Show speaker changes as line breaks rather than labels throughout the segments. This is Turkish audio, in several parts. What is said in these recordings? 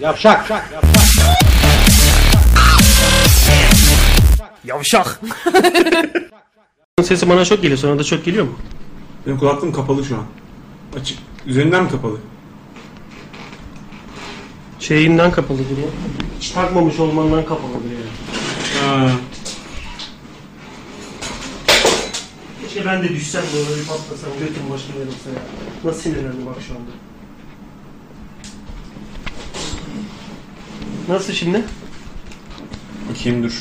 Yavşak.
Yavşak.
Sesi bana çok geliyor. Sana da çok geliyor mu?
Benim kulaklığım kapalı şu an. Açık. Üzerinden mi kapalı?
Şeyinden kapalıdır ya. Hiç takmamış olmandan kapalıdır yani.
Ha.
Keşke ben de düşsem böyle bir patlasam, götüm başıma yarılsa ya. Nasıl sinirlendim bak şu anda. Nasıl şimdi?
Bakayım dur.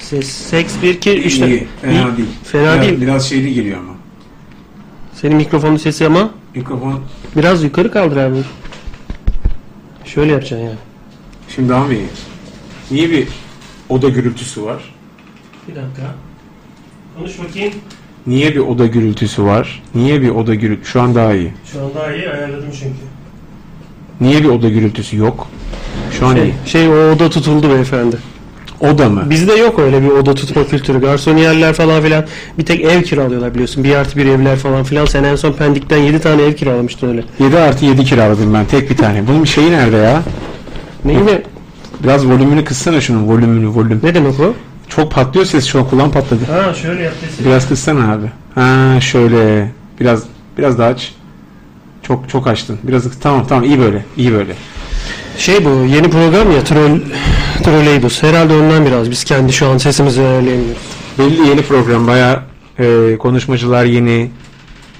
Ses, seks, 1, 2, 3,
İyi. Fena değil.
Fena
Biraz-
değil.
Biraz şeyli geliyor ama.
Senin mikrofonun sesi ama
Mikrofon
biraz yukarı kaldır abi. Şöyle yapacaksın yani.
şimdi daha mı iyi? Niye bir oda gürültüsü var?
Bir dakika. Konuş bakayım.
Niye bir oda gürültüsü var? Niye bir oda gürültüsü? Şu an daha iyi.
Şu an daha iyi ayarladım çünkü.
Niye bir oda gürültüsü yok? Şu an iyi.
Şey, şey o oda tutuldu beyefendi.
Oda mı?
Bizde yok öyle bir oda tutma kültürü. Garsoniyerler falan filan bir tek ev kiralıyorlar biliyorsun. Bir artı bir evler falan filan. Sen en son Pendik'ten 7 tane ev kiralamıştın öyle.
7 artı 7 kiraladım ben tek bir tane. Bunun şeyi nerede ya?
Neyi mi?
Biraz volümünü kıssana şunun volümünü volüm.
Ne demek o?
Çok patlıyor ses şu an kulağım patladı.
Ha şöyle yap
Biraz kıssana abi. Ha şöyle biraz biraz daha aç. Çok çok açtın. Biraz tamam tamam iyi böyle. iyi böyle.
Şey bu yeni program ya troll trolleybus. Herhalde ondan biraz biz kendi şu an sesimizi ayarlayamıyoruz.
Belli yeni program baya konuşmacılar yeni.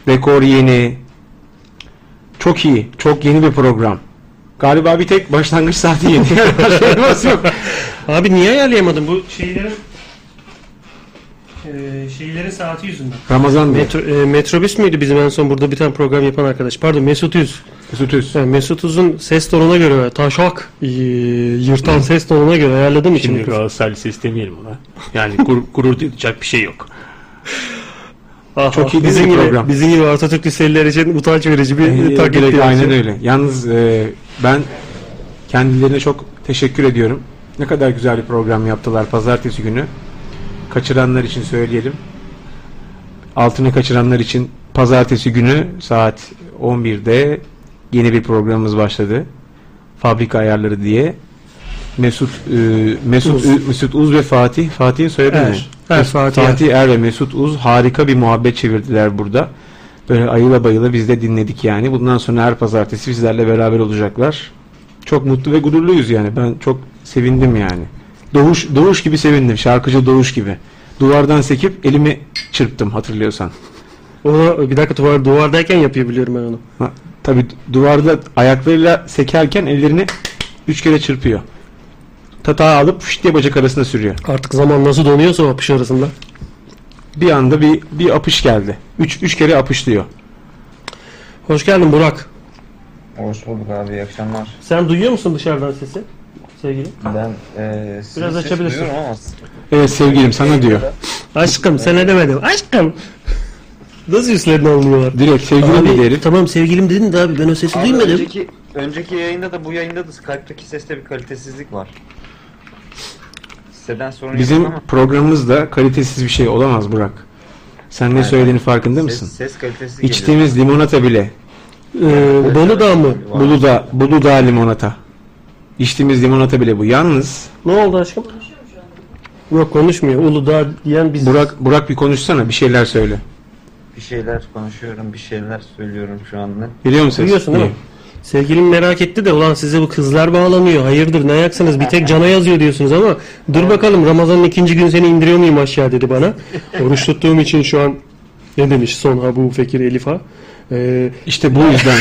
Dekor yeni. Çok iyi. Çok yeni bir program. Galiba bir tek başlangıç saati yeni. Başka yok.
Abi niye ayarlayamadın bu şeylerin şeylerin saati yüzünden.
Ramazan Bey.
Metro, e, metrobüs müydü bizim en son burada bir tane program yapan arkadaş? Pardon Mesut Yüz.
Mesut Öz.
Yani Mesut Uzun ses tonuna göre taşak e, yırtan ses tonuna göre ayarladım için.
Şimdi Galatasaray Lisesi demeyelim ona. Yani gur- gurur duyacak bir şey yok.
Ah,
çok
ah,
iyi
bizim
bir
gibi,
program.
Bizim gibi Atatürk liseliler için utanç verici bir
Ee,
e, taklit
direkt
yani.
aynen öyle. Yalnız e, ben kendilerine çok teşekkür ediyorum. Ne kadar güzel bir program yaptılar pazartesi günü. Kaçıranlar için söyleyelim. Altını kaçıranlar için pazartesi günü saat 11'de yeni bir programımız başladı. Fabrika ayarları diye. Mesut e, Mesut
Uz.
Ü- Mesut Uz ve Fatih Fatih'in soyadı
Er.
ne?
Er,
Mesut-
Fatih Er.
Er ve Mesut Uz harika bir muhabbet çevirdiler burada. Böyle ayıla bayıla biz de dinledik yani. Bundan sonra her pazartesi bizlerle beraber olacaklar. Çok mutlu ve gururluyuz yani. Ben çok sevindim yani. Doğuş, doğuş gibi sevindim. Şarkıcı doğuş gibi. Duvardan sekip elimi çırptım hatırlıyorsan.
O bir dakika duvar, duvardayken yapıyor biliyorum ben onu.
Ha, tabii duvarda ayaklarıyla sekerken ellerini üç kere çırpıyor. Tatağı alıp fışt diye bacak arasına sürüyor.
Artık zaman nasıl donuyorsa o apış arasında.
Bir anda bir bir apış geldi. Üç, üç kere apışlıyor.
Hoş geldin Burak.
Hoş bulduk abi, iyi akşamlar.
Sen duyuyor musun dışarıdan sesi sevgili?
Ben e, sizi
Biraz
ses
açabilirsin.
duyuyorum ama
Evet sevgilim sana diyor.
Aşkım sana demedim. Aşkım. Nasıl üstlerine alınıyorlar?
Direkt sevgilim dedi herif.
tamam sevgilim dedin de abi ben o sesi
Abi
duymadım.
Önceki, önceki yayında da bu yayında da Skype'daki seste bir kalitesizlik var. Siteden sorun yok
Bizim
ama
programımızda kalitesiz bir şey olamaz Burak. Sen ne söylediğini farkında
ses,
mısın?
ses kalitesi geliyor.
İçtiğimiz limonata bile.
Ee, Bolu'da mı?
Var.
Buluda, Buluda limonata. İçtiğimiz limonata bile bu. Yalnız
Ne oldu aşkım? Yok konuşmuyor. Uludağ diyen biz.
Burak Burak bir konuşsana bir şeyler söyle.
Bir şeyler konuşuyorum, bir şeyler söylüyorum şu anda.
Biliyor musun?
Duyuyorsun değil mi? Sevgilim merak etti de ulan size bu kızlar bağlanıyor. Hayırdır ne ayaksınız bir tek cana yazıyor diyorsunuz ama dur bakalım Ramazan'ın ikinci gün seni indiriyor muyum aşağı dedi bana. Oruç tuttuğum için şu an ne demiş son ha bu Fekir Elif'a. Ee,
İşte bu yüzden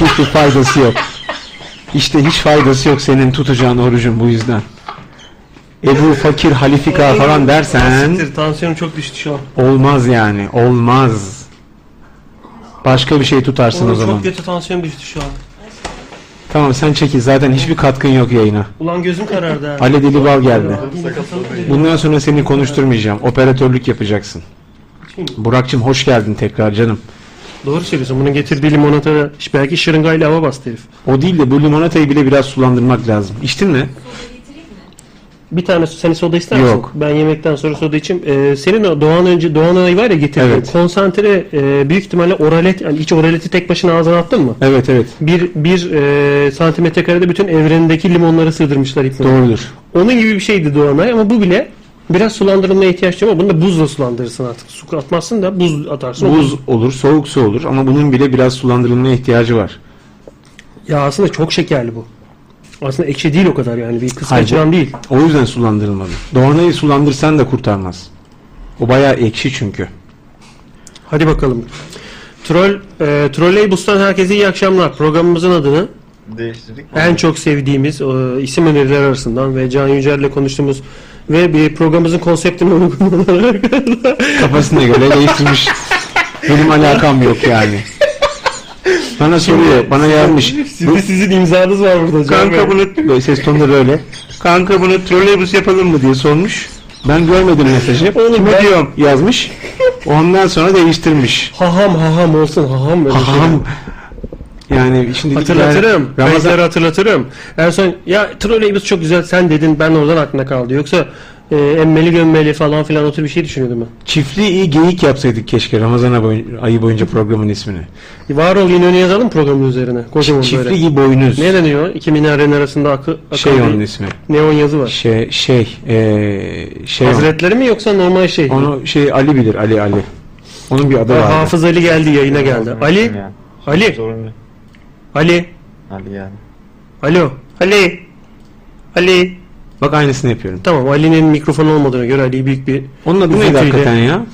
hiçbir faydası yok. İşte hiç faydası yok senin tutacağın orucun bu yüzden. Ebu Fakir Halifika falan dersen
Siktir, tansiyonum çok düştü şu an.
olmaz yani. Olmaz. Başka bir şey tutarsın o
Oğlum,
zaman.
çok kötü tansiyonum düştü şu an.
Tamam sen çekil zaten hiçbir katkın yok yayına.
Ulan gözüm karardı ha.
Ali Delibal geldi.
Sakatladı.
Bundan sonra seni konuşturmayacağım. Operatörlük yapacaksın. Burak'cığım hoş geldin tekrar canım.
Doğru söylüyorsun bunun getirdiği limonata da- belki şırıngayla hava bastı herif.
O değil de bu limonatayı bile biraz sulandırmak lazım. İçtin mi?
Bir tane sen soda ister misin?
Yok.
Ben yemekten sonra soda içeyim. Ee, senin o doğan önce doğan ayı var ya getirdiğin
Evet.
konsantre e, büyük ihtimalle oralet yani iç oraleti tek başına ağzına attın mı?
Evet evet.
Bir, bir e, santimetre karede bütün evrenindeki limonları sığdırmışlar ipne.
Doğrudur.
Onun gibi bir şeydi doğan ay ama bu bile biraz sulandırılmaya ihtiyaç duyuyor ama bunu da buzla sulandırırsın artık. Su atmazsın da buz atarsın. O
Buz olur, soğuk su olur ama bunun bile biraz sulandırılmaya ihtiyacı var.
Ya aslında çok şekerli bu. Aslında ekşi değil o kadar yani bir
Hayır,
kıskaçıran değil.
O yüzden sulandırılmalı. Doğanayı sulandırsan da kurtarmaz. O bayağı ekşi çünkü.
Hadi bakalım. Troll, e, Trolleybus'tan herkese iyi akşamlar. Programımızın adını
Değiştirdik mi?
en çok sevdiğimiz e, isim önerileri arasından ve Can Yücel'le konuştuğumuz ve bir programımızın konseptine uygun olarak
Kafasına göre değiştirmiş. Benim alakam yok yani. Bana soruyor, bana yazmış.
sizin, sizin imzanız var burada Can Bey.
Kanka bunu böyle ses tonu böyle. Kanka bunu trolleybüs yapalım mı diye sormuş. Ben görmedim mesajı.
Oğlum
Kime
ben-
diyorum yazmış. Ondan sonra değiştirmiş.
Haham haham olsun haham böyle şeyler.
Aham. Yani şimdi
Hatırlatırım.
Yani
Ramazan
Ramazan
hatırlatırım. En son ya troleybüs çok güzel sen dedin ben oradan aklımda kaldı. Yoksa e, emmeli gömmeli falan filan o tür bir şey düşünüyordum ben.
çiftliği iyi geyik yapsaydık keşke Ramazan boyun- ayı boyunca programın ismini.
Var ol yine yazalım programın üzerine. Kocaman
Çiftliği
böyle.
iyi boynuz.
Ne deniyor? İki minarenin arasında akı, akan
Şey
bir
onun ismi.
neon yazı var.
Şey şey ee, şey. onun.
Hazretleri mi yoksa normal şey?
Onu şey Ali bilir Ali Ali. Onun bir adı
Ha,
var.
Hafız Ali geldi yayına geldi. Ali,
Yani.
Ali,
Zorunlu.
Ali,
Ali yani.
alo, Ali, Ali.
Bak aynısını yapıyorum.
Tamam Ali'nin mikrofonu olmadığına göre Ali büyük bir...
Onun adı neydi
Zeki
hakikaten
ile-
ya?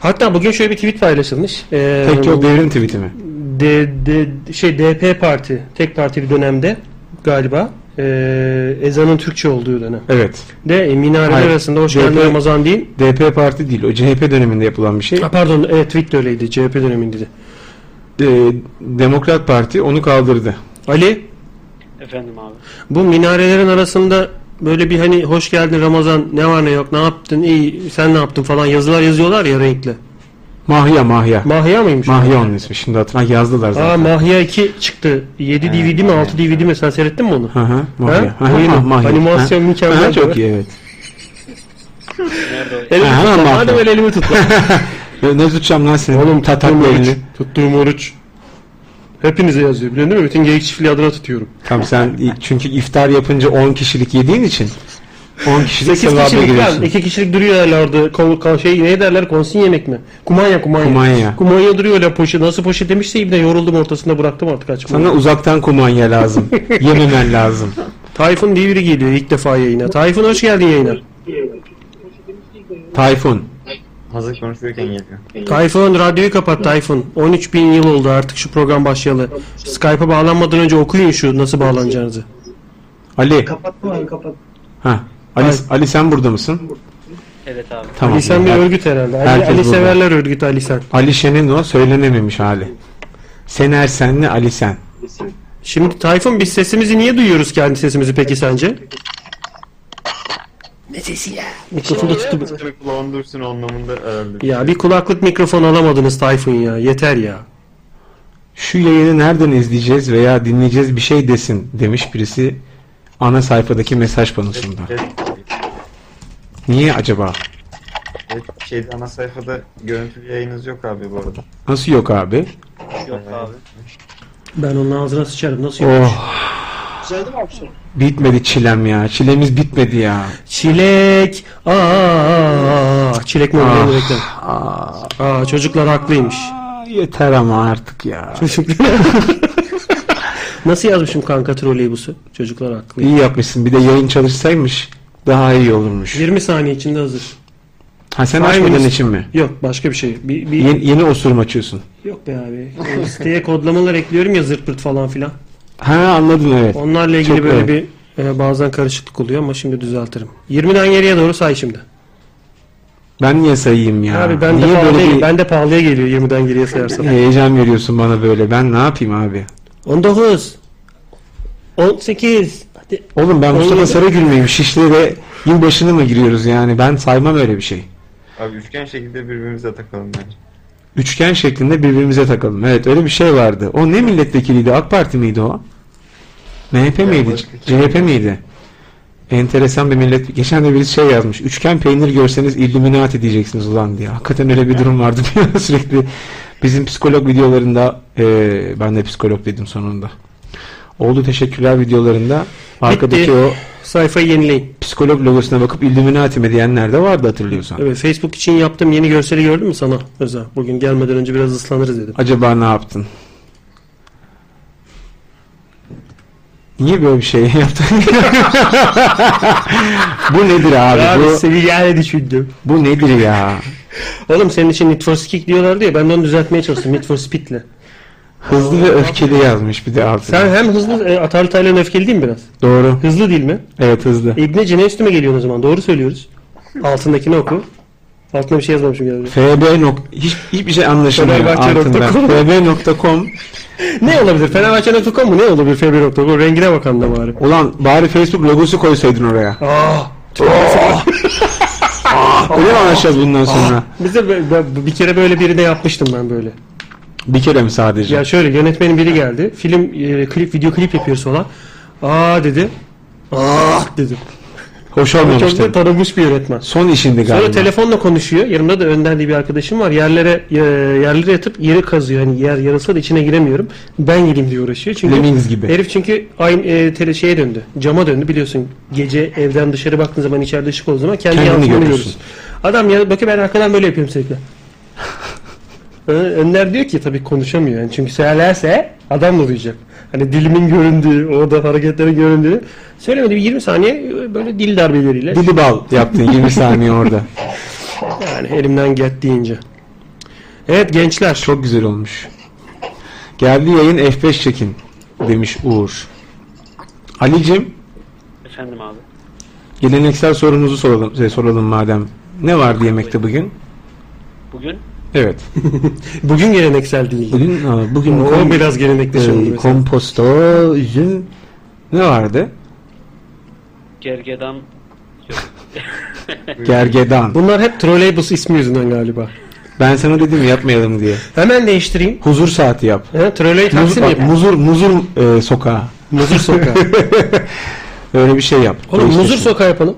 Hatta bugün şöyle bir tweet paylaşılmış. Ee,
Peki o devrim tweet'i mi?
D- D- şey DP parti, tek parti bir dönemde galiba. Ee, ezanın Türkçe olduğu dönem.
Evet.
De e, minareler
Hayır.
arasında hoş
DP
geldin Ramazan değil.
DP parti değil. O CHP döneminde yapılan bir şey.
Ha, pardon evet tweet de öyleydi. CHP döneminde de.
Ee, Demokrat Parti onu kaldırdı.
Ali
Efendim abi.
bu minarelerin arasında böyle bir hani hoş geldin Ramazan ne var ne yok ne yaptın iyi sen ne yaptın falan yazılar yazıyorlar ya renkli.
Mahya Mahya.
Mahya mıymış?
Mahya onun ismi. Şimdi hatırla yazdılar
Aa
zaten.
Mahya 2 çıktı. 7
He,
DVD mi
Mahya.
6 DVD mi sen seyrettin mi onu?
Hı hı.
Ha?
Mahya. Hı hı,
Oyunu,
mah- Mahya.
animasyon
Ha.
mükemmel
Ha, Çok
böyle.
iyi evet.
Elimi
Ha,
tutma.
Mahya.
Madem öyle elimi tutma.
Ya Ne tutacağım lan seni?
Oğlum
tatakla
tuttuğum oruç.
elini.
Tuttuğum oruç. Hepinize yazıyor biliyorsun değil mi? Bütün geyik çiftliği adına tutuyorum.
Tamam sen çünkü iftar yapınca 10 kişilik yediğin için 10 kişilik
8
sevaba
kişilik
giriyorsun.
lan. 2 kişilik duruyor herhalde. Kol, kol- şey ne derler? Konsin yemek mi? Kumanya kumanya.
Kumanya.
Kumanya duruyor öyle poşet. Nasıl poşet demişse ibne yoruldum ortasında bıraktım artık açmayı.
Sana uzaktan kumanya lazım. Yememen lazım.
Tayfun diye biri geliyor ilk defa yayına. Tayfun hoş geldin yayına.
Tayfun.
Hazır konuşuyorken geliyor.
Tayfun radyoyu kapat Tayfun. 13 bin yıl oldu artık şu program başlayalı. Skype'a bağlanmadan önce okuyun şu nasıl bağlanacağınızı.
Ali.
Kapatma lan kapat.
Ha. Ali,
Ay.
Ali sen burada mısın?
Evet abi.
Tamam.
Ali Sen bir
Her-
örgüt herhalde. Ali,
herkes
Ali
burada.
severler örgütü Ali Sen.
Ali Şen'in o söylenememiş hali. Sener senle Ali sen.
Şimdi Tayfun biz sesimizi niye duyuyoruz kendi sesimizi peki sence? Ne sesi ya? Şey Mikrofonu tutup...
Tabii bulundursun anlamında herhalde.
Ya bir kulaklık mikrofon alamadınız Tayfun ya. Yeter ya.
Şu yayını nereden izleyeceğiz veya dinleyeceğiz bir şey desin demiş birisi ana sayfadaki mesaj panosunda.
Evet.
Niye acaba?
Evet, şeyde ana sayfada görüntülü yayınız yok abi bu arada.
Nasıl yok abi?
Yok abi.
Ben onun ağzına sıçarım. Nasıl yok?
Oh
Güzeldi mi opsiyon?
bitmedi çilem ya. Çilemiz bitmedi ya.
Çilek. Aa, çilek mi
Ah,
bekle.
ah,
Aa, çocuklar haklıymış.
yeter ama artık ya.
Nasıl yazmışım kanka troleybusu? Çocuklar haklı.
İyi yapmışsın. Bir de yayın çalışsaymış daha iyi olurmuş.
20 saniye içinde hazır.
Ha sen
Five
açmadığın
minutes.
için mi?
Yok başka bir şey. Bir, bir...
Yeni, yeni osurum açıyorsun.
Yok be abi. O Siteye kodlamalar ekliyorum ya zırt pırt falan filan.
Ha anladın evet.
Onlarla ilgili
Çok
böyle bir e, bazen karışıklık oluyor ama şimdi düzeltirim. 20'den geriye doğru say şimdi.
Ben niye sayayım ya?
abi ben de,
niye
pahalıya,
böyle bir
ben de pahalıya geliyor 20'den geriye sayarsam.
heyecan veriyorsun bana böyle? Ben ne yapayım abi?
19 18 Hadi.
Oğlum ben Mustafa
Olmadı.
Sarıgül müyüm? Şişli'de yılbaşını mı giriyoruz yani? Ben saymam öyle bir şey.
Abi üçgen şekilde birbirimize takalım bence.
Üçgen şeklinde birbirimize takalım. Evet öyle bir şey vardı. O ne milletvekiliydi? AK Parti miydi o? MHP miydi?
başka kim?
CHP miydi? Enteresan bir millet. Geçen de birisi şey yazmış. Üçgen peynir görseniz Illuminati diyeceksiniz ulan diye. Hakikaten öyle bir durum vardı. Bir ara Sürekli bizim psikolog videolarında eee, ben de psikolog dedim sonunda. Oldu teşekkürler videolarında arkadaki
Bitti.
o
Sayfayı yenileyin.
psikolog logosuna bakıp Illuminati mi diyenler de vardı hatırlıyorsan.
Evet Facebook için yaptığım yeni görseli gördün mü sana Özel? Bugün gelmeden önce biraz ıslanırız dedim.
Acaba ne yaptın? Niye böyle bir şey yaptın? bu nedir abi? Bu,
seni yani düşündüm.
bu nedir ya?
Oğlum senin için Need for Speed diyorlardı ya ben de onu düzeltmeye çalıştım Need for Speed'le.
Hızlı ve öfkeli yazmış bir de altına.
Sen hem hızlı e, Atari Taylan öfkeli değil mi biraz?
Doğru.
Hızlı değil mi?
Evet hızlı.
İbneci ne üstüme geliyorsun o zaman doğru söylüyoruz. Altındakini oku. Altına bir şey yazmamışım galiba.
FB nok hiç, hiçbir şey anlaşılmıyor altında.
Fenerbahçe.com.
FB.com
ne olabilir? Fenerbahçe.com mu? Ne olabilir? Februar.com rengine bakan da bari.
Ulan bari Facebook logosu koysaydın oraya.
Aa,
Öyle mi anlaşacağız bundan sonra?
bize be- be- bir kere böyle birine yapmıştım ben böyle.
Bir kere mi sadece?
Ya şöyle yönetmenin biri geldi. Film e, klip video klip yapıyor sola. Aa dedi. Aa dedi.
Hoş
Çok
olmamıştı.
da tanınmış bir yönetmen.
Son işindi
Sonra
galiba.
telefonla konuşuyor. Yanımda da önden diye bir arkadaşım var. Yerlere e, yerlere yatıp yeri kazıyor. Hani yer yarılsa da içine giremiyorum. Ben gireyim diye uğraşıyor. Çünkü
Lemmings gibi.
Herif çünkü aynı e, tele şeye döndü. Cama döndü biliyorsun. Gece evden dışarı baktığın zaman içeride ışık olduğu zaman kendi
Kendini
yansımanı
görüyorsun.
görürsün. Adam ya bakıyor ben arkadan böyle yapıyorum sürekli. Ö- Önder diyor ki tabii konuşamıyor. Yani çünkü söylerse adam da duyacak. Hani dilimin göründüğü, orada hareketlerin göründüğü. Söylemedi bir 20 saniye e, böyle dil darbeleriyle.
Dili bal yaptın 20 saniye orada.
Yani elimden geldiğince. Evet gençler.
Çok güzel olmuş. Geldi yayın F5 çekin demiş Uğur. Ali'cim
Efendim abi.
geleneksel sorumuzu soralım, şey, soralım madem. Ne vardı yemekte bugün?
Bugün
Evet.
Bugün geleneksel değil.
Bugün aa, bugün
O
kom-
biraz gelenekte
e,
şimdi. şey mesela.
komposto, üzüm ne vardı?
gergedan
Gergedan.
Bunlar hep trolleybus ismi yüzünden galiba.
Ben sana dedim yapmayalım diye.
Hemen değiştireyim.
Huzur saati yap.
He, troley
Muzur,
taksim
bak,
yapayım.
muzur, muzur e, sokağı.
Muzur sokağı.
Öyle bir şey yap.
Oğlum muzur
PlayStation.
sokağı yapalım.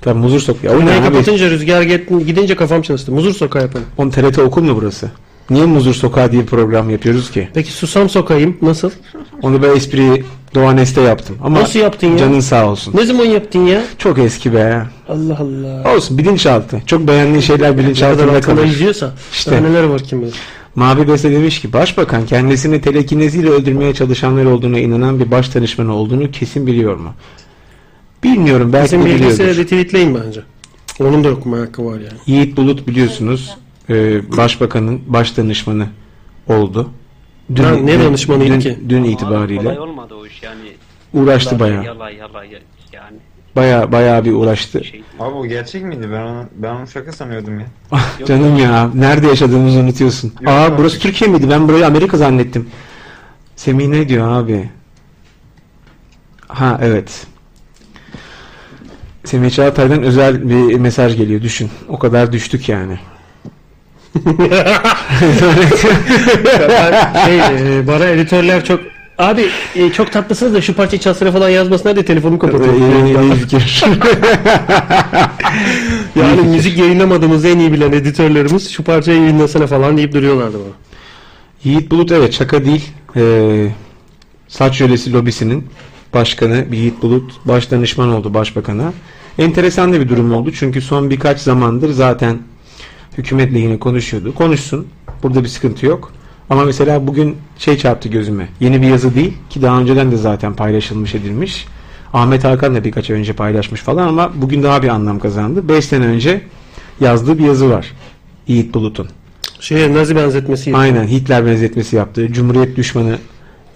Tamam muzur sokağı. O ne
Trolleyi
abi?
kapatınca rüzgar get- gidince kafam çalıştı. Muzur sokağı yapalım.
Oğlum TRT okul mu burası? Niye muzur sokağı diye bir program yapıyoruz ki?
Peki susam sokağım nasıl?
Onu ben espriyi Doğan Este yaptım. Ama
Nasıl yaptın ya?
Canın sağ olsun.
Ne zaman yaptın ya?
Çok eski be.
Allah Allah.
Olsun bilinçaltı. Çok beğendiğin şeyler
Ne kadar
bilinçaltında
altında
kalır.
izliyorsa.
İşte.
daha Neler var kim bilir.
Mavi Beste demiş ki başbakan kendisini telekineziyle öldürmeye çalışanlar olduğuna inanan bir baş danışmanı olduğunu kesin biliyor mu? Bilmiyorum belki
Bizim
de
bilgisi
biliyordur.
retweetleyin bence. Onun da okuma hakkı var yani.
Yiğit Bulut biliyorsunuz e, başbakanın baş danışmanı oldu.
Lan ne danışmanıydı
dün-
ki?
Dün
kolay
itibariyle
olmadı o iş yani.
uğraştı bayağı.
Yalay yalay yani
Bayağı bayağı bir uğraştı.
şey.
Abi o gerçek miydi? Ben onu, ben onu şaka sanıyordum ya.
Yok.
Canım ya nerede yaşadığımızı unutuyorsun.
Yok
Aa
artık.
burası Türkiye miydi? Ben burayı Amerika zannettim. Semih ne diyor abi? Ha evet. Semih Çağatay'dan özel bir mesaj geliyor düşün. O kadar düştük yani.
Ben şey, e, bana editörler çok Abi e, çok tatlısınız da şu parçayı çalsana falan yazmasınlar diye telefonumu kapatıyorum.
İyi- iyi- iyi Ee, fikir.
yani müzik yayınlamadığımızı en iyi bilen editörlerimiz şu parçayı yayınlasana falan deyip duruyorlardı bana.
Yiğit Bulut evet şaka değil. Ee, saç yölesi lobisinin başkanı bir Yiğit Bulut baş danışman oldu başbakana. Enteresan da bir durum oldu çünkü son birkaç zamandır zaten hükümetle yine konuşuyordu. Konuşsun. Burada bir sıkıntı yok. Ama mesela bugün şey çarptı gözüme. Yeni bir yazı değil ki daha önceden de zaten paylaşılmış edilmiş. Ahmet Hakan da birkaç ay önce paylaşmış falan ama bugün daha bir anlam kazandı. 5 sene önce yazdığı bir yazı var. Yiğit Bulut'un.
Şeye nazi benzetmesi. gibi.
Aynen Hitler benzetmesi yaptığı, Cumhuriyet düşmanı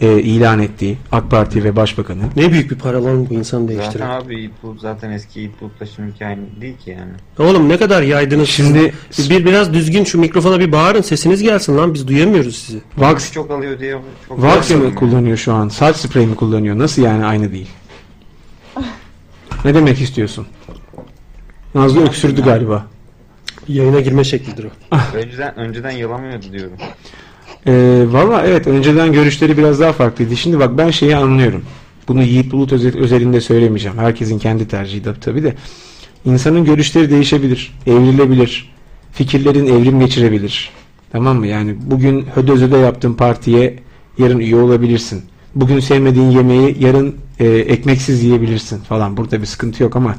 e, ilan ettiği AK Parti ve Başbakanı.
Ne büyük bir para lan bu insan
Zaten
değiştiren.
abi Yiğit Bulut zaten eski Yiğit Bulut'la şimdiki aynı değil ki yani.
Oğlum ne kadar yaydınız.
Şimdi-
siz. bir biraz düzgün şu mikrofona bir bağırın sesiniz gelsin lan biz duyamıyoruz sizi.
Vax,
Çok alıyor diye çok
Vax mı
alıyor.
kullanıyor şu an? Saç spreyi mi kullanıyor? Nasıl yani aynı değil? Ne demek istiyorsun? Nazlı öksürdü galiba.
Yayına girme şeklidir o.
Önceden, önceden yalamıyordu diyorum.
Ee, Valla evet önceden görüşleri biraz daha farklıydı. Şimdi bak ben şeyi anlıyorum. Bunu Yiğit Bulut özel- özelinde söylemeyeceğim. Herkesin kendi tercihi de tabii de. İnsanın görüşleri değişebilir, evrilebilir. Fikirlerin evrim geçirebilir. Tamam mı? Yani bugün hödöz öde yaptığın partiye yarın üye olabilirsin. Bugün sevmediğin yemeği yarın e, ekmeksiz yiyebilirsin falan. Burada bir sıkıntı yok ama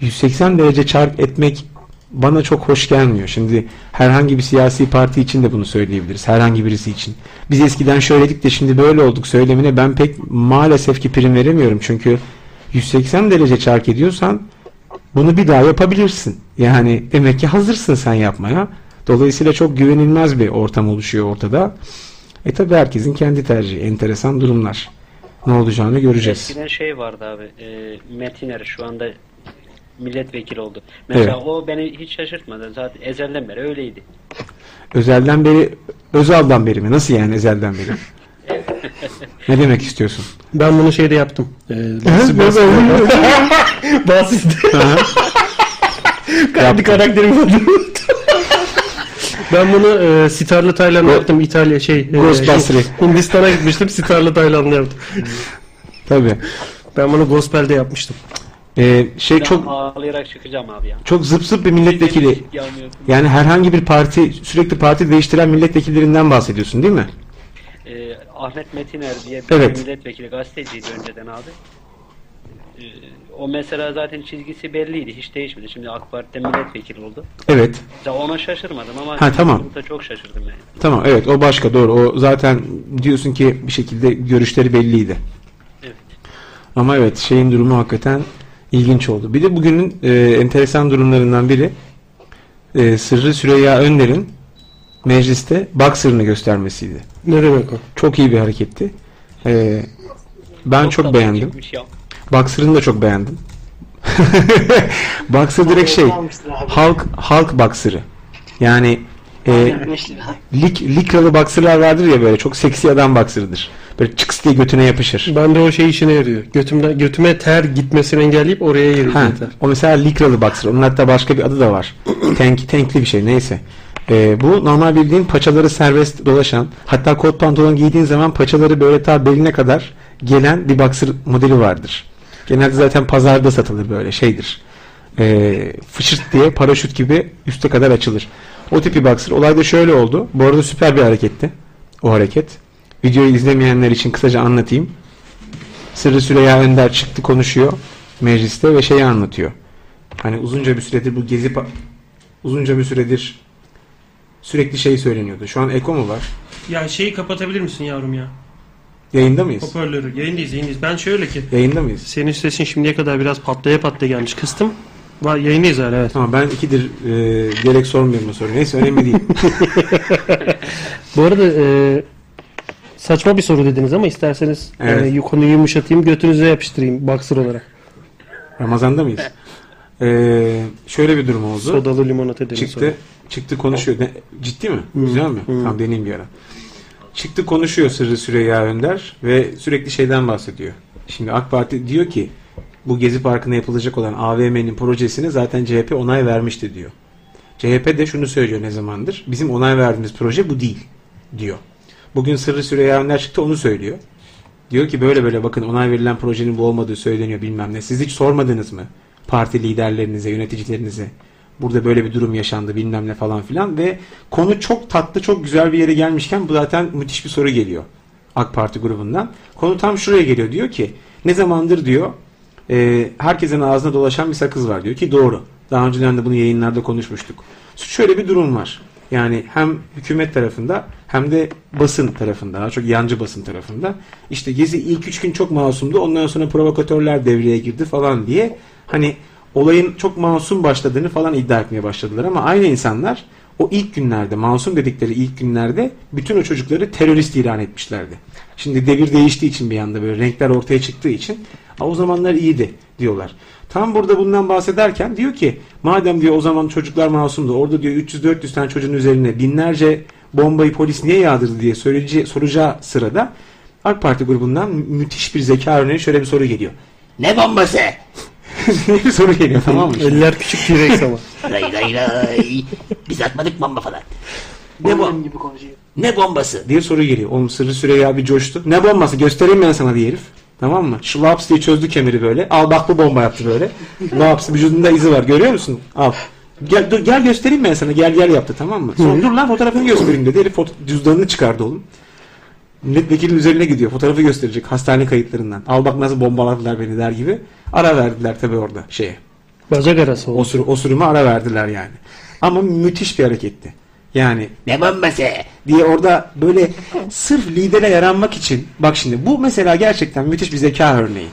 180 derece çarp etmek bana çok hoş gelmiyor. Şimdi herhangi bir siyasi parti için de bunu söyleyebiliriz. Herhangi birisi için. Biz eskiden şöyledik de şimdi böyle olduk söylemine ben pek maalesef ki prim veremiyorum. Çünkü 180 derece çark ediyorsan bunu bir daha yapabilirsin. Yani demek ki hazırsın sen yapmaya. Dolayısıyla çok güvenilmez bir ortam oluşuyor ortada. E tabi herkesin kendi tercihi. Enteresan durumlar. Ne olacağını göreceğiz.
Eskiden şey vardı abi. E, Metiner şu anda milletvekili oldu. Mesela
Evet.
o beni hiç şaşırtmadı. Zaten ezelden beri öyleydi.
Özelden beri, Özal'dan beri mi? Nasıl yani Ezel'den beri? ne demek istiyorsun?
Ben bunu şeyde yaptım. Ee, Last Boss- Basit. Kendi
Yaptın.
karakterimi unuttum. Ben bunu e, Starlı Tayland'da yaptım. İtalya şey. e,
Ghostbusters'ı.
Hin- Hindistan'a gitmiştim. Starlı Tayland'da yaptım.
Tabii.
Ben bunu Gospel'de yapmıştım.
Ee, şey
Ben
çok
ağlayarak çıkacağım abi ya.
çok zıp zıp bir milletvekili. Yani herhangi bir parti sürekli parti değiştiren milletvekillerinden bahsediyorsun değil mi?
Ee, Ahmet Metiner diye bir
Evet.
milletvekili gazeteciydi önceden abi. Ee, o mesela zaten çizgisi belliydi. Hiç değişmedi. Şimdi AK Parti'de milletvekili oldu.
Evet.
Ya ona şaşırmadım ama
Ha, tamam.
Trump'a çok şaşırdım yani.
Tamam evet o başka doğru. O zaten diyorsun ki bir şekilde görüşleri belliydi.
Evet.
Ama evet şeyin durumu hakikaten ilginç oldu. Bir de bugünün e, enteresan durumlarından biri e, Sırrı Süreyya Önder'in mecliste baksırını göstermesiydi.
Ne demek o?
Çok iyi bir hareketti. E, ben çok,
tatlı
beğendim.
çıkmış ya.
Boxer'ını da çok beğendim. Boxer direkt şey halk halk boxer'ı. Yani e, lik, likralı boxer'lar vardır ya böyle çok seksi adam boxer'ıdır. Böyle çıks diye götüne yapışır.
Ben de o şey işine yarıyor. Götümden, götüme ter gitmesini engelleyip oraya yeriyor.
Ha,
yeter.
o mesela likralı boxer. Onun hatta başka bir adı da var. Tank, tankli bir şey neyse. E, bu normal bildiğin paçaları serbest dolaşan hatta kot pantolon giydiğin zaman paçaları böyle ta beline kadar gelen bir boxer modeli vardır. Genelde zaten pazarda satılır böyle şeydir. e, fışırt diye paraşüt gibi üste kadar açılır. O tipi boxer. Olay da şöyle oldu. Bu arada süper bir hareketti. O hareket. Videoyu izlemeyenler için kısaca anlatayım. Sırrı Süreyya Önder çıktı konuşuyor mecliste ve şeyi anlatıyor. Hani uzunca bir süredir bu gezi pa- uzunca bir süredir sürekli şey söyleniyordu. Şu an eko mu var?
Ya şeyi kapatabilir misin yavrum ya?
Yayında mıyız?
Hoparlörü. Yayındayız yayındayız. Ben şöyle ki.
Yayında mıyız?
Senin sesin şimdiye kadar biraz patlaya patlaya gelmiş. Kıstım. Var yayındayız hala evet.
Tamam ben ikidir e, gerek sormuyorum bu soruyu. Neyse önemli değil.
Bu arada e, saçma bir soru dediniz ama isterseniz
Evet.
e, konuyu yumuşatayım götünüze yapıştırayım baksır olarak.
Ramazan'da mıyız? E, şöyle bir durum oldu.
Sodalı limonata dedim
Çıktı, çıktı konuşuyor. Ne- ciddi mi? Güzel mi? Tamam deneyeyim bir ara. Çıktı konuşuyor Sırrı Süreyya Önder ve sürekli şeyden bahsediyor. Şimdi AK Parti diyor ki bu Gezi Parkı'na yapılacak olan AVM'nin projesine zaten CHP onay vermişti diyor. CHP de şunu söylüyor ne zamandır. Bizim onay verdiğimiz proje bu değil diyor. Bugün Sırrı Süreyya Önder çıktı onu söylüyor. Diyor ki böyle böyle bakın onay verilen projenin bu olmadığı söyleniyor bilmem ne. Siz hiç sormadınız mı parti liderlerinize, yöneticilerinize? Burada böyle bir durum yaşandı bilmem ne falan filan ve konu çok tatlı, çok güzel bir yere gelmişken bu zaten müthiş bir soru geliyor AK Parti grubundan. Konu tam şuraya geliyor diyor ki ne zamandır diyor e, herkesin ağzına dolaşan bir sakız var diyor ki doğru. Daha önceden de bunu yayınlarda konuşmuştuk. Şöyle bir durum var. Yani hem hükümet tarafında hem de basın tarafında, daha çok yancı basın tarafında. işte Gezi ilk üç gün çok masumdu. Ondan sonra provokatörler devreye girdi falan diye. Hani olayın çok masum başladığını falan iddia etmeye başladılar ama aynı insanlar o ilk günlerde masum dedikleri ilk günlerde bütün o çocukları terörist ilan etmişlerdi. Şimdi devir değiştiği için bir anda böyle renkler ortaya çıktığı için "Aa, o zamanlar iyiydi diyorlar. Tam burada bundan bahsederken diyor ki madem diyor o zaman çocuklar masumdu orada diyor 300-400 tane çocuğun üzerine binlerce bombayı polis niye yağdırdı diye söyleyece, soracağı sırada AK Parti grubundan müthiş bir zeka örneği şöyle bir soru geliyor. Ne bombası? bir soru geliyor tamam mı?
sonra. Eller küçük direkt ama.
Ray ray ray. Biz atmadık bomba falan. Ne bu? Ne bombası?
diye soru geliyor. Oğlum Sırrı Süreyya bir coştu. Ne bombası göstereyim ben sana diye herif. Tamam mı? Şu laps diye çözdü kemeri böyle. Al bak bu bomba yaptı böyle. laps vücudunda izi var görüyor musun? Al. Gel, dur, gel göstereyim ben sana. Gel gel yaptı tamam mı? Sonra dur lan fotoğrafını göstereyim dedi. Herif foto- cüzdanını çıkardı oğlum. Milletvekilinin üzerine gidiyor. Fotoğrafı gösterecek hastane kayıtlarından. Al bak nasıl bombaladılar beni der gibi. Ara verdiler tabii orada şeye.
Bacak arası oldu.
O, sürü, o sürüme ara verdiler yani. Ama müthiş bir hareketti. Yani
Ne bombası?
diye orada böyle sırf lidere yaranmak için bak şimdi bu mesela gerçekten müthiş bir zeka örneği.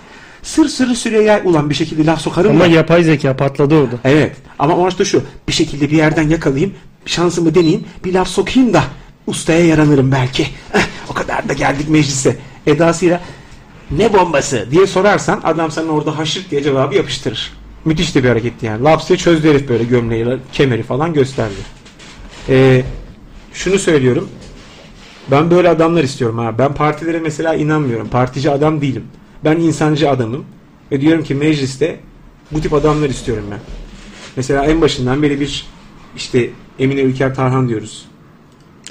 Sır sırrı Süreyya ulan bir şekilde laf sokarım
Ama
da-
yapay zeka patladı orada.
Evet ama amaç da şu bir şekilde bir yerden yakalayayım şansımı deneyeyim bir laf sokayım da ustaya yaranırım belki. Eh, o kadar da geldik meclise edasıyla
Ne bombası?
diye sorarsan adam sana orada haşır diye cevabı yapıştırır. Müthiş de bir hareketti yani. Lapse çözdü herif böyle gömleği, kemeri falan gösterdi. Ee, şunu söylüyorum. Ben böyle adamlar istiyorum ha. Ben partilere mesela inanmıyorum. Partici adam değilim. Ben insancı adamım. Ve diyorum ki mecliste bu tip adamlar istiyorum ben. Mesela en başından beri bir işte Emine Ülker Tarhan diyoruz.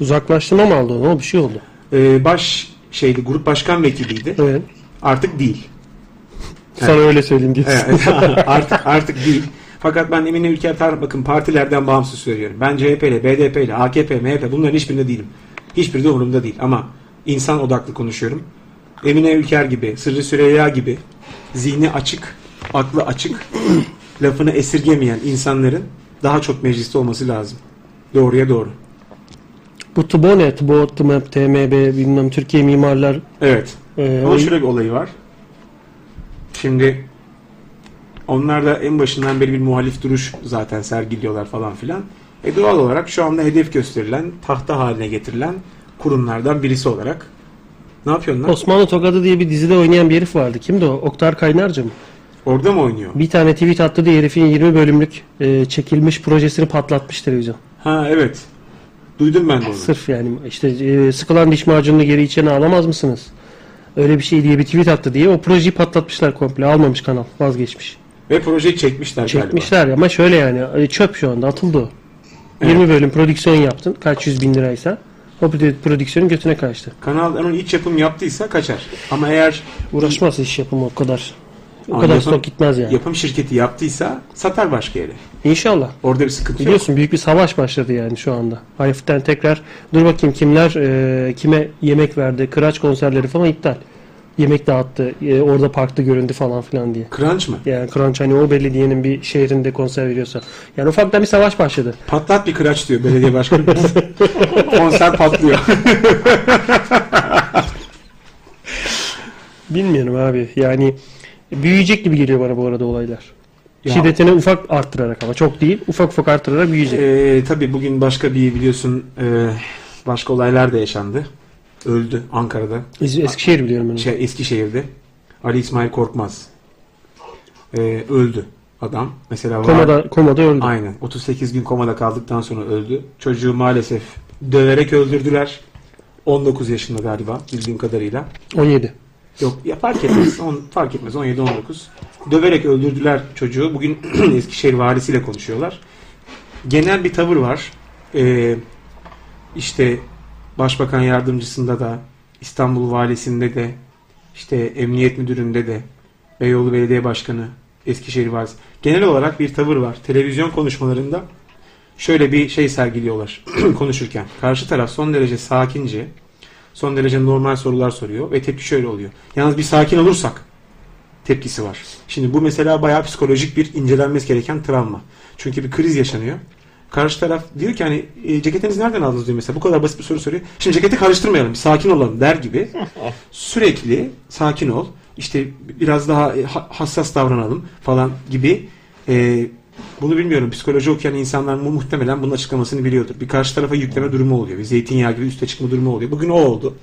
Uzaklaştırma mı aldı onu? Bir şey oldu.
Ee, baş şeydi grup başkan vekiliydi.
Evet.
Artık değil.
Sana öyle söyleyeyim diyorsun.
Evet, artık artık değil. Fakat ben Emine Ülker Tarık bakın partilerden bağımsız söylüyorum. Ben CHP ile BDP ile AKP, MHP bunların hiçbirinde değilim. Hiçbiri de umurumda değil ama insan odaklı konuşuyorum. Emine Ülker gibi, Sırrı Süreyya gibi zihni açık, aklı açık, lafını esirgemeyen insanların daha çok mecliste olması lazım. Doğruya doğru.
Bu TUBO ne? TUBO, TMB, TMB, bilmem Türkiye Mimarlar.
Evet.
Ee,
Ama şöyle bir olayı var. Şimdi onlar da en başından beri bir muhalif duruş zaten sergiliyorlar falan filan. E doğal olarak şu anda hedef gösterilen, tahta haline getirilen kurumlardan birisi olarak ne yapıyorsun lan?
Osmanlı Tokadı diye bir dizide oynayan bir herif vardı. Kimdi o? Oktar Kaynarca mı?
Orada mı oynuyor?
Bir tane tweet attı diye herifin 20 bölümlük e, çekilmiş projesini patlatmış televizyon.
Ha evet. Duydum ben de onu.
Sırf yani işte e, sıkılan diş macununu geri içine alamaz mısınız? Öyle bir şey diye bir tweet attı diye o projeyi patlatmışlar komple. Almamış kanal. Vazgeçmiş.
Ve projeyi çekmişler, galiba.
Çekmişler ama şöyle yani e, çöp şu anda atıldı o. 20 bölüm prodüksiyon yaptın. Kaç yüz bin liraysa. O bir de prodüksiyonun götüne kaçtı.
Kanal onun iç yapım yaptıysa kaçar. Ama eğer
Uğraşmaz iş yapımı o kadar. O
Ama
kadar
yapım-
stok gitmez yani.
yapım şirketi yaptıysa satar başka yere.
İnşallah.
Orada bir sıkıntı yok.
Biliyorsun büyük bir savaş başladı yani şu anda. Hafiften tekrar dur bakayım kimler e, kime yemek verdi. Kıraç konserleri falan iptal. Yemek dağıttı. e, orada parkta göründü falan filan diye.
Crunch mı?
Yani Kıraç hani o belediyenin bir şehrinde konser veriyorsa. Yani ufaktan bir savaş başladı.
Patlat bir kıraç diyor belediye başkanı. Konser patlıyor.
Bilmiyorum abi. Yani büyüyecek gibi geliyor bana bu arada olaylar.
Ya.
Şiddetini ufak arttırarak ama çok değil. Ufak ufak arttırarak büyüyecek.
Ee, tabii bugün başka bir biliyorsun e, başka olaylar da yaşandı. Öldü Ankara'da.
Es- Eskişehir biliyorum ben. onu.
Ee, Şey, Eskişehir'de. Ali İsmail Korkmaz. Ee, öldü adam. Mesela var-
komada, komada öldü.
Aynen. 38 gün komada kaldıktan sonra öldü. Çocuğu maalesef döverek öldürdüler. 19 yaşında galiba bildiğim kadarıyla.
17.
Yok ya fark etmez. On, fark etmez. 17 19. Döverek öldürdüler çocuğu. Bugün Eskişehir valisiyle konuşuyorlar. Genel bir tavır var. Ee, işte Başbakan yardımcısında da İstanbul valisinde de işte emniyet müdüründe de Beyoğlu Belediye Başkanı Eskişehir valisi. Genel olarak bir tavır var. Televizyon konuşmalarında şöyle bir şey sergiliyorlar konuşurken. Karşı taraf son derece sakince son derece normal sorular soruyor ve tepki şöyle oluyor. Yalnız bir sakin olursak tepkisi var. Şimdi bu mesela bayağı psikolojik bir incelenmesi gereken travma. Çünkü bir kriz yaşanıyor. Karşı taraf diyor ki hani "E, ceketinizi nereden aldınız diyor mesela. Bu kadar basit bir soru soruyor. Şimdi ceketi karıştırmayalım, bir sakin olalım der gibi. Sürekli sakin ol, işte biraz daha e, ha- hassas davranalım falan gibi. E, bunu bilmiyorum. Psikoloji okuyan insanlar mu- muhtemelen bunun açıklamasını biliyordur. Bir karşı tarafa yükleme durumu oluyor. Bir zeytinyağı gibi üste çıkma durumu oluyor. Bugün o oldu.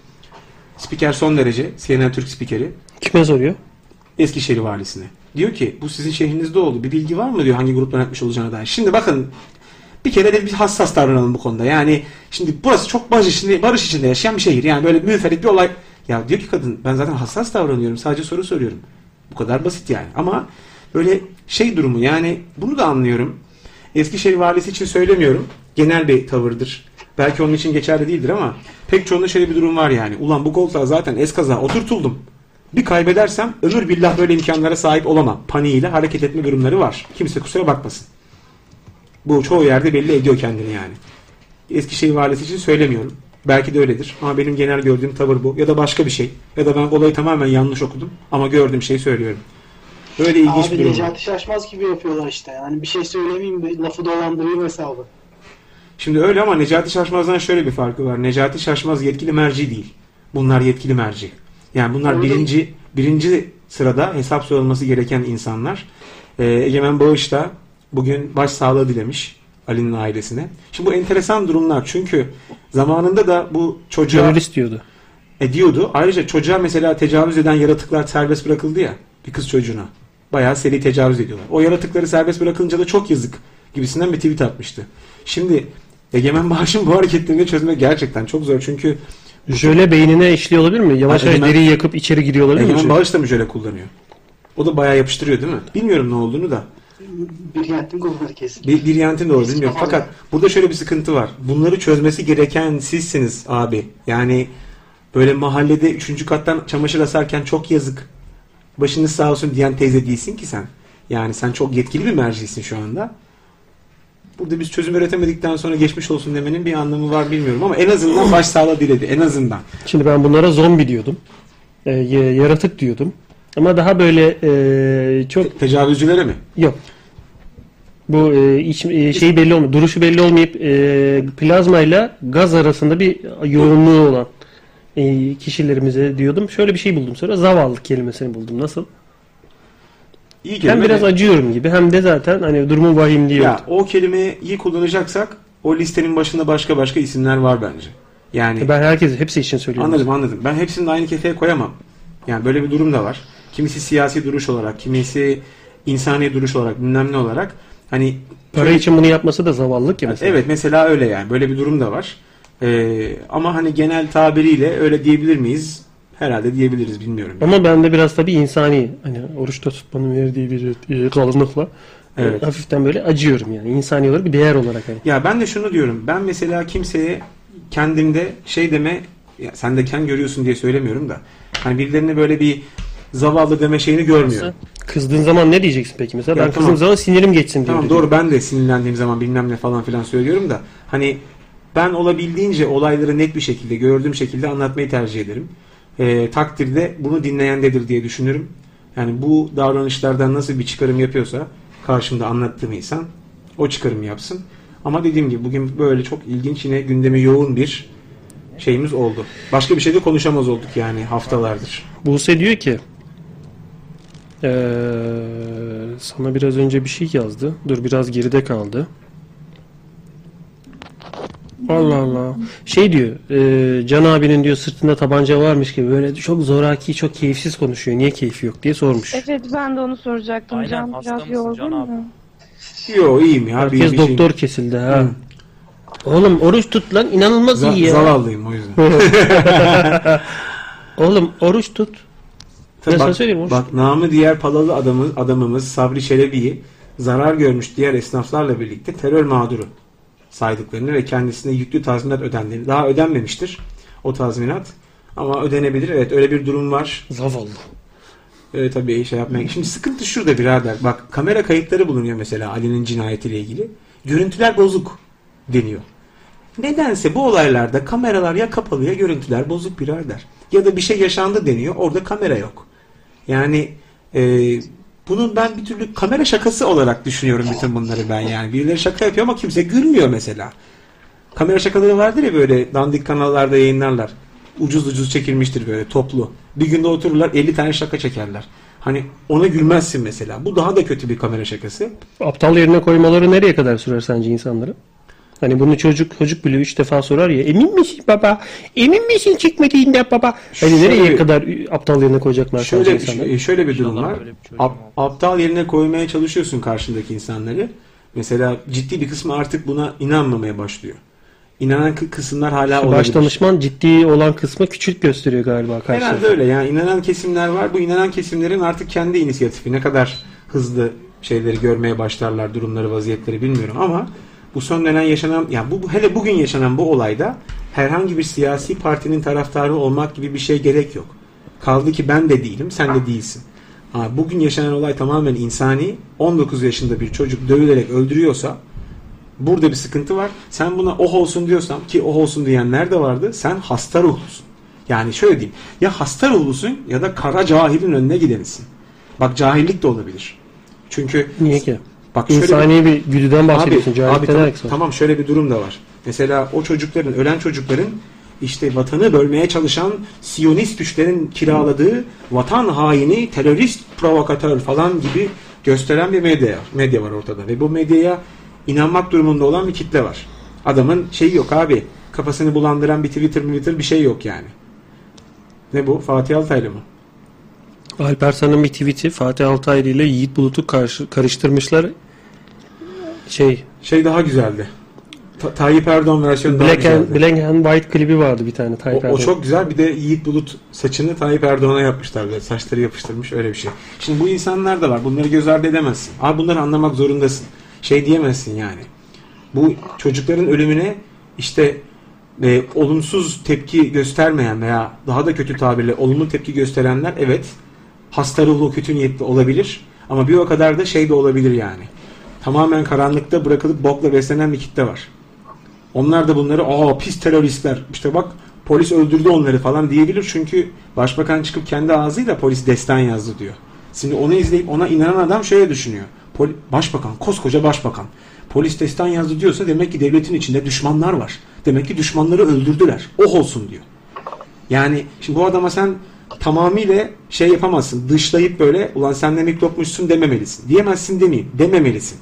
Spiker son derece. CNN Türk spikeri.
Kime soruyor?
Eskişehir valisine. Diyor ki bu sizin şehrinizde oldu. Bir bilgi var mı diyor hangi gruptan etmiş olacağına dair. Şimdi bakın bir kere de biz hassas davranalım bu konuda. Yani şimdi burası çok barış içinde, barış içinde yaşayan bir şehir. Yani böyle müferit bir olay. Ya diyor ki kadın ben zaten hassas davranıyorum. Sadece soru soruyorum. Bu kadar basit yani. Ama böyle şey durumu yani bunu da anlıyorum. Eskişehir valisi için söylemiyorum. Genel bir tavırdır. Belki onun için geçerli değildir ama pek çoğunda şöyle bir durum var yani. Ulan bu koltuğa zaten eskaza oturtuldum. Bir kaybedersem ömür billah böyle imkanlara sahip olamam. Paniğiyle hareket etme durumları var. Kimse kusura bakmasın. Bu çoğu yerde belli ediyor kendini yani. Eskişehir valisi için söylemiyorum. Belki de öyledir. Ama benim genel gördüğüm tavır bu. Ya da başka bir şey. Ya da ben olayı tamamen yanlış okudum. Ama gördüğüm şeyi söylüyorum. Böyle ilginç
Abi
bir durum var.
Necati Şaşmaz gibi yapıyorlar işte. Yani bir şey söylemeyeyim de lafı dolandırayım hesabı.
Şimdi öyle ama Necati Şaşmaz'dan şöyle bir farkı var. Necati Şaşmaz yetkili merci değil. Bunlar yetkili merci. Yani bunlar
Öyle
birinci birinci sırada hesap sorulması gereken insanlar. Ee, Egemen Bağış da bugün başsağlığı dilemiş Ali'nin ailesine. Şimdi bu enteresan durumlar çünkü zamanında da bu çocuğa
Terörist diyordu.
ediyordu. Ayrıca çocuğa mesela tecavüz eden yaratıklar serbest bırakıldı ya bir kız çocuğuna. Bayağı seri tecavüz ediyorlar. O yaratıkları serbest bırakılınca da çok yazık gibisinden bir tweet atmıştı. Şimdi Egemen Bağış'ın bu hareketlerini çözmek gerçekten çok zor. Çünkü
Jöle beynine işliyor olabilir mi? Yavaş
Ha,
yavaş
Egemen-
deriyi yakıp içeri giriyor olabilir mi?
Egemen
Çünkü-
Bağış da mı şöyle kullanıyor? O da bayağı yapıştırıyor değil mi? Bilmiyorum ne olduğunu da.
Bir yentin golleri kesin.
Bir, bir yantin doğru bilmiyorum.
Hiç
Fakat burada şöyle bir sıkıntı var. Bunları çözmesi gereken sizsiniz abi. Yani böyle mahallede üçüncü kattan çamaşır asarken çok yazık. Başınız sağ olsun diyen teyze değilsin ki sen. Yani sen çok yetkili bir mercisin şu anda. Burada biz çözüm üretemedikten sonra geçmiş olsun demenin bir anlamı var bilmiyorum ama en azından baş diledi. En azından.
Şimdi ben bunlara zombi diyordum. Ee, y- yaratık diyordum. Ama daha böyle e, çok
Tecavüzcülere mi?
yok. Bu e, iç- e, şey belli olmuyor. Duruşu belli olmayıp e, plazmayla gaz arasında bir yoğunluğu olan e, kişilerimize diyordum. Şöyle bir şey buldum sonra. Zavallı kelimesini buldum. Nasıl?
İyi
Hem
kelime
biraz
de-
acıyorum gibi hem de zaten hani durumu vahim diyor.
Ya o kelimeyi iyi kullanacaksak o listenin başında başka başka isimler var bence. Yani
Ben herkes hepsi için söylüyorum.
Anladım anladım. Ben hepsini de aynı kefeye koyamam. Yani böyle bir durum da var. Kimisi siyasi duruş olarak, kimisi insani duruş olarak, bilmem ne olarak. Hani
Para için bunu yapması da zavallık ya mesela.
Evet mesela öyle yani. Böyle bir durum da var. Ee, ama hani genel tabiriyle öyle diyebilir miyiz? Herhalde diyebiliriz bilmiyorum.
Ama bende biraz tabii insani hani oruçta tutmanın verdiği bir e, kalınlıkla e,
Evet.
hafiften böyle acıyorum yani insani olarak bir değer olarak hani.
Ya ben de şunu diyorum. Ben mesela kimseye kendimde şey deme ya sen de kendi görüyorsun diye söylemiyorum da. Hani birilerine böyle bir zavallı deme şeyini görmüyorum.
Kızdığın zaman ne diyeceksin peki mesela?
Ya
ben
tamam.
kızdığım zaman sinirim geçsin diye.
Tamam
dedim.
doğru ben de sinirlendiğim zaman bilmem ne falan filan söylüyorum da hani ben olabildiğince olayları net bir şekilde gördüğüm şekilde anlatmayı tercih ederim. Ee, takdirde bunu dinleyendedir diye düşünürüm. Yani bu davranışlardan nasıl bir çıkarım yapıyorsa karşımda anlattığım insan o çıkarım yapsın. Ama dediğim gibi bugün böyle çok ilginç yine gündemi yoğun bir şeyimiz oldu. Başka bir şey de konuşamaz olduk yani haftalardır.
Buse diyor ki eee, sana biraz önce bir şey yazdı. Dur biraz geride kaldı. Allah Allah. Şey diyor eee, Can abinin diyor sırtında tabanca varmış gibi böyle çok zoraki çok keyifsiz konuşuyor. Niye keyfi yok diye sormuş.
Evet ben de onu soracaktım.
Aynen,
Can
hasta
biraz
mısın
yorgun
Can abi?
mu?
Yo iyiyim ya. bir-
Herkes
bir şeyim-
doktor kesildi ha. Oğlum oruç tut lan inanılmaz
Hmm. Za-
iyi ya.
zavallıyım o yüzden.
Oğlum oruç tut.
Tabii
Ben sana
bak-
söyleyeyim oğlum.
Bak namı diğer palalı adamı, adamımız Sabri Çelebi'yi zarar görmüş diğer esnaflarla birlikte terör mağduru saydıklarını ve kendisine yüklü tazminat ödendiğini daha ödenmemiştir o tazminat ama ödenebilir evet öyle bir durum var
Zavallı.
ee, tabii şey yapmaya şimdi sıkıntı şurada birader bak kamera kayıtları bulunuyor mesela Ali'nin cinayetiyle ilgili görüntüler bozuk deniyor Nedense bu olaylarda kameralar ya kapalı ya görüntüler bozuk birader. Ya da bir şey yaşandı deniyor. Orada kamera yok. Yani e, bunu ben bir türlü kamera şakası olarak düşünüyorum bütün bunları ben yani. Birileri şaka yapıyor ama kimse gülmüyor mesela. Kamera şakaları vardır ya böyle dandik kanallarda yayınlarlar. Ucuz ucuz çekilmiştir böyle toplu. Bir günde otururlar 50 tane şaka çekerler. Hani ona gülmezsin mesela. Bu daha da kötü bir kamera şakası.
Aptal yerine koymaları nereye kadar sürer sence insanları? Hani bunu çocuk çocuk bile üç defa sorar ya. Emin misin baba? Emin misin çıkmadığında baba? Hani
Şöyle-
nereye kadar aptal yerine koyacaklar sence
Şöyle
insanları?
ş- şöyle bir şey durum
şey İnşallah
var.
böyle bir çocuğum
Ap-
olmaz.
aptal yerine koymaya çalışıyorsun karşındaki insanları. Mesela ciddi bir kısmı artık buna inanmamaya başlıyor. İnanan kı- kısımlar hala olabilir.
Baş danışman ciddi olan kısmı küçük gösteriyor galiba karşı.
Herhalde öyle. Yani inanan kesimler var. Bu inanan kesimlerin artık kendi inisiyatifi. Ne kadar hızlı şeyleri görmeye başlarlar, durumları, vaziyetleri bilmiyorum ama bu son dönem yaşanan, yani bu, bu- hele bugün yaşanan bu olayda herhangi bir siyasi partinin taraftarı olmak gibi bir şey gerek yok. Kaldı ki ben de değilim, sen de değilsin. Ha, bugün yaşanan olay tamamen insani. 19 yaşında bir çocuk dövülerek öldürüyorsa burada bir sıkıntı var. Sen buna oh olsun diyorsan ki oh olsun diyenler de vardı. Sen hasta ruhlusun. Yani şöyle diyeyim. Ya hasta ruhlusun ya da kara cahilin önüne gidenisin. Bak cahillik de olabilir. Çünkü
Niye ki?
bak şöyle bir-
İnsani bir güdüden bahsediyorsun. Cahil
tam-
tamam,
tamam şöyle bir durum da var. Mesela o çocukların, ölen çocukların işte vatanı bölmeye çalışan Siyonist güçlerin kiraladığı vatan haini, terörist, provokatör falan gibi gösteren bir medya, medya var ortada. Ve bu medyaya inanmak durumunda olan bir kitle var. Adamın şeyi yok abi. Kafasını bulandıran bir Twitter, Twitter bir şey yok yani. Ne bu? Fatih Altaylı mı?
Alper San'ın bir tweet'i Fatih Altaylı ile Yiğit Bulut'u karşı, karıştırmışlar. Şey,
Şey daha güzeldi. Ta- Tayyip Erdoğan versiyonu daha
Black
güzeldi.
and, Black and White klibi vardı bir tane. Tayyip
O, o
Erdoğan.
çok güzel. Bir de Yiğit Bulut saçını Tayyip Erdoğan'a yapmışlar. Böyle saçları yapıştırmış öyle bir şey. Şimdi bu insanlar da var. Bunları göz ardı edemezsin. Abi bunları anlamak zorundasın. Şey diyemezsin yani. Bu çocukların ölümüne işte e, olumsuz tepki göstermeyen veya daha da kötü tabirle olumlu tepki gösterenler evet hasta ruhlu kötü niyetli olabilir. Ama bir o kadar da şey de olabilir yani. Tamamen karanlıkta bırakılıp bokla beslenen bir kitle var. Onlar da bunları aa pis teröristler işte bak polis öldürdü onları falan diyebilir. Çünkü başbakan çıkıp kendi ağzıyla polis destan yazdı diyor. Şimdi onu izleyip ona inanan adam şöyle düşünüyor. Pol- başbakan koskoca başbakan polis destan yazdı diyorsa demek ki devletin içinde düşmanlar var. Demek ki düşmanları öldürdüler. Oh olsun diyor. Yani şimdi bu adama sen tamamıyla şey yapamazsın. Dışlayıp böyle ulan sen de mikropmuşsun dememelisin. Diyemezsin demeyeyim. Dememelisin.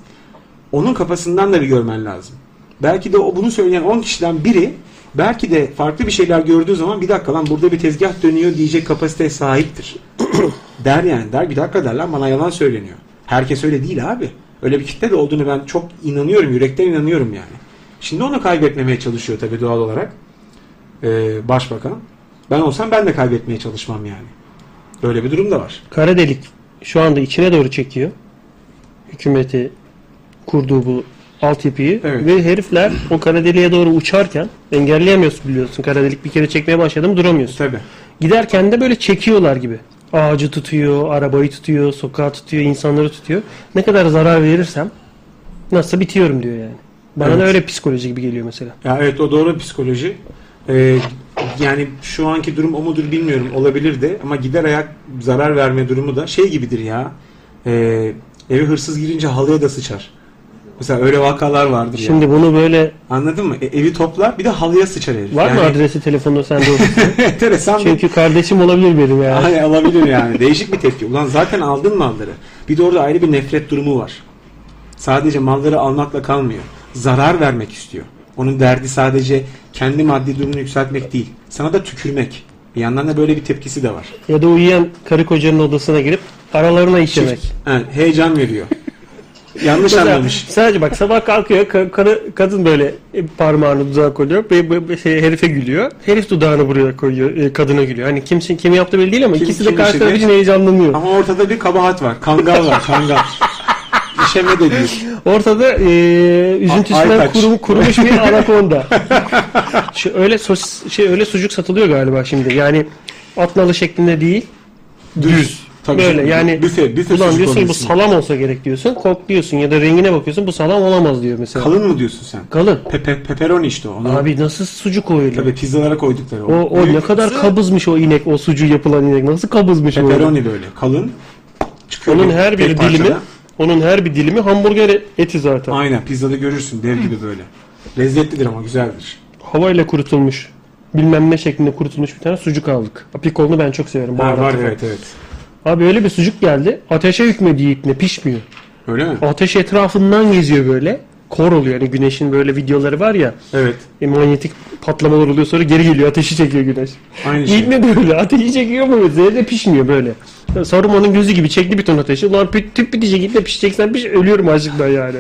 Onun kafasından da bir görmen lazım. Belki de o bunu söyleyen 10 kişiden biri belki de farklı bir şeyler gördüğü zaman bir dakika lan burada bir tezgah dönüyor diyecek kapasiteye sahiptir. der yani der bir dakika der lan bana yalan söyleniyor. Herkes öyle değil abi. Öyle bir kitle de olduğunu ben çok inanıyorum. Yürekten inanıyorum yani. Şimdi onu kaybetmemeye çalışıyor tabii doğal olarak. Ee, başbakan. Ben olsam ben de kaybetmeye çalışmam yani. Böyle bir durum da var.
Kara delik şu anda içine doğru çekiyor. Hükümeti kurduğu bu altyapıyı
Evet.
ve herifler o kara deliğe doğru uçarken engelleyemiyorsun biliyorsun. Kara delik bir kere çekmeye başladı mı duramıyorsun.
Tabii.
Giderken de böyle çekiyorlar gibi. Ağacı tutuyor, arabayı tutuyor, sokağı tutuyor, insanları tutuyor. Ne kadar zarar verirsem nasıl bitiyorum diyor yani. Bana
Evet.
da öyle psikoloji gibi geliyor mesela.
Ya evet o doğru psikoloji. Ee, yani şu anki durum o mudur bilmiyorum olabilir de ama gider ayak zarar verme durumu da şey gibidir ya. Ee, eve hırsız girince halıya da sıçar. Mesela öyle vakalar vardır ya.
Şimdi bunu böyle
Anladın mı? E, evi toplar bir de halıya sıçar herif.
var mı
Yani
adresi telefonu sende olsun?
enteresan bir
Çünkü kardeşim olabilir benim ya.
Aynen alabilir yani. Değişik bir tepki. Ulan zaten aldın malları. Bir de orada ayrı bir nefret durumu var. Sadece malları almakla kalmıyor. Zarar vermek istiyor. Onun derdi sadece kendi maddi durumunu yükseltmek değil. Sana da tükürmek. Bir yandan da böyle bir tepkisi de var.
Ya da uyuyan karı kocanın odasına girip aralarına işemek.
Yani heyecan veriyor. Yanlış anlamış.
Sadece bak sabah kalkıyor ka- karı, kadın böyle e, parmağını dudağa koyuyor ve bu- bu şey, herife gülüyor. Herif dudağını buraya koyuyor e, kadına gülüyor. Hani kimsin kimi yaptığı belli değil ama
Kim-
ikisi de
kim
karşı
işedi?
taraf için heyecanlanıyor.
Ama ortada bir kabahat var. Kangal var. Kangal. İşeme de değil.
Ortada e,
Ay-
üzüntüsünden
aytaç.
kurum, kurumuş bir anakonda. Şu, öyle sos, şey öyle sucuk satılıyor galiba şimdi. Yani atnalı şeklinde değil.
Düz. Tabii
Böyle
canım.
yani
büfe, büfe
Ulan
şey- sucuk
diyorsun ki bu
olmuşsun.
salam olsa gerek diyorsun. Kokluyorsun ya da rengine bakıyorsun bu salam olamaz diyor mesela.
Kalın mı diyorsun sen?
Kalın.
Pepe, pepperoni işte o. Onu-
Abi nasıl sucuk o öyle?
Tabii pizzalara koydukları.
O, o ne kadar kabızmış o inek, o sucuğu yapılan inek. Nasıl kabızmış o? öyle?
Pepperoni böyle kalın. Çıkıyor
Onun
böyle
her
tek
bir
parçada.
dilimi, onun her bir dilimi hamburger eti zaten.
Aynen pizzada görürsün dev gibi böyle. Lezzetlidir ama güzeldir.
Havayla kurutulmuş. Bilmem ne şeklinde kurutulmuş bir tane sucuk aldık. Apikolunu ben çok severim.
Var
baharatlı
var
falan.
evet evet.
Abi öyle bir sucuk geldi. Ateşe hükmedi yiğit ne pişmiyor.
Öyle mi?
Ateş etrafından geziyor böyle. Kor oluyor yani güneşin böyle videoları var ya.
Evet.
E, manyetik patlamalar oluyor sonra geri geliyor ateşi çekiyor güneş.
Aynı şey.
Yiğit ne de öyle ateşi çekiyor mu? Zerre pişmiyor böyle. Saruman'ın gözü gibi çekti bir ton ateşi. Ulan pü- tüp bitecek itle pişeceksen piş ölüyorum açlıktan yani.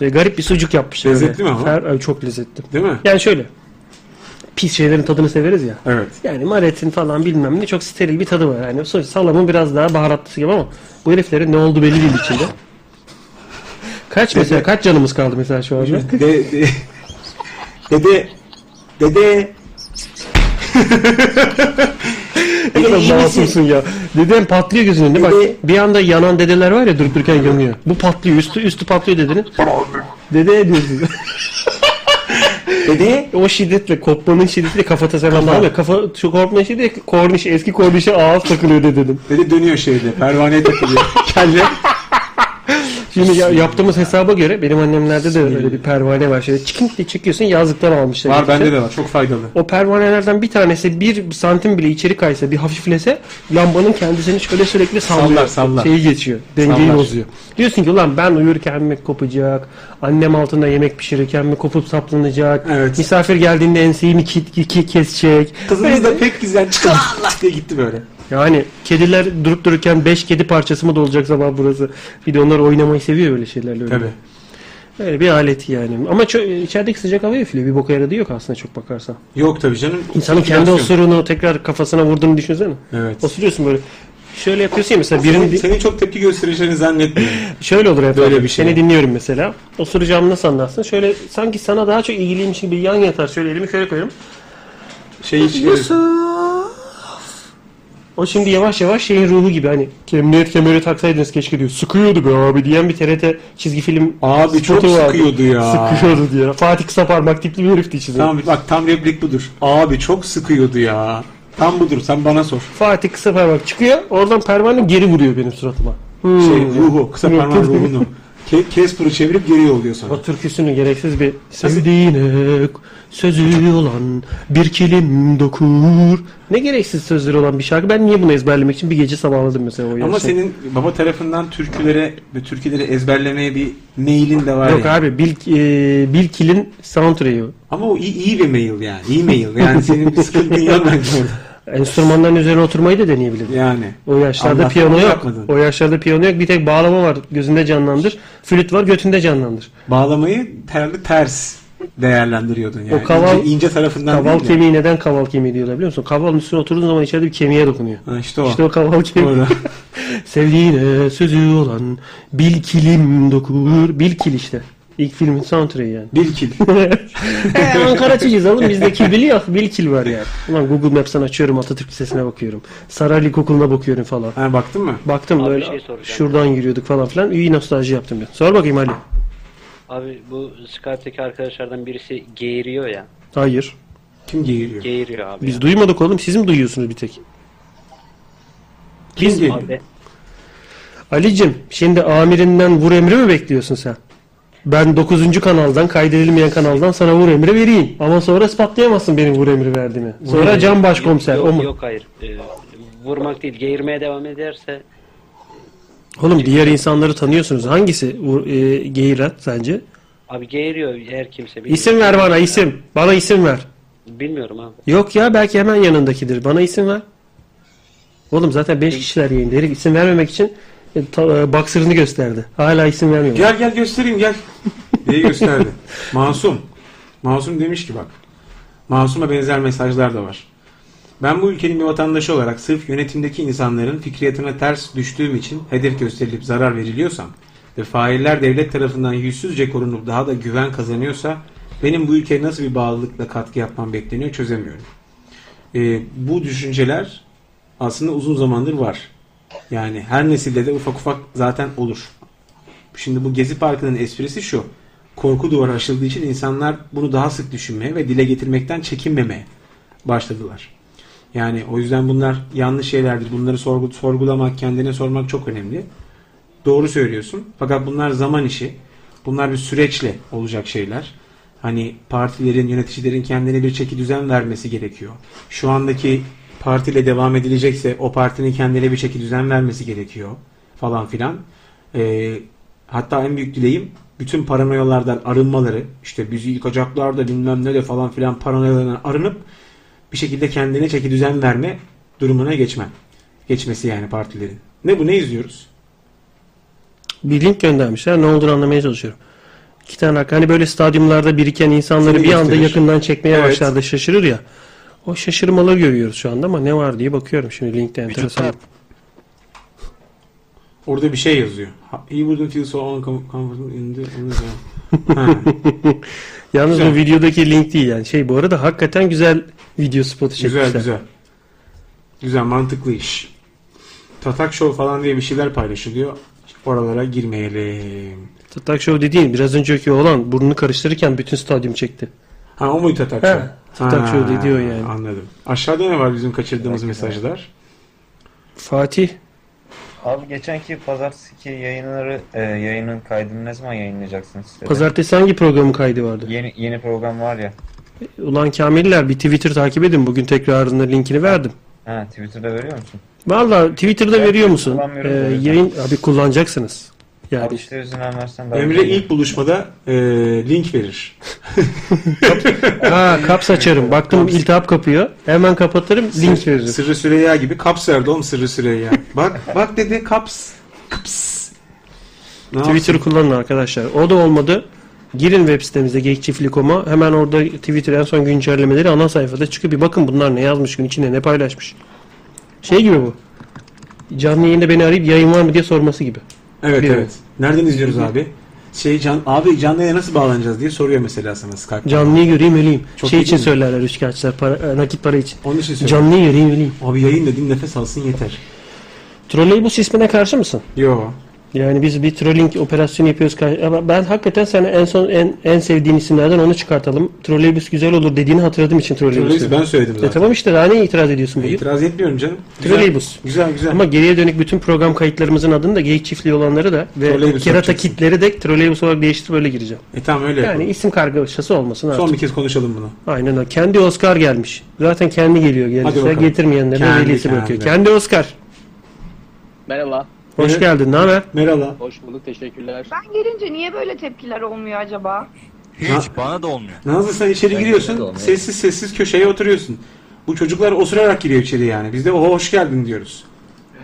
E, garip bir sucuk yapmış. öyle.
Lezzetli mi ama?
Fer- Ay, çok lezzetli.
Değil mi?
Yani şöyle. Pis şeylerin tadını severiz ya.
Evet.
Yani maretin falan bilmem ne çok steril bir tadı var. Yani sonuçta salamın biraz daha baharatlısı gibi ama bu heriflerin ne oldu belli değil içinde. kaç mesela kaç canımız kaldı mesela şu anda?
De, de- dede dede
Ne
Dede iyi
kadar
misin?
masumsun ya. Deden patlıyor gözünün değil mi?
Dede-
Bak bir anda yanan dedeler var ya durup dururken yanıyor. Bu patlıyor üstü üstü patlıyor dedenin. Dede diyorsun.
Dede
o şiddetle kopmanın şiddetiyle kafata selam var ya kafa şu kopmanın şiddetiyle korniş eski kornişe ağız takılıyor dedenin.
Dedi dönüyor şeyde. Pervaneye takılıyor.
Kelle. Şimdi ya- yaptığımız hesaba göre benim annemlerde de öyle bir pervane var. Şöyle çıkın diye çıkıyorsun yazlıktan almışlar.
var
Gitmişler.
bende de var. Çok faydalı.
O pervanelerden bir tanesi bir santim bile içeri kaysa bir hafiflese lambanın kendisini şöyle sürekli sallıyor.
Sallar, sallar.
Şeyi geçiyor. Dengeyi
Sallar.
bozuyor. Diyorsun ki ulan ben uyurken mi kopacak? Annem altında yemek pişirirken mi kopup saplanacak?
Evet.
Misafir geldiğinde enseyi mi kit, ki- ki- kesecek?
Kızımız da pek güzel. Çıkın Allah diye gitti böyle.
Yani kediler durup dururken 5 kedi parçası mı dolacak sabah burası? Bir de onlar oynamayı seviyor öyle şeylerle. Öyle.
Tabii.
Öyle bir alet yani. Ama çö- içerideki sıcak hava üflüyor. Bir boka yaradığı yok aslında çok bakarsan.
Yok tabii canım.
İnsanın kendi osuruğunu tekrar kafasına vurduğunu düşünsene.
Evet.
Osuruyorsun böyle. Şöyle yapıyorsun ya mesela
Senin,
birinin
senin çok tepki göstereceğini zannetmiyorum.
şöyle olur efendim.
Böyle bir şey.
Seni dinliyorum mesela. Osuracağımı nasıl anlarsın? Şöyle sanki sana daha çok ilgiliymiş gibi yan yatar. Şöyle elimi şöyle koyarım.
Şeyi çıkarıyorsun.
O şimdi yavaş yavaş şeyin ruhu gibi hani emniyet kemeri taksaydınız keşke diyor. Sıkıyordu be abi diyen bir TRT çizgi film
Abi çok
spotu vardı.
sıkıyordu ya.
Sıkıyordu diyor. Fatih kısa parmak tipli bir herifti içinde.
Tam, bak tam replik budur. Abi çok sıkıyordu ya. Tam budur. Sen bana sor.
Fatih kısa parmak çıkıyor. Oradan pervane geri vuruyor benim suratıma. Hmm.
Şey ruhu. Kısa parmağın ruhunu. Ke Casper'ı çevirip geri yolluyor sana.
O türküsünü gereksiz bir sevdiğine sözü olan bir kilim dokur. Ne gereksiz sözleri olan bir şarkı. Ben niye bunu ezberlemek için bir gece sabahladım mesela o
Ama
yarışmayı.
senin baba tarafından türkülere ve türküleri ezberlemeye bir mailin de var
Yok
ya.
abi Bil, e, Bilkil'in soundtrack'i. o.
Ama o iyi, iyi bir mail yani. İyi mail. Yani senin bir sıkıntın yok bence orada.
Enstrümanların üzerine oturmayı da deneyebilirim.
Yani.
O yaşlarda
Allah'tan
piyano yok.
yapmadın.
O yaşlarda piyano yok. Bir tek bağlama var. Gözünde canlandır. Flüt var. Götünde canlandır.
Bağlamayı terli ters değerlendiriyordun yani.
O kaval-
ince, ince tarafından
kaval
değil de.
kemiği neden kaval kemiği diyorlar biliyor musun? Kavalın üstüne oturduğun zaman içeride bir kemiğe dokunuyor.
Ha, işte o.
İşte o kaval kemiği.
Doğru.
Sevdiğine sözü olan Bilkilim dokur. Bilkil işte. İlk filmin soundtrack'i yani.
Bilkil.
He, Ankara çocuğuz oğlum bizde kibili yok. Bilkil var yani. Ulan Google Maps'ten açıyorum Atatürk Lisesi'ne bakıyorum. Saraylı Okulu'na bakıyorum falan.
Ha, baktın mı?
Baktım
Abi
böyle
bir şey soracağım.
şuradan yürüyorduk falan filan. İyi nostalji yaptım ben. Sor bakayım Ali.
Abi bu Skype'deki arkadaşlardan birisi geğiriyor ya.
Hayır.
Kim geğiriyor?
Geğiriyor abi.
Biz
ya.
duymadık oğlum. Siz mi duyuyorsunuz bir tek?
Kim geğiriyor?
Abi,
Ali'cim şimdi amirinden vur emri mi bekliyorsun sen? Ben 9. kanaldan kaydedilmeyen kanaldan sana vur emri vereyim. Ama sonra ispatlayamazsın benim vur emri verdiğimi. Sonra can başkomiser
yok,
o mu?
Yok hayır. Ee, vurmak değil. Geğirmeye devam ederse
Oğlum diğer insanları tanıyorsunuz. Hangisi vur, e, geğiren sence?
abi geğiriyor her kimse. Bilmiyorum,
İsim ver bana isim. Bana isim ver.
Bilmiyorum abi.
Yok ya belki hemen yanındakidir. Bana isim ver. Oğlum zaten 5 kişiler yayında. Herif isim vermemek için e, ta- e, baksırını gösterdi. Hala isim vermiyor.
Gel gel göstereyim gel. Diye gösterdi. Masum. Masum demiş ki bak. Masum'a benzer mesajlar da var. Ben bu ülkenin bir vatandaşı olarak sırf yönetimdeki insanların fikriyatına ters düştüğüm için hedef gösterilip zarar veriliyorsam ve failler devlet tarafından yüzsüzce korunup daha da güven kazanıyorsa benim bu ülkeye nasıl bir bağlılıkla katkı yapmam bekleniyor çözemiyorum. Ee, bu düşünceler aslında uzun zamandır var. Yani her nesilde de ufak ufak zaten olur. Şimdi bu Gezi Parkı'nın esprisi şu. Korku duvarı aşıldığı için insanlar bunu daha sık düşünmeye ve dile getirmekten çekinmemeye başladılar. Yani o yüzden bunlar yanlış şeylerdir. Bunları sorgu, sorgulamak, kendine sormak çok önemli. Doğru söylüyorsun. Fakat bunlar zaman işi. Bunlar bir süreçle olacak şeyler. Hani partilerin, yöneticilerin kendine bir çeki düzen vermesi gerekiyor. Şu andaki partiyle devam edilecekse o partinin kendine bir çeki düzen vermesi gerekiyor falan filan. Ee, hatta en büyük dileğim bütün paranoyalardan arınmaları, işte bizi yıkacaklar da bilmem ne de falan filan paranoyalardan arınıp bir şekilde kendine çeki düzen verme durumuna geçmem. Geçmesi yani partilerin. Ne bu ne izliyoruz?
Bir link göndermişler. Ne olduğunu anlamaya çalışıyorum. İki tane dakika. Hani böyle stadyumlarda biriken insanları
Seni
bir anda
gösterir.
yakından çekmeye
Evet.
başlar da şaşırır ya. O şaşırmaları görüyoruz şu anda ama ne var diye bakıyorum şimdi linkte enteresan.
Orada bir şey yazıyor. Ha- He wouldn't feel so uncomfortable in the... in the- Ha.
Yalnız
Güzel.
bu videodaki link değil yani. Şey bu arada hakikaten güzel video spotu çekmişler.
güzel güzel. Güzel mantıklı iş. Tatak Show falan diye bir şeyler paylaşılıyor. Oralara girmeyelim.
Tatak Show dediğin biraz önceki olan burnunu karıştırırken bütün stadyum çekti.
Ha o muydu Tatak
He,
Show?
Tatak
Ha,
Show dediği o yani.
Anladım. Aşağıda ne var bizim kaçırdığımız mesajlar?
Fatih
Abi geçenki pazartesi yayınları e, yayının kaydını ne zaman yayınlayacaksınız? sitede?
pazartesi hangi programın kaydı vardı?
Yeni, yeni program var ya.
Ulan Kamiller bir Twitter takip edin. Bugün tekrarında linkini verdim.
Ha Twitter'da veriyor musun?
Vallahi Twitter'da
Ben
veriyor musun?
kullanmıyorum
Ee,
da o yüzden.
yayın abi kullanacaksınız. Yani
Abi işte yüzünden versen daha
Emre
güzel olur.
ilk buluşmada e, link verir.
ha kaps açarım. Baktım iltihap kapıyor. Hemen kapatırım. Link veririm.
Sırrı Süreyya gibi. Kaps verdi oğlum Sırrı Süreyya. bak bak dedi kaps. Kaps. Ne
Twitter'ı kullanın arkadaşlar. O da olmadı. Girin web sitemize geyikçiftlik.com'a hemen orada Twitter en son güncellemeleri ana sayfada çıkıyor. Bir bakın bunlar ne yazmış gün içinde ne paylaşmış. Şey gibi bu. Canlı yayında beni arayıp yayın var mı diye sorması gibi.
Evet
Biliyorum.
evet. Nereden izliyoruz abi? Şey can abi canlıya nasıl bağlanacağız diye soruyor mesela sana Skype'da.
Canlıyı göreyim öleyim.
Çok
şey
iyi
için
değil mi?
söylerler üçkağıtçılar para, e, nakit para için.
Onun için söylüyorum.
Canlıyı göreyim öleyim.
Abi yayın dediğin nefes alsın yeter.
Trolleybus ismine karşı mısın?
Yo.
Yani biz bir trolling operasyonu yapıyoruz. kar- Ama ben hakikaten sana en son en, en sevdiğin isimlerden onu çıkartalım. Trolleybus güzel olur dediğini hatırladığım için trolleybus.
Trolleybüsü ben söyledim
E
zaten.
tamam işte daha ne itiraz ediyorsun bugün?
İtiraz etmiyorum canım. Güzel.
Troleybüs.
Güzel güzel.
Ama geriye dönük bütün program kayıtlarımızın adını da geyik çiftliği olanları da ve
Troleybüs
kerata
yapacaksın.
kitleri de trolleybus olarak değiştirip öyle gireceğim.
E tamam öyle
Yani
yapalım.
isim kargaşası olmasın artık.
Son bir kez konuşalım bunu.
Aynen öyle. Kendi Oscar gelmiş. Zaten kendi geliyor. Gelirse
bakalım.
getirmeyenlere
Kendi,
velisi
kendi.
bakıyor. Kendi Oscar.
Merhaba.
Hoş
Evet.
geldin. Ne haber?
Merhaba.
Hoş bulduk. Teşekkürler.
Ben gelince niye böyle tepkiler olmuyor acaba?
Ha-
Hiç bana da olmuyor.
Nazlı sen içeri giriyorsun. Sessiz sessiz köşeye oturuyorsun. Bu çocuklar osurarak giriyor içeri yani. Biz de o hoş geldin diyoruz.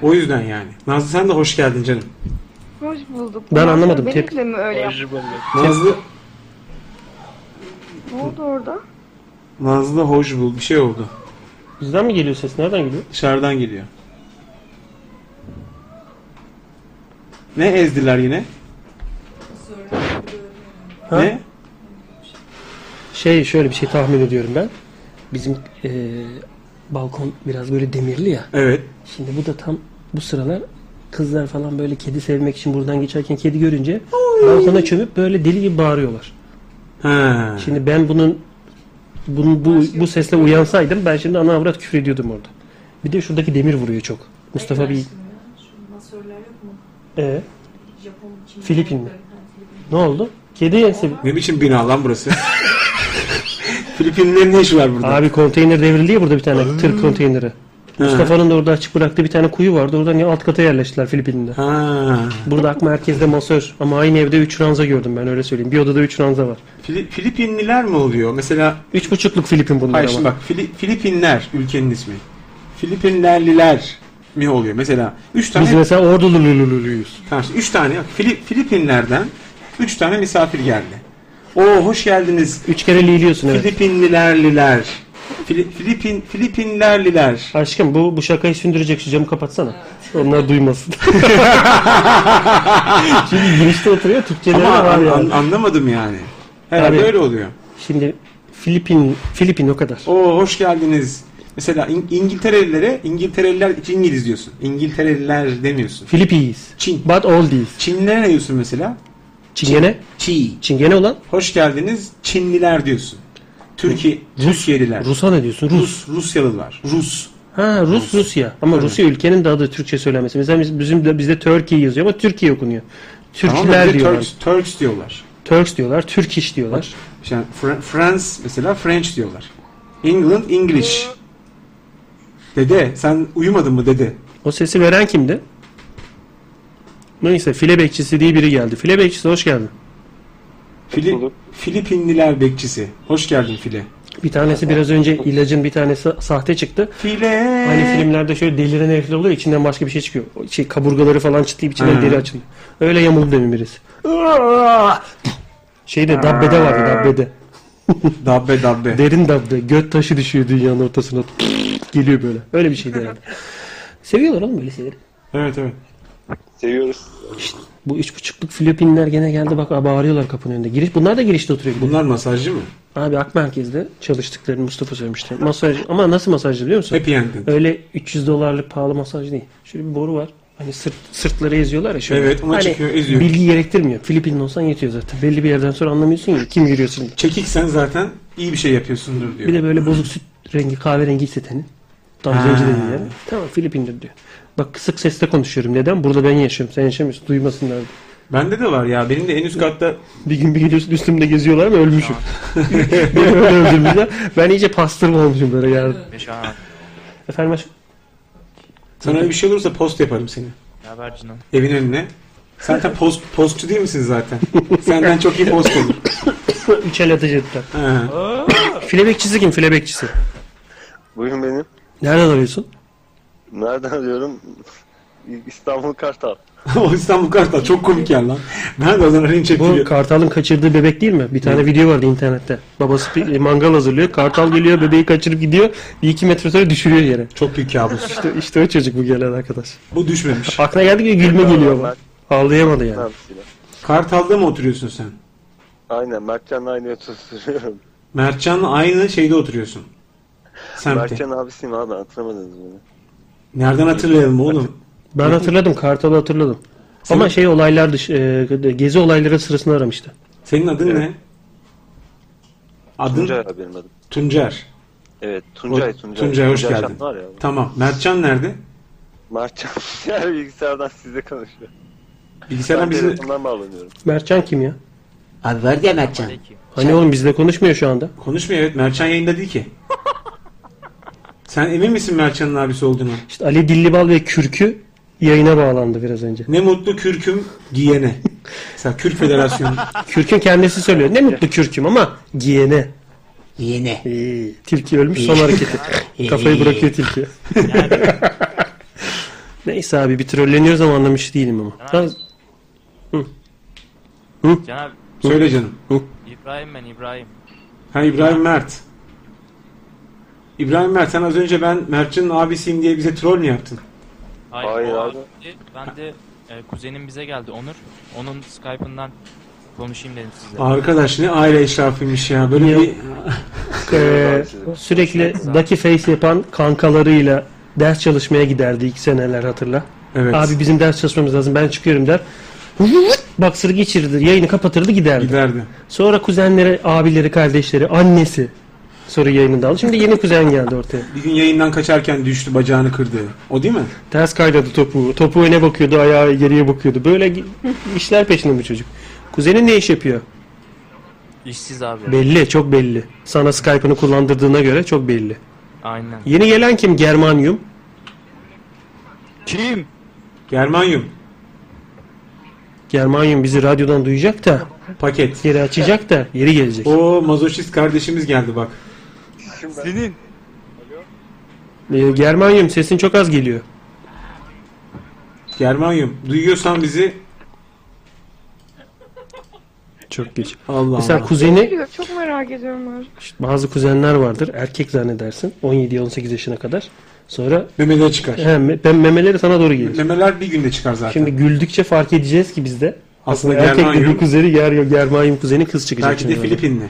O yüzden yani. Nazlı sen de hoş geldin canım.
Hoş bulduk.
Ben anlamadım.
Benimle mi öyle yaptı?
Hoş bulduk.
Nazlı
Ne oldu orada?
Nazlı hoş bul. Bir şey oldu.
Bizden mi geliyor ses? Nereden geliyor?
Dışarıdan geliyor. Ne ezdiler yine?
Ha?
Ne?
Şey şöyle bir şey tahmin ediyorum ben. Bizim eee, balkon biraz böyle demirli ya.
Evet.
Şimdi bu da tam bu sıralar kızlar falan böyle kedi sevmek için buradan geçerken kedi görünce balkona çömüp böyle deli gibi bağırıyorlar.
Ha.
Şimdi ben bunun bunun bu bu sesle uyansaydım ben şimdi ana avrat küfür ediyordum orada. Bir de şuradaki demir vuruyor çok. Mustafa bir e Filipinli. Ne oldu? Kedi yense
Ne biçim bina lan burası? Filipinlerin ne işi var burada?
Abi konteyner devrildi ya burada bir tane tır konteyneri.
Ha.
Mustafa'nın da orada açık bıraktığı bir tane kuyu vardı. Oradan ya alt kata yerleştiler Filipinliler.
Ha.
Burada akma herkeste masör ama aynı evde 3 ranza gördüm ben öyle söyleyeyim. Bir odada 3 ranza var.
Fili- Filipinliler mi oluyor? Mesela
3,5'luk Filipin bunlar
hayır
ama.
şimdi bak Fili- Filipinler ülkenin ismi. Filipinlerliler mi oluyor? Mesela 3 tane
Biz mesela ordulululuyuz.
Tamam, üç tane bak, Fili- Filipinlerden 3 tane misafir geldi. Oo hoş geldiniz.
3 kere liliyorsun evet.
Filipinlilerliler. Fili- Filipin Filipinlerliler.
Aşkım bu bu şakayı sündürecek şu camı kapatsana. Onlar duymasın. Şimdi girişte oturuyor Türkçeleri de
Ama
var
an-
yani.
an- anlamadım yani. Herhalde
Tabii.
öyle oluyor.
Şimdi Filipin Filipin o kadar.
Oo hoş geldiniz. Mesela İng- İngilterelilere İngiltereliler için İngiliz diyorsun. İngiltereliler demiyorsun.
Filipiyiz.
Çin.
But all these.
Çinlilere ne diyorsun mesela?
Çingene.
Çi.
Çingene olan
Hoş geldiniz Çinliler diyorsun. Türkiye, Türkiye'liler.
Rus'a ne diyorsun? Rus.
Rus, Rusyalılar. Rus.
Ha Rus Rusya. Ama Rusya ülkenin de adı Türkçe söylenmesi. Mesela biz- bizim de, bizde Turkey yazıyor ama Türkiye okunuyor.
Tamam
Türkler
mı? Bir de
diyorlar.
Turks, Turks diyorlar.
Turks diyorlar. Turkish diyorlar.
İşte Fr- France mesela French diyorlar. England English. Dede sen uyumadın mı dede?
O sesi veren kimdi? Neyse file bekçisi diye biri geldi. File bekçisi hoş geldin.
Fili- Filipinliler bekçisi. Hoş geldin file.
Bir tanesi biraz önce ilacın bir tanesi sahte çıktı.
File.
Hani filmlerde şöyle deliren herifler oluyor içinden başka bir şey çıkıyor. O Şey kaburgaları falan çıtlayıp içinden
Hı.
deri açılıyor. Öyle yamuldu demin birisi. Şeyde dabbede vardı dabbede.
Dabbe dabbe.
Derin dabbe. Göt taşı düşüyor dünyanın ortasına. Geliyor böyle. Öyle bir şeydi yani. Seviyorlar oğlum böyle şeyleri.
evet evet.
Seviyoruz.
Bu üç buçukluk Filipinler gene geldi bak aa, bağırıyorlar kapının önünde. Giriş bunlar da girişte oturuyor.
Bunlar masajcı mı?
Abi Ak Merkez'de çalıştıklarını Mustafa söylemişti. Masaj ama nasıl masajcı biliyor musun?
Happy Ending.
Öyle 300 dolarlık pahalı masaj değil. Şöyle bir boru var. Hani sırt, sırtları eziyorlar ya şöyle.
Evet, ona
Hani
çekiyor, eziyor.
Bilgi gerektirmiyor. Filipinli olsan yetiyor zaten. Belli bir yerden sonra anlamıyorsun ya kim yürüyorsun.
Çekiksen zaten iyi bir şey yapıyorsundur diyor.
Bir de böyle bozuk süt rengi kahverengi hisseteni. Tam
Ha.
zenci dedi yani. Tamam Filipindir diyor. Bak kısık sesle konuşuyorum. Neden? Burada ben yaşıyorum. Sen yaşamıyorsun. Duymasınlar.
Bende de var ya. Benim de en üst katta
Bir gün bir geliyorsun üstümde geziyorlar ama ölmüşüm. Beni öyle öldürmüşler. Ben iyice pastırma olmuşum böyle yerde.
Şahane.
Efendim aşkım?
sana bir şey olursa post yaparım seni.
Ne haber canım?
Evin önüne. Zaten post, postçu değil misin zaten? Senden çok iyi post olur.
Üç el ateş ettiler.
Ha.
File bekçisi kim? File bekçisi.
Buyurun benim.
Nereden arıyorsun?
Nereden arıyorum? İstanbul Kartal.
o İstanbul Kartal çok komik yer lan. Nerede oradan arayın
Bu
çektiriyor.
Kartal'ın kaçırdığı bebek değil mi? Bir tane video vardı internette. Babası bir- e, mangal hazırlıyor. Kartal geliyor bebeği kaçırıp gidiyor. Bir iki metre sonra düşürüyor yere.
Çok büyük kabus.
İşte, işte o çocuk bu gelen arkadaş.
Bu düşmemiş.
Aklına geldi ki gülme geliyor bak. Ağlayamadı yani.
Mersin'e.
Kartal'da mı oturuyorsun sen?
Aynen Mertcan'la aynı yerde oturuyorum.
Mertcan'la aynı şeyde oturuyorsun. Semtte.
Mertcan abisiyim abi hatırlamadınız beni.
Nereden hatırlayalım oğlum?
Ben hatırladım. Kartal'ı hatırladım. Ama şey olaylar dış, e, gezi olayları sırasında aramıştı.
Senin adın ne? Adın
Tuncay abi benim adım.
Tuncer.
Evet Tuncay
O-
Tuncay.
Tuncay, hoş
Tuncay
geldin.
Şan var ya.
Tamam. Mertcan nerede?
Mertcan yani bilgisayardan sizle konuşuyor.
Bilgisayardan
ben
bizle-
telefondan bağlanıyorum.
Mertcan kim ya?
Abi var ya Mertcan.
Hani oğlum bizle konuşmuyor şu anda.
Konuşmuyor evet. Mertcan yayında değil ki. Sen emin misin Mertcan'ın abisi olduğunu?
İşte Ali Dillibal ve Kürkü yayına bağlandı biraz önce.
Ne mutlu kürküm giyene. Mesela Kürk Federasyonu.
Kürk'ün kendisi söylüyor. Ne mutlu Kürk'üm ama giyene.
Yine.
İyi. Tilki ölmüş son hareketi. Kafayı bırakıyor tilki. Neyse abi bir trolleniyoruz ama anlamış değilim ama. Tamam.
Can abi.
Söyle canım.
İbrahim ben İbrahim.
Ha İbrahim Mert. İbrahim Mert sen az önce ben Mertcan'ın abisiyim diye bize troll mü yaptın?
Hayır,
Hayır
o
abi.
abi- Ben de e, kuzenim bize geldi Onur. Onun Skype'ından konuşayım dedim size.
Arkadaş ne aile eşrafıymış ya. Böyle
Ya.
bir
Ee, sürekli Ducky Face yapan kankalarıyla ders çalışmaya giderdi iki seneler hatırla.
Evet.
Abi bizim ders çalışmamız lazım ben çıkıyorum der. Baksır geçirirdi yayını kapatırdı giderdi.
giderdi.
Sonra kuzenleri, abileri, kardeşleri, annesi soru yayınında aldı. Şimdi yeni kuzen geldi ortaya.
Bir gün yayından kaçarken düştü bacağını kırdı. O değil mi?
Ters kaydadı topu. Topu öne bakıyordu, ayağı geriye bakıyordu. Böyle gi- işler peşinde bu çocuk. Kuzenin ne iş yapıyor?
İşsiz abi.
Belli, çok belli. Sana Skype'ını kullandırdığına göre çok belli.
Aynen.
Yeni gelen kim? Germanyum.
Kim?
Germanyum.
Germanyum bizi radyodan duyacak da,
Paket.
geri açacak da, geri gelecek.
O mazoşist kardeşimiz geldi bak.
Senin.
Ee, Germanyum sesin çok az geliyor.
Germanyum duyuyorsan bizi
Çok geç.
Allah
Mesela
Allah.
kuzeni
Geliyor, Çok merak ediyorum abi.
Bazı kuzenler vardır. Erkek zannedersin. 17-18 yaşına kadar. Sonra
memeler çıkar.
he, me- ben memeleri sana doğru gelir.
Memeler bir günde çıkar zaten.
Şimdi güldükçe fark edeceğiz ki bizde
Aslında
erkek dediği
Germanyum
kuzeni yer Germanyum kuzeni kız çıkacak.
belki de
şimdi.
Filipinli.